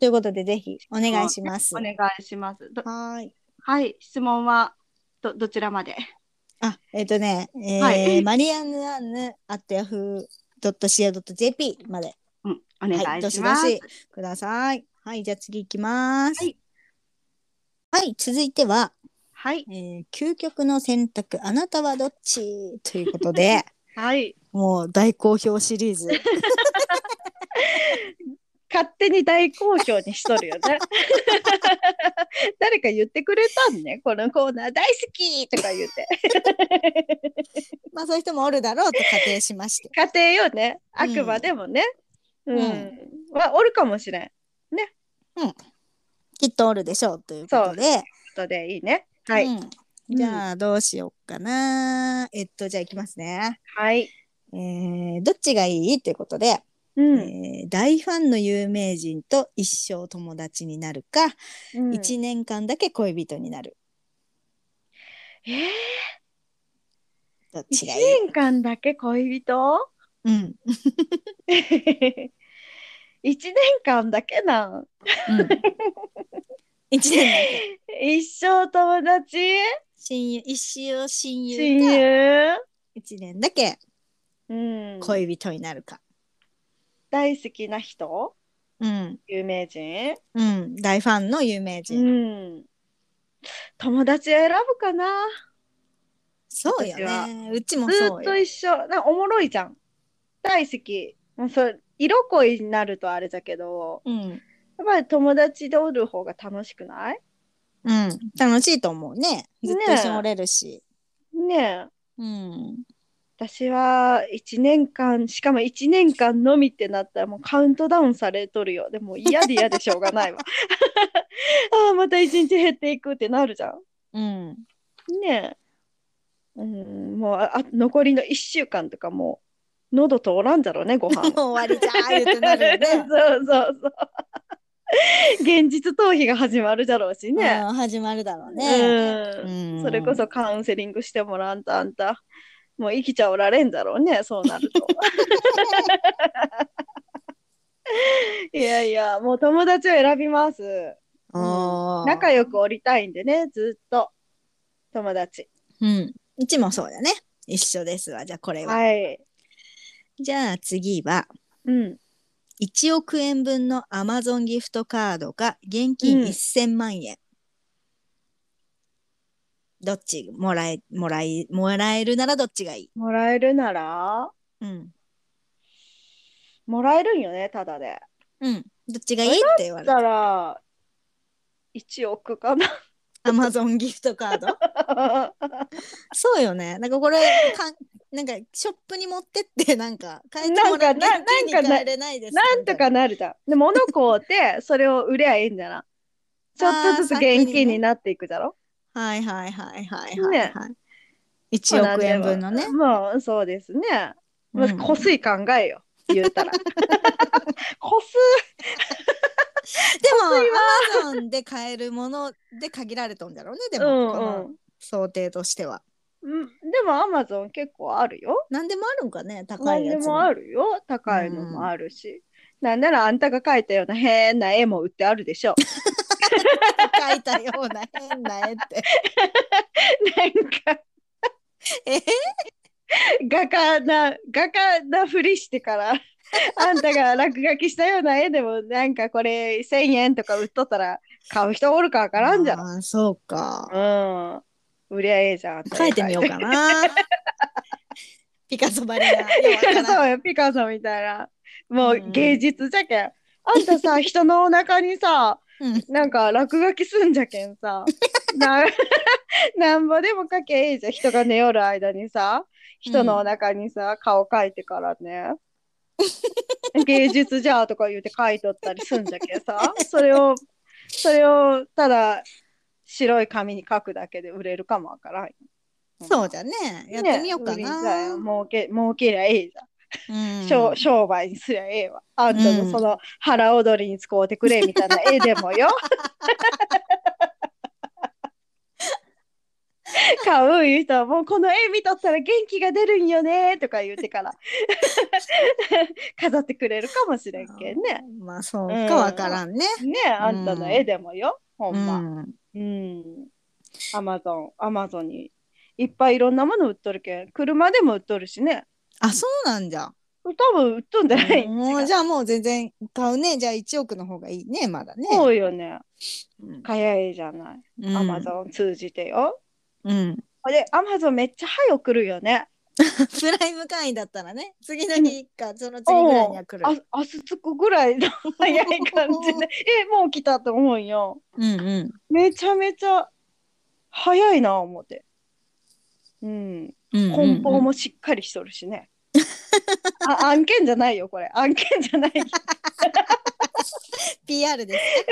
[SPEAKER 1] ということで、ぜひお願いします。
[SPEAKER 2] お
[SPEAKER 1] は
[SPEAKER 2] 願いします。ど
[SPEAKER 1] ーい。
[SPEAKER 2] はい、質問はどどちらまで
[SPEAKER 1] あ、えっ、とね、えー
[SPEAKER 2] はい
[SPEAKER 1] マリアンヌアンヌアットヤフー .co.jp まで。
[SPEAKER 2] うん、お願
[SPEAKER 1] はいい、ど
[SPEAKER 2] し
[SPEAKER 1] し
[SPEAKER 2] ま
[SPEAKER 1] ど
[SPEAKER 2] す。
[SPEAKER 1] しください。はい、じゃあ次行きます。
[SPEAKER 2] はい
[SPEAKER 1] はい、続いては、
[SPEAKER 2] はい。
[SPEAKER 1] えー究極の選択、あなたはどっちということで、
[SPEAKER 2] はい。
[SPEAKER 1] もう大好評シリー ズ。
[SPEAKER 2] 勝手に大好評にしとるよね。 誰か言ってくれたんね、このコーナー大好きとか言って。
[SPEAKER 1] まあそういう人もおるだろうと仮定しまして。
[SPEAKER 2] 家庭よね、
[SPEAKER 1] う
[SPEAKER 2] あ
[SPEAKER 1] ん
[SPEAKER 2] くまでもね。うん。
[SPEAKER 1] う
[SPEAKER 2] はおるかもしれん。
[SPEAKER 1] きっとおるでしょうということで。
[SPEAKER 2] ことでいいね。はい。
[SPEAKER 1] うんじゃあどうしようかな。えっと、じゃあ行きますね。
[SPEAKER 2] はい。
[SPEAKER 1] えーどっちがいいということで、
[SPEAKER 2] うん
[SPEAKER 1] えー大ファンの有名人と一生友達になるか、
[SPEAKER 2] うん
[SPEAKER 1] 1年間だけ恋人になる。
[SPEAKER 2] えー、
[SPEAKER 1] どっち
[SPEAKER 2] 1
[SPEAKER 1] がいい、
[SPEAKER 2] 年間だけ恋人
[SPEAKER 1] うん、
[SPEAKER 2] ?1 年間だけなん
[SPEAKER 1] うん。一年だけ
[SPEAKER 2] 一生友達
[SPEAKER 1] 親友、一生親
[SPEAKER 2] 親
[SPEAKER 1] 友が
[SPEAKER 2] 友、
[SPEAKER 1] 一年だけ
[SPEAKER 2] うん、
[SPEAKER 1] 恋人になるか。
[SPEAKER 2] 大好きな人
[SPEAKER 1] うん。
[SPEAKER 2] 有名人、
[SPEAKER 1] うん。大ファンの有名
[SPEAKER 2] う
[SPEAKER 1] 人。
[SPEAKER 2] ん、友達選ぶかな
[SPEAKER 1] そうよ
[SPEAKER 2] 私は
[SPEAKER 1] ね。うちも
[SPEAKER 2] ず
[SPEAKER 1] そ
[SPEAKER 2] っ
[SPEAKER 1] う
[SPEAKER 2] と
[SPEAKER 1] よ。
[SPEAKER 2] 一緒なんかおもろいじゃん大好きもうそれ色恋になるとあれだけど
[SPEAKER 1] うん。
[SPEAKER 2] やっぱり友達でおる方が楽しくない
[SPEAKER 1] うん。楽しいと思うね。ずっと
[SPEAKER 2] ねえ
[SPEAKER 1] 一緒におれるし。
[SPEAKER 2] ねえ
[SPEAKER 1] うん。
[SPEAKER 2] 私は1年間しかも1年間のみってなったらもうカウントダウンされとるよでも嫌で嫌でしょうが ないわああまた1日減っていくってなるじゃ
[SPEAKER 1] うん。
[SPEAKER 2] んねえうんもうああ残りの1週間とかもう喉通らんじゃろうね、ご飯
[SPEAKER 1] もう。終わりじゃ ー言ってなるよね。
[SPEAKER 2] そうそうそう。現実逃避が始まるじゃろうしね。
[SPEAKER 1] うん、始まるだろう
[SPEAKER 2] う
[SPEAKER 1] ね。
[SPEAKER 2] ん
[SPEAKER 1] うん
[SPEAKER 2] それこそカウンセリングしてもらんとあんた、もう生きちゃおられんだろうね、そうなる と。いやいや、もう友達を選びます。
[SPEAKER 1] あー
[SPEAKER 2] 仲良くおりたいんでね、ずっと。友達。
[SPEAKER 1] うん。うちもそうだね。一緒ですわ。じゃあこれは。
[SPEAKER 2] はい。
[SPEAKER 1] じゃあ次は、
[SPEAKER 2] うん。
[SPEAKER 1] 1億円分のアマゾンギフトカードか現金
[SPEAKER 2] うん
[SPEAKER 1] 1000万円。どっちもらえ、もらい、もらえるならどっちがいい
[SPEAKER 2] もらえるなら、
[SPEAKER 1] うん。
[SPEAKER 2] もらえるんよね、ただで。
[SPEAKER 1] うん。どっちがいいって言わ
[SPEAKER 2] だ
[SPEAKER 1] れ
[SPEAKER 2] か
[SPEAKER 1] た。
[SPEAKER 2] ら、1億 かな。
[SPEAKER 1] アマゾンギフトカード そうよね。なんかこれ、かんなんかショップに持ってって、なんか、買えてもらえ
[SPEAKER 2] なんかな
[SPEAKER 1] 現金
[SPEAKER 2] なん
[SPEAKER 1] に
[SPEAKER 2] かな
[SPEAKER 1] 変えれないです
[SPEAKER 2] なんとかなるじゃん。で、物買うて、それを売りゃいいんじゃな。ちょっとずつ
[SPEAKER 1] あー
[SPEAKER 2] 現金になっていくじゃろ。
[SPEAKER 1] はいはいはいはいはい、
[SPEAKER 2] ね
[SPEAKER 1] はい。1億円分のね。
[SPEAKER 2] もう、そうですね。まず、
[SPEAKER 1] うん
[SPEAKER 2] こすい考えよ。言うたら。 こす
[SPEAKER 1] でも、アマゾンで買えるもので限られとんだろうね、で
[SPEAKER 2] う
[SPEAKER 1] も、こ
[SPEAKER 2] ん
[SPEAKER 1] の想定としては。
[SPEAKER 2] うんうん。でも、アマゾン結構あるよ。
[SPEAKER 1] 何でもあるんかね、高
[SPEAKER 2] 何
[SPEAKER 1] い
[SPEAKER 2] で
[SPEAKER 1] やつ
[SPEAKER 2] も
[SPEAKER 1] も。
[SPEAKER 2] あるよ。高いのもあるし。なんなら、あんたが描いたような変な絵も売ってあるでしょ。
[SPEAKER 1] 書いたような変な絵っ て。
[SPEAKER 2] なんか、
[SPEAKER 1] え
[SPEAKER 2] 画家な、画家なふりし てから、あんたが落書きしたような絵でも、なんかこれ1000円とか売っとったら、買う人おるかわからんじゃん。
[SPEAKER 1] あーそうか。
[SPEAKER 2] うん。売りゃええじゃん。
[SPEAKER 1] 書いてみようかな。ピカソバ リア。
[SPEAKER 2] ピカ
[SPEAKER 1] そう
[SPEAKER 2] ソよ、ピカソみたいな。もううん芸術じゃけん。あんた さ、人のお腹にさ、
[SPEAKER 1] うん
[SPEAKER 2] なんか落書きすんじゃけんさ。な なんぼでも書けええじゃん。人が寝よる間にさ、人のお腹にさ、顔描いてからね。芸術じゃとか言うて書いとったりすんじゃけんさ。それを、それをただ白い紙に書くだけで売れるかもわからんよ。
[SPEAKER 1] そうじゃね。やってみようか
[SPEAKER 2] ね売りじゃ
[SPEAKER 1] な。
[SPEAKER 2] ん儲け、儲けりゃええじゃん。
[SPEAKER 1] うん
[SPEAKER 2] 商商売にすりゃええわ。あんたのその腹踊りに使うてくれみたいな 絵でもよ。買ういう人はもうこの絵見とったら元気が出るんよねとか言うてから 飾ってくれるかもしれんけんね。
[SPEAKER 1] まあそうかわからんね。
[SPEAKER 2] ねえあんたの絵でもよ、ほ
[SPEAKER 1] うん
[SPEAKER 2] ま。
[SPEAKER 1] ん。
[SPEAKER 2] うん。アマゾン、アマゾンにいっぱいいろんなもの売っとるけん、車でも売っとるしね。
[SPEAKER 1] あそうなんじゃ。
[SPEAKER 2] 多分売っとんじゃない。
[SPEAKER 1] もうじゃあもう全然買うね。じゃあ1億の方がいいね、まだね。
[SPEAKER 2] そうよね。
[SPEAKER 1] うん
[SPEAKER 2] かやいじゃない。
[SPEAKER 1] うん
[SPEAKER 2] アマゾン通じてよ。
[SPEAKER 1] うん。
[SPEAKER 2] で、アマゾンめっちゃ早く来るよね。
[SPEAKER 1] プライム会員だったらね、次の日か、その次ぐらいには来
[SPEAKER 2] あ
[SPEAKER 1] る。、
[SPEAKER 2] 明日着くぐらいの早い 感じで、え、もう来たと思うよ。
[SPEAKER 1] うんうん。
[SPEAKER 2] めちゃめちゃ早いな、思って。うん。
[SPEAKER 1] うんうんうん
[SPEAKER 2] 梱包もしっかりしとるし ね。あ案件じゃないよ、これ。案件じゃ ない。
[SPEAKER 1] PR です。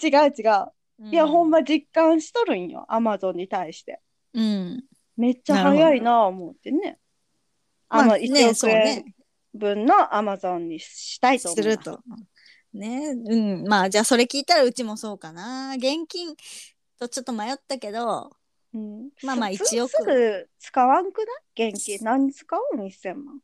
[SPEAKER 2] PR 違う違う。いや、ほん
[SPEAKER 1] ま。
[SPEAKER 2] ま実感しとるんよ、アマゾンに対して。
[SPEAKER 1] うん。
[SPEAKER 2] めっちゃ早いな、思ってね。あの、1億円、
[SPEAKER 1] そうね。
[SPEAKER 2] 分のアマゾンにしたいと思
[SPEAKER 1] す
[SPEAKER 2] います
[SPEAKER 1] ると。ね、うん。まあじゃあそれ聞いたらうちもそうかな。現金とちょっと迷ったけど、
[SPEAKER 2] うん、
[SPEAKER 1] まあまあ
[SPEAKER 2] す
[SPEAKER 1] 1億
[SPEAKER 2] すぐ使わんくない現金何に使う ?2000 万。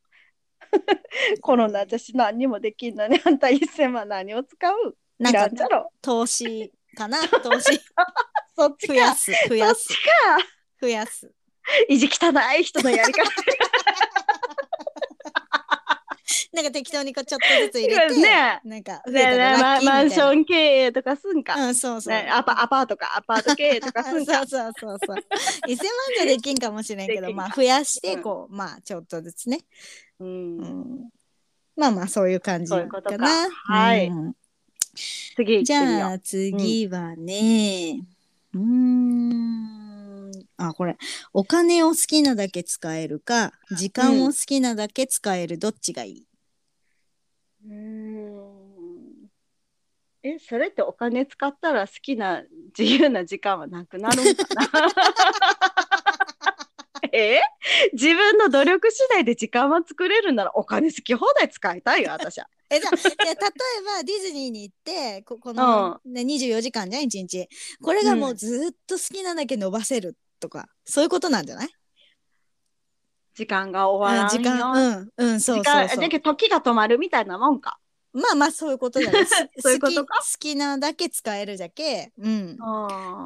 [SPEAKER 2] コロナ私何にもできんのにあんた1000万何を使う
[SPEAKER 1] ない
[SPEAKER 2] ら
[SPEAKER 1] ん
[SPEAKER 2] んじゃ
[SPEAKER 1] か
[SPEAKER 2] ろ
[SPEAKER 1] 投資かな。投資
[SPEAKER 2] そっち
[SPEAKER 1] 増
[SPEAKER 2] か
[SPEAKER 1] やす、増
[SPEAKER 2] そ
[SPEAKER 1] や
[SPEAKER 2] っ
[SPEAKER 1] す
[SPEAKER 2] ち、か
[SPEAKER 1] 増やす。
[SPEAKER 2] 意地汚い人のや り方
[SPEAKER 1] なんか適当にこうちょっとずつ入れて、
[SPEAKER 2] ね
[SPEAKER 1] なんか増え
[SPEAKER 2] ね
[SPEAKER 1] た
[SPEAKER 2] えね
[SPEAKER 1] らラ
[SPEAKER 2] えマ
[SPEAKER 1] ッキーみ
[SPEAKER 2] マ
[SPEAKER 1] たい
[SPEAKER 2] ンシ
[SPEAKER 1] な。
[SPEAKER 2] ョン経営とかすんか、
[SPEAKER 1] うん、そうそう。
[SPEAKER 2] ねえアパアパートかアパート経営とかす
[SPEAKER 1] そうんそう
[SPEAKER 2] か
[SPEAKER 1] そうそうそう。1000万じゃできんかもしれんけ
[SPEAKER 2] で
[SPEAKER 1] ど、
[SPEAKER 2] きんか
[SPEAKER 1] まあ増やして、
[SPEAKER 2] うん
[SPEAKER 1] こう、まあちょっとずつね。
[SPEAKER 2] う、
[SPEAKER 1] うんん、まあまあそういう感じ
[SPEAKER 2] そう
[SPEAKER 1] か
[SPEAKER 2] いうことか
[SPEAKER 1] な。
[SPEAKER 2] はい
[SPEAKER 1] うん
[SPEAKER 2] 次行っ
[SPEAKER 1] じ
[SPEAKER 2] てみ
[SPEAKER 1] ゃ
[SPEAKER 2] よ
[SPEAKER 1] あ次はね、うーん、あ、これ、お金を好きなだけ使えるか、時間を好きなだけ使える、どっちがいい、
[SPEAKER 2] ううんえそれってお金使ったら好きな自由な時間はなくなるんかな え自分の努力次第で時間は作れるならお金好き放題使いたいよ、私は。
[SPEAKER 1] えじゃあいや例えばディズニーに行ってここの、ね、24時間じゃん1日これがもうずっと好きなだけ伸ばせるとか、そういうことなんじゃない
[SPEAKER 2] 時間が終わらんよ。
[SPEAKER 1] 時間うんうんそうそうそう
[SPEAKER 2] 時間だけど時が止まるみたいなもんか。
[SPEAKER 1] まあまあそういうことじゃ ない
[SPEAKER 2] そういうことか。
[SPEAKER 1] 好き好きなだけ使えるじゃけうん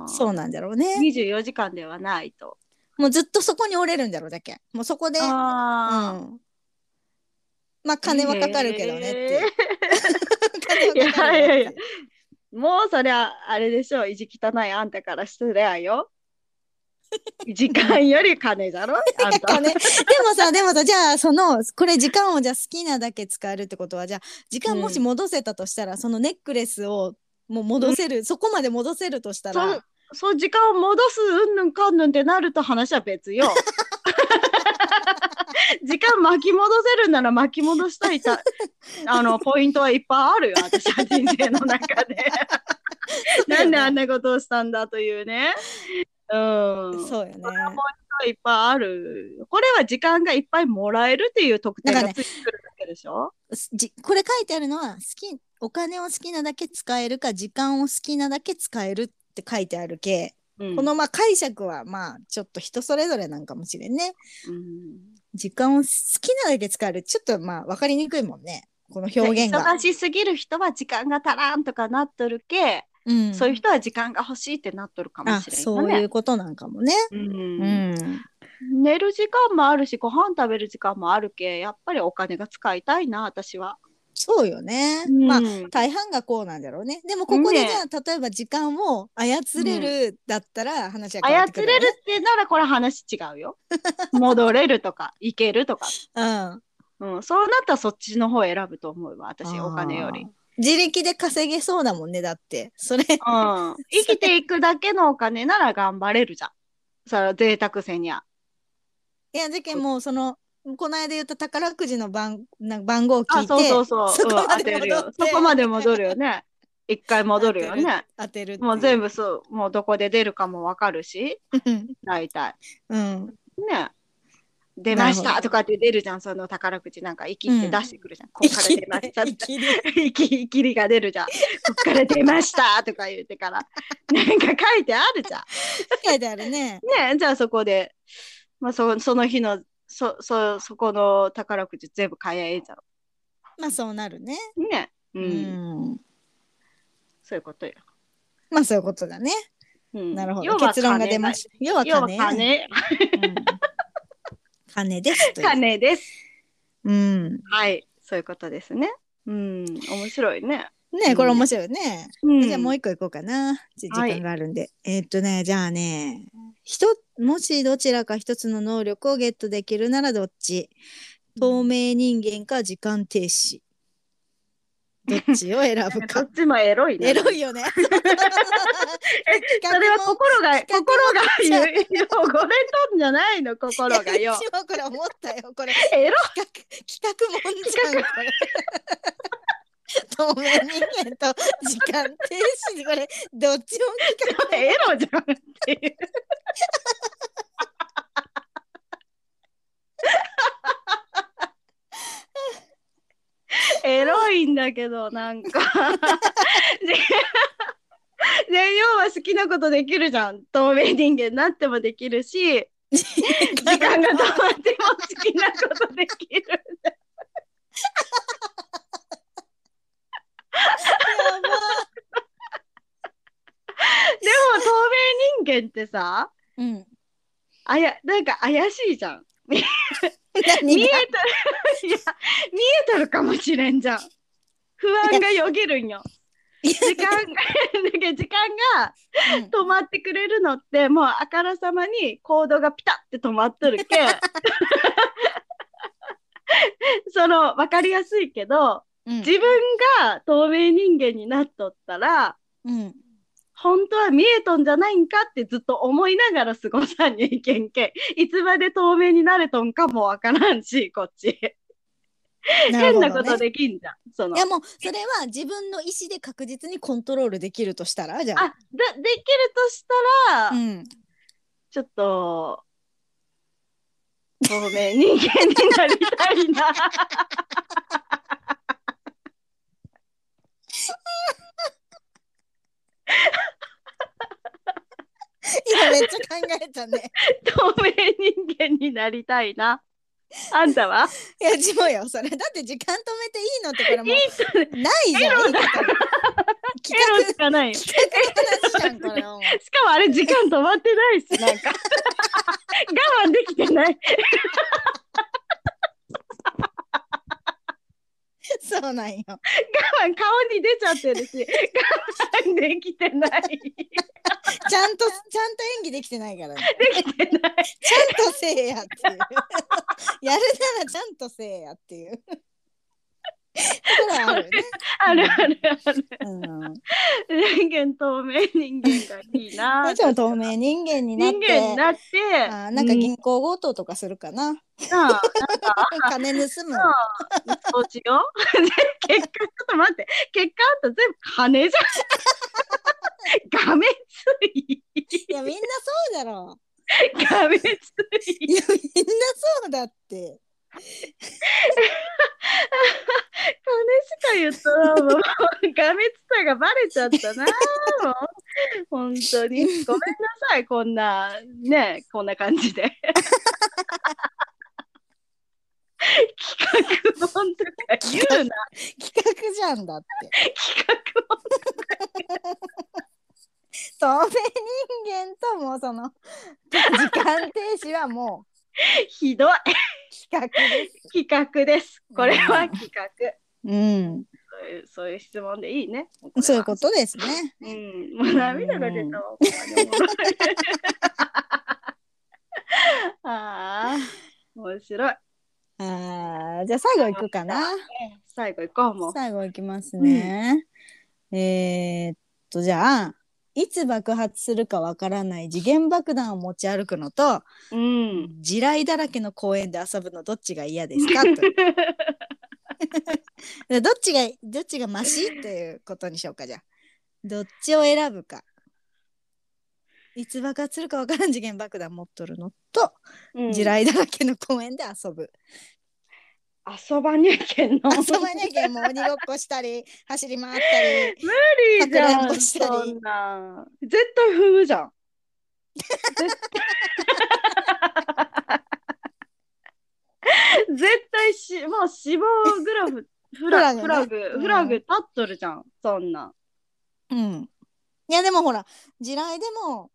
[SPEAKER 1] そううなんだろうね
[SPEAKER 2] 24時間ではないと。
[SPEAKER 1] もうずっとそこに折れるんだろうだけもうそこでうん
[SPEAKER 2] あ
[SPEAKER 1] まあ金はかかるけどねっていう、
[SPEAKER 2] い
[SPEAKER 1] 金は
[SPEAKER 2] や
[SPEAKER 1] かかるよ
[SPEAKER 2] いやい
[SPEAKER 1] っ
[SPEAKER 2] や
[SPEAKER 1] ていう
[SPEAKER 2] もうそりゃあれでしょう意地汚いあんたからしてりゃよ 時間より金だろあんた
[SPEAKER 1] 金でもさでもさじゃあそのこれ時間をじゃあ好きなだけ使えるってことはじゃあ時間もし戻せたとしたら、そのネックレスをもう戻せる、そこまで戻せるとしたら
[SPEAKER 2] そうそう時間を戻すうんぬんかんぬんってなると話は別よ 時間巻き戻せるなら巻き戻したいたあのポイントはいっぱいあるよ私は人生の中でなんであんなことをしたんだというねう ん
[SPEAKER 1] そうよね
[SPEAKER 2] いっぱいある。これは時間がいっぱいもらえるっていう特典がついてくるだけでしょ、
[SPEAKER 1] じこれ書いてあるのは好きお金を好きなだけ使えるか時間を好きなだけ使えるって書いてあるけ、
[SPEAKER 2] うん
[SPEAKER 1] このまあ解釈はまあちょっと人それぞれなんかもしれんね
[SPEAKER 2] うん
[SPEAKER 1] 時間を好きなだけ使えるちょっとまあ分かりにくいもんねこの表現が
[SPEAKER 2] 忙、しすぎる人は時間が足らんとかなっとるけ、
[SPEAKER 1] うん、
[SPEAKER 2] そういう人は時間が欲しいってなっとるかも
[SPEAKER 1] あ
[SPEAKER 2] しれ
[SPEAKER 1] そ
[SPEAKER 2] な
[SPEAKER 1] う
[SPEAKER 2] い
[SPEAKER 1] い
[SPEAKER 2] ね。
[SPEAKER 1] うことなんかもね、
[SPEAKER 2] うん
[SPEAKER 1] うん、
[SPEAKER 2] 寝る時間もあるしご飯食べる時間もあるけやっぱりお金が使いたいな私は。
[SPEAKER 1] そうよね、まあ大半がこうなんだろうねでもここでじゃあ、例えば時間を操れるだったら話は変わ
[SPEAKER 2] 操
[SPEAKER 1] ってくる、
[SPEAKER 2] れるってならこれ話違 うよ。戻れるとか行けるとか、
[SPEAKER 1] うん
[SPEAKER 2] うん、そうなったらそっちの方選ぶと思うわ私
[SPEAKER 1] あー
[SPEAKER 2] お金より。
[SPEAKER 1] 自力で稼げそうだもんねだってそれ
[SPEAKER 2] うん、生きていくだけのお金なら頑張れるじゃん。それは贅沢せにゃ。
[SPEAKER 1] いやじゃけんもうそのこの間言った宝くじの番なんか番号を聞い
[SPEAKER 2] あ、
[SPEAKER 1] て
[SPEAKER 2] そうそうそう。
[SPEAKER 1] そこ
[SPEAKER 2] うん
[SPEAKER 1] まで
[SPEAKER 2] 当て
[SPEAKER 1] 戻
[SPEAKER 2] る
[SPEAKER 1] っ
[SPEAKER 2] よ。
[SPEAKER 1] て
[SPEAKER 2] そこまで戻るよね。 一回戻るよね。
[SPEAKER 1] 当てるってい
[SPEAKER 2] もう全
[SPEAKER 1] 部
[SPEAKER 2] 部そう、もうどこで出るかもわかるし、大体。
[SPEAKER 1] うん
[SPEAKER 2] ね。出まし
[SPEAKER 1] なるほ
[SPEAKER 2] た
[SPEAKER 1] ど
[SPEAKER 2] とかって出るじゃん、その宝くじなんか、生きって出してくるじゃん。こっから
[SPEAKER 1] 生き
[SPEAKER 2] 出ましたって
[SPEAKER 1] 生。 きる
[SPEAKER 2] 生き、生きりが出るじゃん。こっから出ましたとか言ってから。なんか書いてあるじゃん。
[SPEAKER 1] 書いてあるね
[SPEAKER 2] ねじゃあそこで、まあ、そその日のそそそこの宝くじ全部買えばいいじゃ
[SPEAKER 1] まあそうなるね
[SPEAKER 2] ん。ね、うん
[SPEAKER 1] うん
[SPEAKER 2] そういうことよ。
[SPEAKER 1] まあそういうことだね
[SPEAKER 2] うん、
[SPEAKER 1] なるほ
[SPEAKER 2] 要
[SPEAKER 1] ど
[SPEAKER 2] は
[SPEAKER 1] 結
[SPEAKER 2] 金
[SPEAKER 1] 論が出ました要は
[SPEAKER 2] だ要は
[SPEAKER 1] 金ね
[SPEAKER 2] 金
[SPEAKER 1] うん金ですという
[SPEAKER 2] 金です。
[SPEAKER 1] うん
[SPEAKER 2] はいそういうことですね。うん面白いね。
[SPEAKER 1] ねこれ面白いね
[SPEAKER 2] うん、
[SPEAKER 1] じゃあもう一個いこうかな。じ時
[SPEAKER 2] はい
[SPEAKER 1] 間があるんで。えーっとね、じゃあね、ひともしどちらか一つの能力をゲットできるならどっち透明人間か時間停止。どっちを選ぶ
[SPEAKER 2] ど
[SPEAKER 1] か
[SPEAKER 2] っ。ちもエロいね。
[SPEAKER 1] エロい よね。
[SPEAKER 2] それは心が
[SPEAKER 1] 企画も
[SPEAKER 2] 心が言うよごめんとんじゃないの心がよ
[SPEAKER 1] 私。もこれ思ったよ。これ
[SPEAKER 2] エロ
[SPEAKER 1] 企画企画もんじゃんこれ。 透明人間と時間停止これどっちも企画
[SPEAKER 2] エロじゃんっていう。エロいんだけどなん か全要は好きなことできるじゃん透明人間になってもできるし時間が止まっても好きなことできる
[SPEAKER 1] やばい
[SPEAKER 2] でも透明人間ってさ
[SPEAKER 1] うん。
[SPEAKER 2] あやなんか怪しいじゃん見え
[SPEAKER 1] 何が
[SPEAKER 2] た いや見えたるかもしれんじゃん不安がよぎるんよ時間が だけど時間が
[SPEAKER 1] うん
[SPEAKER 2] 止まってくれるのってもうあからさまに行動がピタッて止まっとるけ その分かりやすいけど
[SPEAKER 1] うん
[SPEAKER 2] 自分が透明人間になっとったら
[SPEAKER 1] うん、
[SPEAKER 2] 本当は見えとんじゃないんかってずっと思いながら過ごさんにゃいけんけんいつまで透明になれとんかもわからんしこっち。
[SPEAKER 1] る
[SPEAKER 2] 変
[SPEAKER 1] ほどね
[SPEAKER 2] なことできんじゃん。その
[SPEAKER 1] いや
[SPEAKER 2] あ
[SPEAKER 1] もうそれは自分の意思で確実にコントロールできるとしたらじゃ
[SPEAKER 2] だ
[SPEAKER 1] あ
[SPEAKER 2] できるとしたら、
[SPEAKER 1] うん、
[SPEAKER 2] ちょっと透明人間になりたいな。
[SPEAKER 1] 今めっちゃ考えたね。
[SPEAKER 2] 透明人間になりたいな。あんたはい
[SPEAKER 1] や、ジモよ、それ。だって時間止めていいのってから
[SPEAKER 2] い
[SPEAKER 1] も
[SPEAKER 2] いうじゃん。エ
[SPEAKER 1] ないじゃん。
[SPEAKER 2] ロだ
[SPEAKER 1] いいこと企
[SPEAKER 2] ロしか ない。しか
[SPEAKER 1] 画の話じゃん、これ。もう
[SPEAKER 2] もあれ時間止まってないし、なんか。 我慢できてない。
[SPEAKER 1] そうなんよ。
[SPEAKER 2] 我慢顔に出ちゃってるし、我慢できてない。で
[SPEAKER 1] ちゃんと、ちゃんと演技できてないからね。
[SPEAKER 2] きてない。
[SPEAKER 1] ちゃんとせえやっていう。やるならちゃんとせえやっていう。ところはあるね。
[SPEAKER 2] あるあるある。
[SPEAKER 1] うん。
[SPEAKER 2] 人間透明人間がいいな。
[SPEAKER 1] 私も透明人間になっ
[SPEAKER 2] 人間に
[SPEAKER 1] て。
[SPEAKER 2] なって。
[SPEAKER 1] あーなんか銀行強盗とかするかな。
[SPEAKER 2] うんなあ
[SPEAKER 1] 金盗む。
[SPEAKER 2] どうしよう 結果ちょっと待って結果あんた全部羽じゃん がめつい
[SPEAKER 1] いやみんなそうだろ
[SPEAKER 2] がめつ
[SPEAKER 1] う。
[SPEAKER 2] い
[SPEAKER 1] いやみんなそうだって。
[SPEAKER 2] 羽しか言ったらもうがめつさがバレちゃったなもう本当にごめんなさいこんなねこんな感じで 企画本とか言うな
[SPEAKER 1] 企画じゃんだって。
[SPEAKER 2] 企画
[SPEAKER 1] 透明人間ともうその時間停止はも
[SPEAKER 2] ひどいう
[SPEAKER 1] 企画です。
[SPEAKER 2] 企画ですこれは企画
[SPEAKER 1] うん。
[SPEAKER 2] そういうそういう質問でいいね。
[SPEAKER 1] そういうことですね。
[SPEAKER 2] と。うん、もう涙が出たわ。ほんまに ああ、面白い。
[SPEAKER 1] あーじゃあ最後いくかな。
[SPEAKER 2] 最後行こうもう。
[SPEAKER 1] 最後いきますね。えーっとじゃあいつ爆発するかわからない次元爆弾を持ち歩くのと
[SPEAKER 2] うん。
[SPEAKER 1] 地雷だらけの公園で遊ぶのどっちが嫌です かとで どっちがどっちがマシっていうことにしようかじゃあどっちを選ぶかいつ爆発するかわからん次元爆弾持っとるのと
[SPEAKER 2] うん
[SPEAKER 1] 地雷だらけの公園で遊ぶ、
[SPEAKER 2] 遊ばにゃけんの。
[SPEAKER 1] 遊ばにゃけんもう鬼ごっこしたり走り回ったり
[SPEAKER 2] 無
[SPEAKER 1] か
[SPEAKER 2] 理じ
[SPEAKER 1] く
[SPEAKER 2] ゃ
[SPEAKER 1] れんぼ
[SPEAKER 2] ん。
[SPEAKER 1] したり
[SPEAKER 2] そんなん絶対踏む じゃん。絶対しもう死亡グラフフラ
[SPEAKER 1] フ
[SPEAKER 2] フ
[SPEAKER 1] ラ
[SPEAKER 2] ラ
[SPEAKER 1] グね
[SPEAKER 2] グ
[SPEAKER 1] うん
[SPEAKER 2] フラグ立っとるじゃんそんなん。
[SPEAKER 1] うん。いやでもほら地雷でも、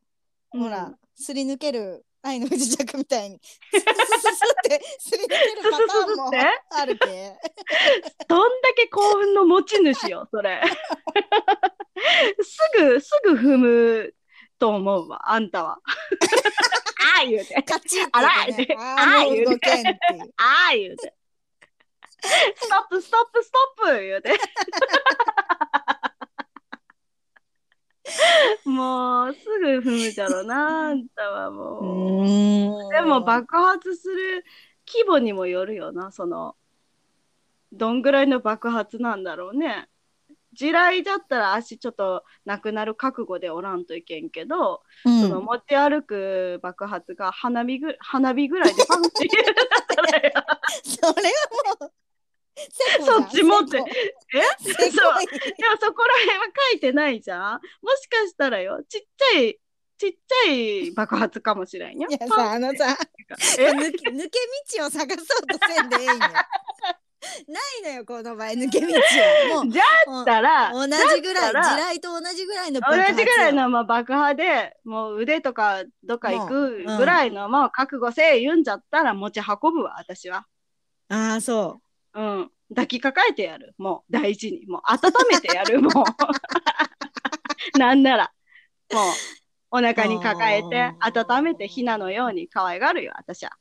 [SPEAKER 2] うん
[SPEAKER 1] ほらすり抜ける愛の不時着みたいにススススってすり抜けるパターンも
[SPEAKER 2] スススって
[SPEAKER 1] ある け
[SPEAKER 2] どんだけ幸運の持ち主よ、それ。すぐ、すぐ踏むと思うわ、あん たは。ああ言うて。
[SPEAKER 1] カチッ
[SPEAKER 2] あら
[SPEAKER 1] って、ね、あ
[SPEAKER 2] あ
[SPEAKER 1] あ
[SPEAKER 2] ら
[SPEAKER 1] もう動けんっていう
[SPEAKER 2] ああ言うて。ストップ、ストップ、ストップ言うて。 もう、すぐ踏むじゃろな、あんたはもう。でも爆発する規模にもよるよなそのどんぐらいの爆発なんだろうね地雷だったら足ちょっとなくなる覚悟でおらんといけんけど、
[SPEAKER 1] うん
[SPEAKER 2] その持ち歩く爆発が花火ぐ花火ぐらいでパンって言うたらよ
[SPEAKER 1] それはもうセコじゃん
[SPEAKER 2] そっち持って
[SPEAKER 1] セコ
[SPEAKER 2] え
[SPEAKER 1] セ
[SPEAKER 2] そうい
[SPEAKER 1] コい
[SPEAKER 2] やそこら辺は書いてないじゃんもしかしたらよちっちゃいちっちゃい爆発かもしれんよ
[SPEAKER 1] いや
[SPEAKER 2] パン
[SPEAKER 1] さあのさ
[SPEAKER 2] え
[SPEAKER 1] 抜け抜け道を探そうとせんでええんよないのよこの場合抜け道をもう
[SPEAKER 2] じゃ
[SPEAKER 1] もう
[SPEAKER 2] ったら
[SPEAKER 1] 同じぐらい地
[SPEAKER 2] だったら
[SPEAKER 1] 雷と同じぐらいの爆
[SPEAKER 2] 同
[SPEAKER 1] 発
[SPEAKER 2] じぐらいのまあ爆破でもう腕とかどっか行くぐらいのまあ覚悟せえ言うんじゃったら持ち運ぶわ私は、
[SPEAKER 1] ああそ
[SPEAKER 2] うん、抱きかかえてやるもう大事にもう温めてやるもう なんならもうお腹に抱えて
[SPEAKER 1] あー
[SPEAKER 2] 温めてひなのように可愛がるよ私は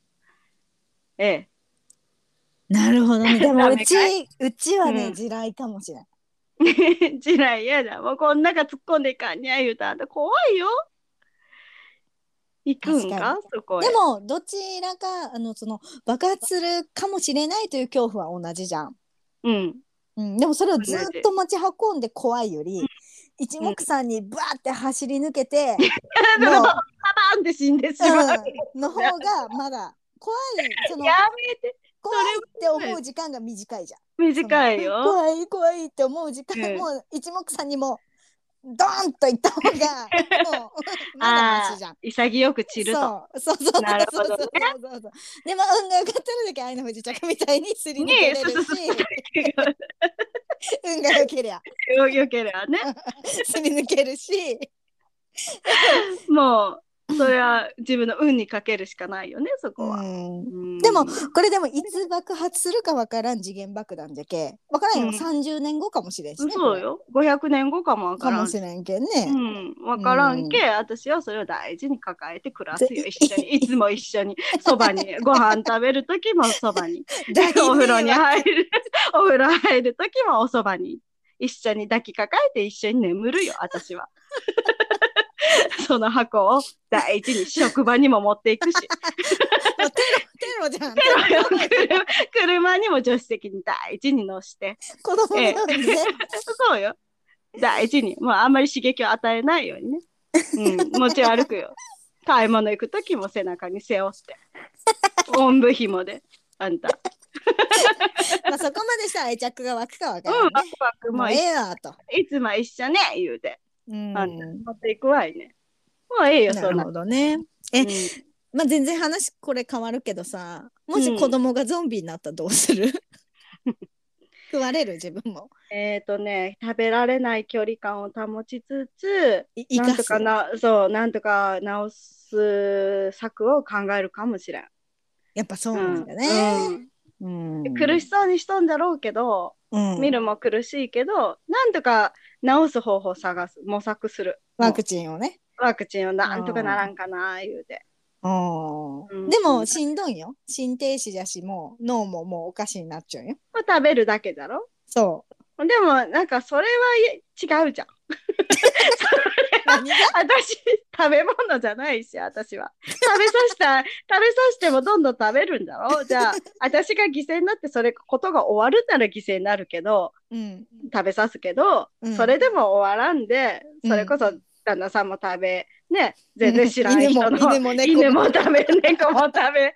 [SPEAKER 2] ええ
[SPEAKER 1] うなるほどねでも
[SPEAKER 2] ダ
[SPEAKER 1] う
[SPEAKER 2] メ
[SPEAKER 1] ち
[SPEAKER 2] か
[SPEAKER 1] うちはね、
[SPEAKER 2] うん
[SPEAKER 1] 地雷かもしれない
[SPEAKER 2] 地雷嫌だ。もうこん中突っ込んでいかんにゃ言うたらあんた怖いよ。行くん
[SPEAKER 1] 確か
[SPEAKER 2] かそこへ。
[SPEAKER 1] でもどちらかあのその爆発するかもしれないという恐怖は同じじゃん、
[SPEAKER 2] うん。
[SPEAKER 1] うん、でもそれをずっと持ち運んで怖いより、一目散にバーって走り抜けて、
[SPEAKER 2] でも、パバーンって死んでしまう。
[SPEAKER 1] うんの方がまだ怖いその
[SPEAKER 2] やめて。
[SPEAKER 1] 怖いって思う時間が短いじゃん。
[SPEAKER 2] 短い
[SPEAKER 1] その
[SPEAKER 2] よ。
[SPEAKER 1] 怖い怖いって思う時間、
[SPEAKER 2] うん
[SPEAKER 1] もう一目散にもうドーンといった方が もうまだマシじゃん。
[SPEAKER 2] 潔く散ると。
[SPEAKER 1] そうそうそうそう
[SPEAKER 2] なるほど
[SPEAKER 1] そ
[SPEAKER 2] ね
[SPEAKER 1] うそうそうでまあ運が良かったらだけ愛の不時着みたいにすり抜けれ
[SPEAKER 2] ね
[SPEAKER 1] る
[SPEAKER 2] そう
[SPEAKER 1] し
[SPEAKER 2] そうそう。
[SPEAKER 1] 運が良けりゃ
[SPEAKER 2] よ よければね。
[SPEAKER 1] すり抜けるし
[SPEAKER 2] もう、それは自分の運にかけるしかないよね、そこは。
[SPEAKER 1] うん
[SPEAKER 2] うん
[SPEAKER 1] でもこれでもいつ爆発するかわからん次元爆弾じゃけわからんよ、
[SPEAKER 2] うん
[SPEAKER 1] 30年後かもしれんしね
[SPEAKER 2] そうよ。500年後かもわ
[SPEAKER 1] か
[SPEAKER 2] から
[SPEAKER 1] も
[SPEAKER 2] ん。
[SPEAKER 1] しれんけんね、
[SPEAKER 2] うん、わからんけ、私はそれを大事に抱えて暮らすよ、一緒に。いつも一緒に、そばに、ご飯食べるときもそばに、
[SPEAKER 1] 大迷惑
[SPEAKER 2] お風呂に入る、お風呂入るときもおそばに、一緒に抱きかかえて一緒に眠るよ、私は。その箱を大事に職場にも持っていくし、
[SPEAKER 1] もうテロテロじゃん
[SPEAKER 2] 車車にも助手席に大事に乗して、
[SPEAKER 1] 子供のようにね、
[SPEAKER 2] そうよ。大事に。もうあんまり刺激を与えないようにね。うん、 持ち歩くよ。買い物行くときも背中に背負って。おんぶ紐で。あんた。
[SPEAKER 1] まあそこまでしたら愛着が湧くかわか
[SPEAKER 2] う
[SPEAKER 1] ら
[SPEAKER 2] ん、
[SPEAKER 1] ん、
[SPEAKER 2] ワ
[SPEAKER 1] ね
[SPEAKER 2] クワク
[SPEAKER 1] も
[SPEAKER 2] も
[SPEAKER 1] う
[SPEAKER 2] い
[SPEAKER 1] ええわと。
[SPEAKER 2] いつも一緒ね、言うて。
[SPEAKER 1] うん
[SPEAKER 2] あ持っていくわいね。もうええよ、
[SPEAKER 1] な
[SPEAKER 2] そん
[SPEAKER 1] る
[SPEAKER 2] な。
[SPEAKER 1] ほどね。え
[SPEAKER 2] うん
[SPEAKER 1] まあ全然話これ変わるけどさもし子供がゾンビになったらどうする、 食われる自分も。
[SPEAKER 2] えっ、とね、食べられない距離感を保ちつつ、
[SPEAKER 1] い生
[SPEAKER 2] なん
[SPEAKER 1] か
[SPEAKER 2] と
[SPEAKER 1] す
[SPEAKER 2] かな、そう、なんとか直す策を考えるかもしれん。
[SPEAKER 1] やっぱそうなんだね。うん
[SPEAKER 2] うん苦しそうにしとんだろうけど、
[SPEAKER 1] うん
[SPEAKER 2] 見るも苦しいけど、なんとか治す方法を探す、模索する。
[SPEAKER 1] ワクチンをね。
[SPEAKER 2] ワクチンをなんとかならんかな、言うて。
[SPEAKER 1] うんでもしんどいよ。心停止じゃしもう脳ももうおかしになっちゃうよ。
[SPEAKER 2] まあ食べるだけだろ
[SPEAKER 1] そ
[SPEAKER 2] でも、なんかそれはい違 うじゃん。
[SPEAKER 1] う。何が
[SPEAKER 2] 私、食べ物じゃないし、私は。食べさ せた、食べさせてもどんどん食べるんだろじゃあ、私が犠牲になって、それ、ことが終わるなら犠牲になるけど、
[SPEAKER 1] うん。
[SPEAKER 2] 食べさすけど、
[SPEAKER 1] うん
[SPEAKER 2] それでも終わらんで、それこそ旦那さんも食べ、ね、全然知らん人の、
[SPEAKER 1] うん犬も犬も
[SPEAKER 2] 犬
[SPEAKER 1] 猫
[SPEAKER 2] も
[SPEAKER 1] も
[SPEAKER 2] 食べ猫も食 べ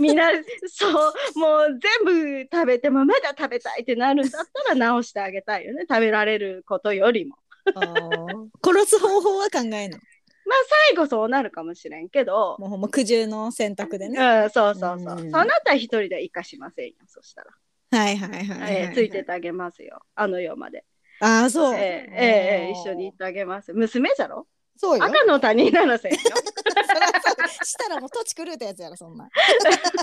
[SPEAKER 2] みんなそうもう全部食べてもまだ食べたいってなるんだったら直してあげたいよね食べられることよりも
[SPEAKER 1] あー殺す方法は考えない。
[SPEAKER 2] 最後そうなるかもしれんけど、
[SPEAKER 1] もうほんま苦渋の選択で
[SPEAKER 2] うん、
[SPEAKER 1] ね。
[SPEAKER 2] そうそ
[SPEAKER 1] う
[SPEAKER 2] うそう、
[SPEAKER 1] ん
[SPEAKER 2] そうなったら一人で生かしませんよそしたら、
[SPEAKER 1] はいはいはいはい、
[SPEAKER 2] えーついてってあげますよあの世まで、
[SPEAKER 1] ああ、そう。
[SPEAKER 2] えーえーえー一緒に行ってあげます娘じゃろ
[SPEAKER 1] そうよ。
[SPEAKER 2] 赤の他人な らせんよ
[SPEAKER 1] そりゃそうしたらもう土地狂うたやつやろそんなん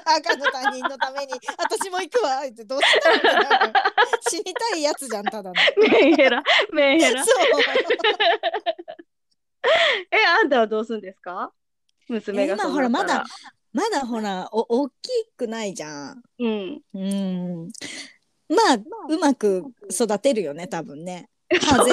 [SPEAKER 1] 赤の他人のために私も行くわってどうしたらいいの死にたいやつじゃんただの
[SPEAKER 2] メンヘラメンヘ ラ
[SPEAKER 1] そう
[SPEAKER 2] えあんたはどうすんですか娘が
[SPEAKER 1] 今
[SPEAKER 2] そう
[SPEAKER 1] ほら
[SPEAKER 2] なった
[SPEAKER 1] ま
[SPEAKER 2] ら
[SPEAKER 1] だまだほらお大きくないじゃん
[SPEAKER 2] うん
[SPEAKER 1] うんまあうまく育てるよね多分ね歯ぜ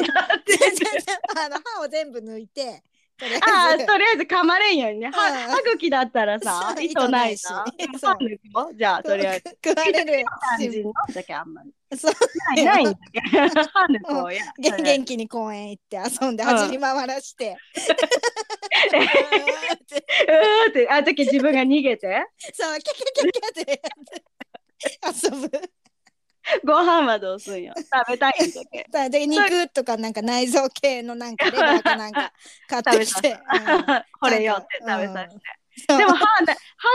[SPEAKER 1] あの 歯を全部抜いてとり
[SPEAKER 2] あ
[SPEAKER 1] あ
[SPEAKER 2] あ、
[SPEAKER 1] えず
[SPEAKER 2] とりあえず噛まれんようにね。
[SPEAKER 1] う
[SPEAKER 2] 歯
[SPEAKER 1] ん
[SPEAKER 2] 歯茎だったらさ、
[SPEAKER 1] そう
[SPEAKER 2] 糸ないし。
[SPEAKER 1] 糸
[SPEAKER 2] 歯
[SPEAKER 1] ないし
[SPEAKER 2] 抜くよじゃあ、とりあえず。
[SPEAKER 1] 食われる
[SPEAKER 2] 肝心のだけあんまり。
[SPEAKER 1] そう
[SPEAKER 2] ないないんだけ 歯抜こうや。
[SPEAKER 1] 元元気に公園行って遊んで
[SPEAKER 2] うん
[SPEAKER 1] 走り回らして。
[SPEAKER 2] うーって、あの時自分が逃げて。
[SPEAKER 1] そう、キャキャキャキャって遊ぶ。
[SPEAKER 2] ご飯はどうすんよ。食べたいんだけ。
[SPEAKER 1] だで肉とかなんか内臓系のなんかレバーかなん か買ってきて。
[SPEAKER 2] これよって食べさせて。
[SPEAKER 1] うん
[SPEAKER 2] でも
[SPEAKER 1] そう
[SPEAKER 2] 歯な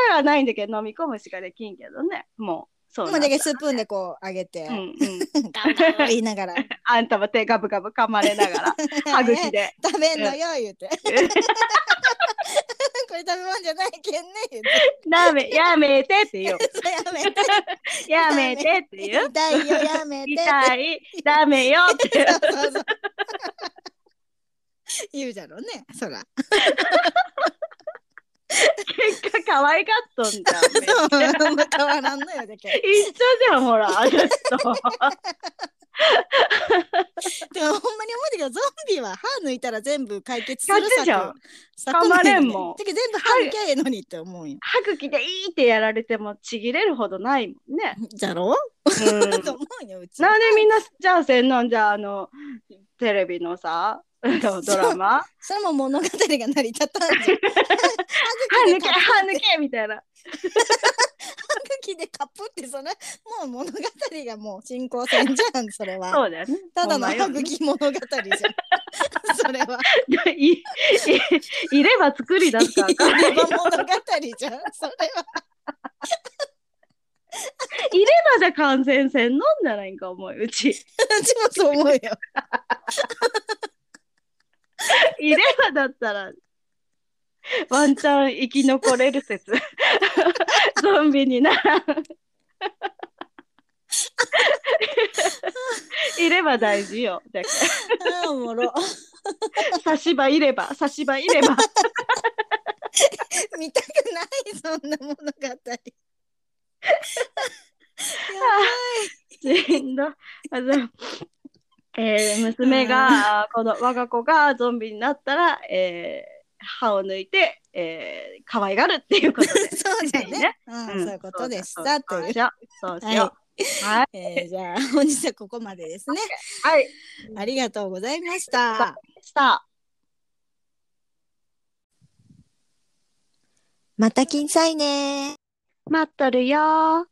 [SPEAKER 2] 歯はないんだけど、飲み込むしかできんけどね。もう、そう
[SPEAKER 1] もう
[SPEAKER 2] な
[SPEAKER 1] だ
[SPEAKER 2] んだ。
[SPEAKER 1] けスプーンでこうあげて、
[SPEAKER 2] うんうん。
[SPEAKER 1] ガンガン言いながら。
[SPEAKER 2] あんたも手ガブガブ噛まれながら、歯茎で。
[SPEAKER 1] 食べんのよ言う て。これ食べ物じゃないけんね言うて。
[SPEAKER 2] なめ、やめてって言おう。
[SPEAKER 1] それやめて。
[SPEAKER 2] やめてって言う。
[SPEAKER 1] 痛いよやめて。
[SPEAKER 2] 痛い、ダメよって。
[SPEAKER 1] そうそう言うじゃろうね、そら。
[SPEAKER 2] 結果可愛かったんだよね。
[SPEAKER 1] そう、変わらんのよだけ
[SPEAKER 2] 一緒じゃん、ほら、あの人。
[SPEAKER 1] ど。でもほんまに思うけど、ゾンビは歯抜いたら全部解決する
[SPEAKER 2] 勝ちじゃん
[SPEAKER 1] 策なんだよ
[SPEAKER 2] 噛まれんもん
[SPEAKER 1] だけど全部歯抜きゃええのにって思うよ。
[SPEAKER 2] 歯茎でいいってやられてもちぎれるほどないもんね。
[SPEAKER 1] じゃろ
[SPEAKER 2] うん
[SPEAKER 1] う、 と思うよ、うち。
[SPEAKER 2] なんでみんな、じゃあ洗脳じゃあ、あの、テレビのさ、あのドラマ
[SPEAKER 1] それも物語が成り立たんじゃん。歯
[SPEAKER 2] 抜
[SPEAKER 1] 抜
[SPEAKER 2] け、
[SPEAKER 1] け
[SPEAKER 2] 歯抜けみたいな。
[SPEAKER 1] 歯茎でカップってそれもう物語がもう進行線じゃんそれは
[SPEAKER 2] そうだよね。
[SPEAKER 1] ただの
[SPEAKER 2] ほんまよ
[SPEAKER 1] 歯茎物 語じゃんそれはい
[SPEAKER 2] いいい れば作り出すか
[SPEAKER 1] 入
[SPEAKER 2] らい
[SPEAKER 1] れ歯物語じゃんそれは
[SPEAKER 2] ればじゃ感染せんのんだらいいんか思ううち
[SPEAKER 1] 私もそう思うよ
[SPEAKER 2] いればだったらワンチャン生き残れる説ゾンビにならんいれば大事よだか
[SPEAKER 1] ああおもろ
[SPEAKER 2] ら差し歯いれば差し歯いれば
[SPEAKER 1] 見たくないそんな物語やば い
[SPEAKER 2] しんどいあじゃあえー娘があーこの我が子がゾンビになったら、えー歯を抜いて、えー、可愛がるっていうことで
[SPEAKER 1] そうだね
[SPEAKER 2] ね
[SPEAKER 1] うん
[SPEAKER 2] ん
[SPEAKER 1] そういうことでし
[SPEAKER 2] そうだ
[SPEAKER 1] たと
[SPEAKER 2] そう
[SPEAKER 1] いう
[SPEAKER 2] しようそうしようはい
[SPEAKER 1] えーじゃあ本日はここまでです ね
[SPEAKER 2] はい
[SPEAKER 1] ありがとうございました
[SPEAKER 2] した
[SPEAKER 1] また金さいね
[SPEAKER 2] 待っとるよー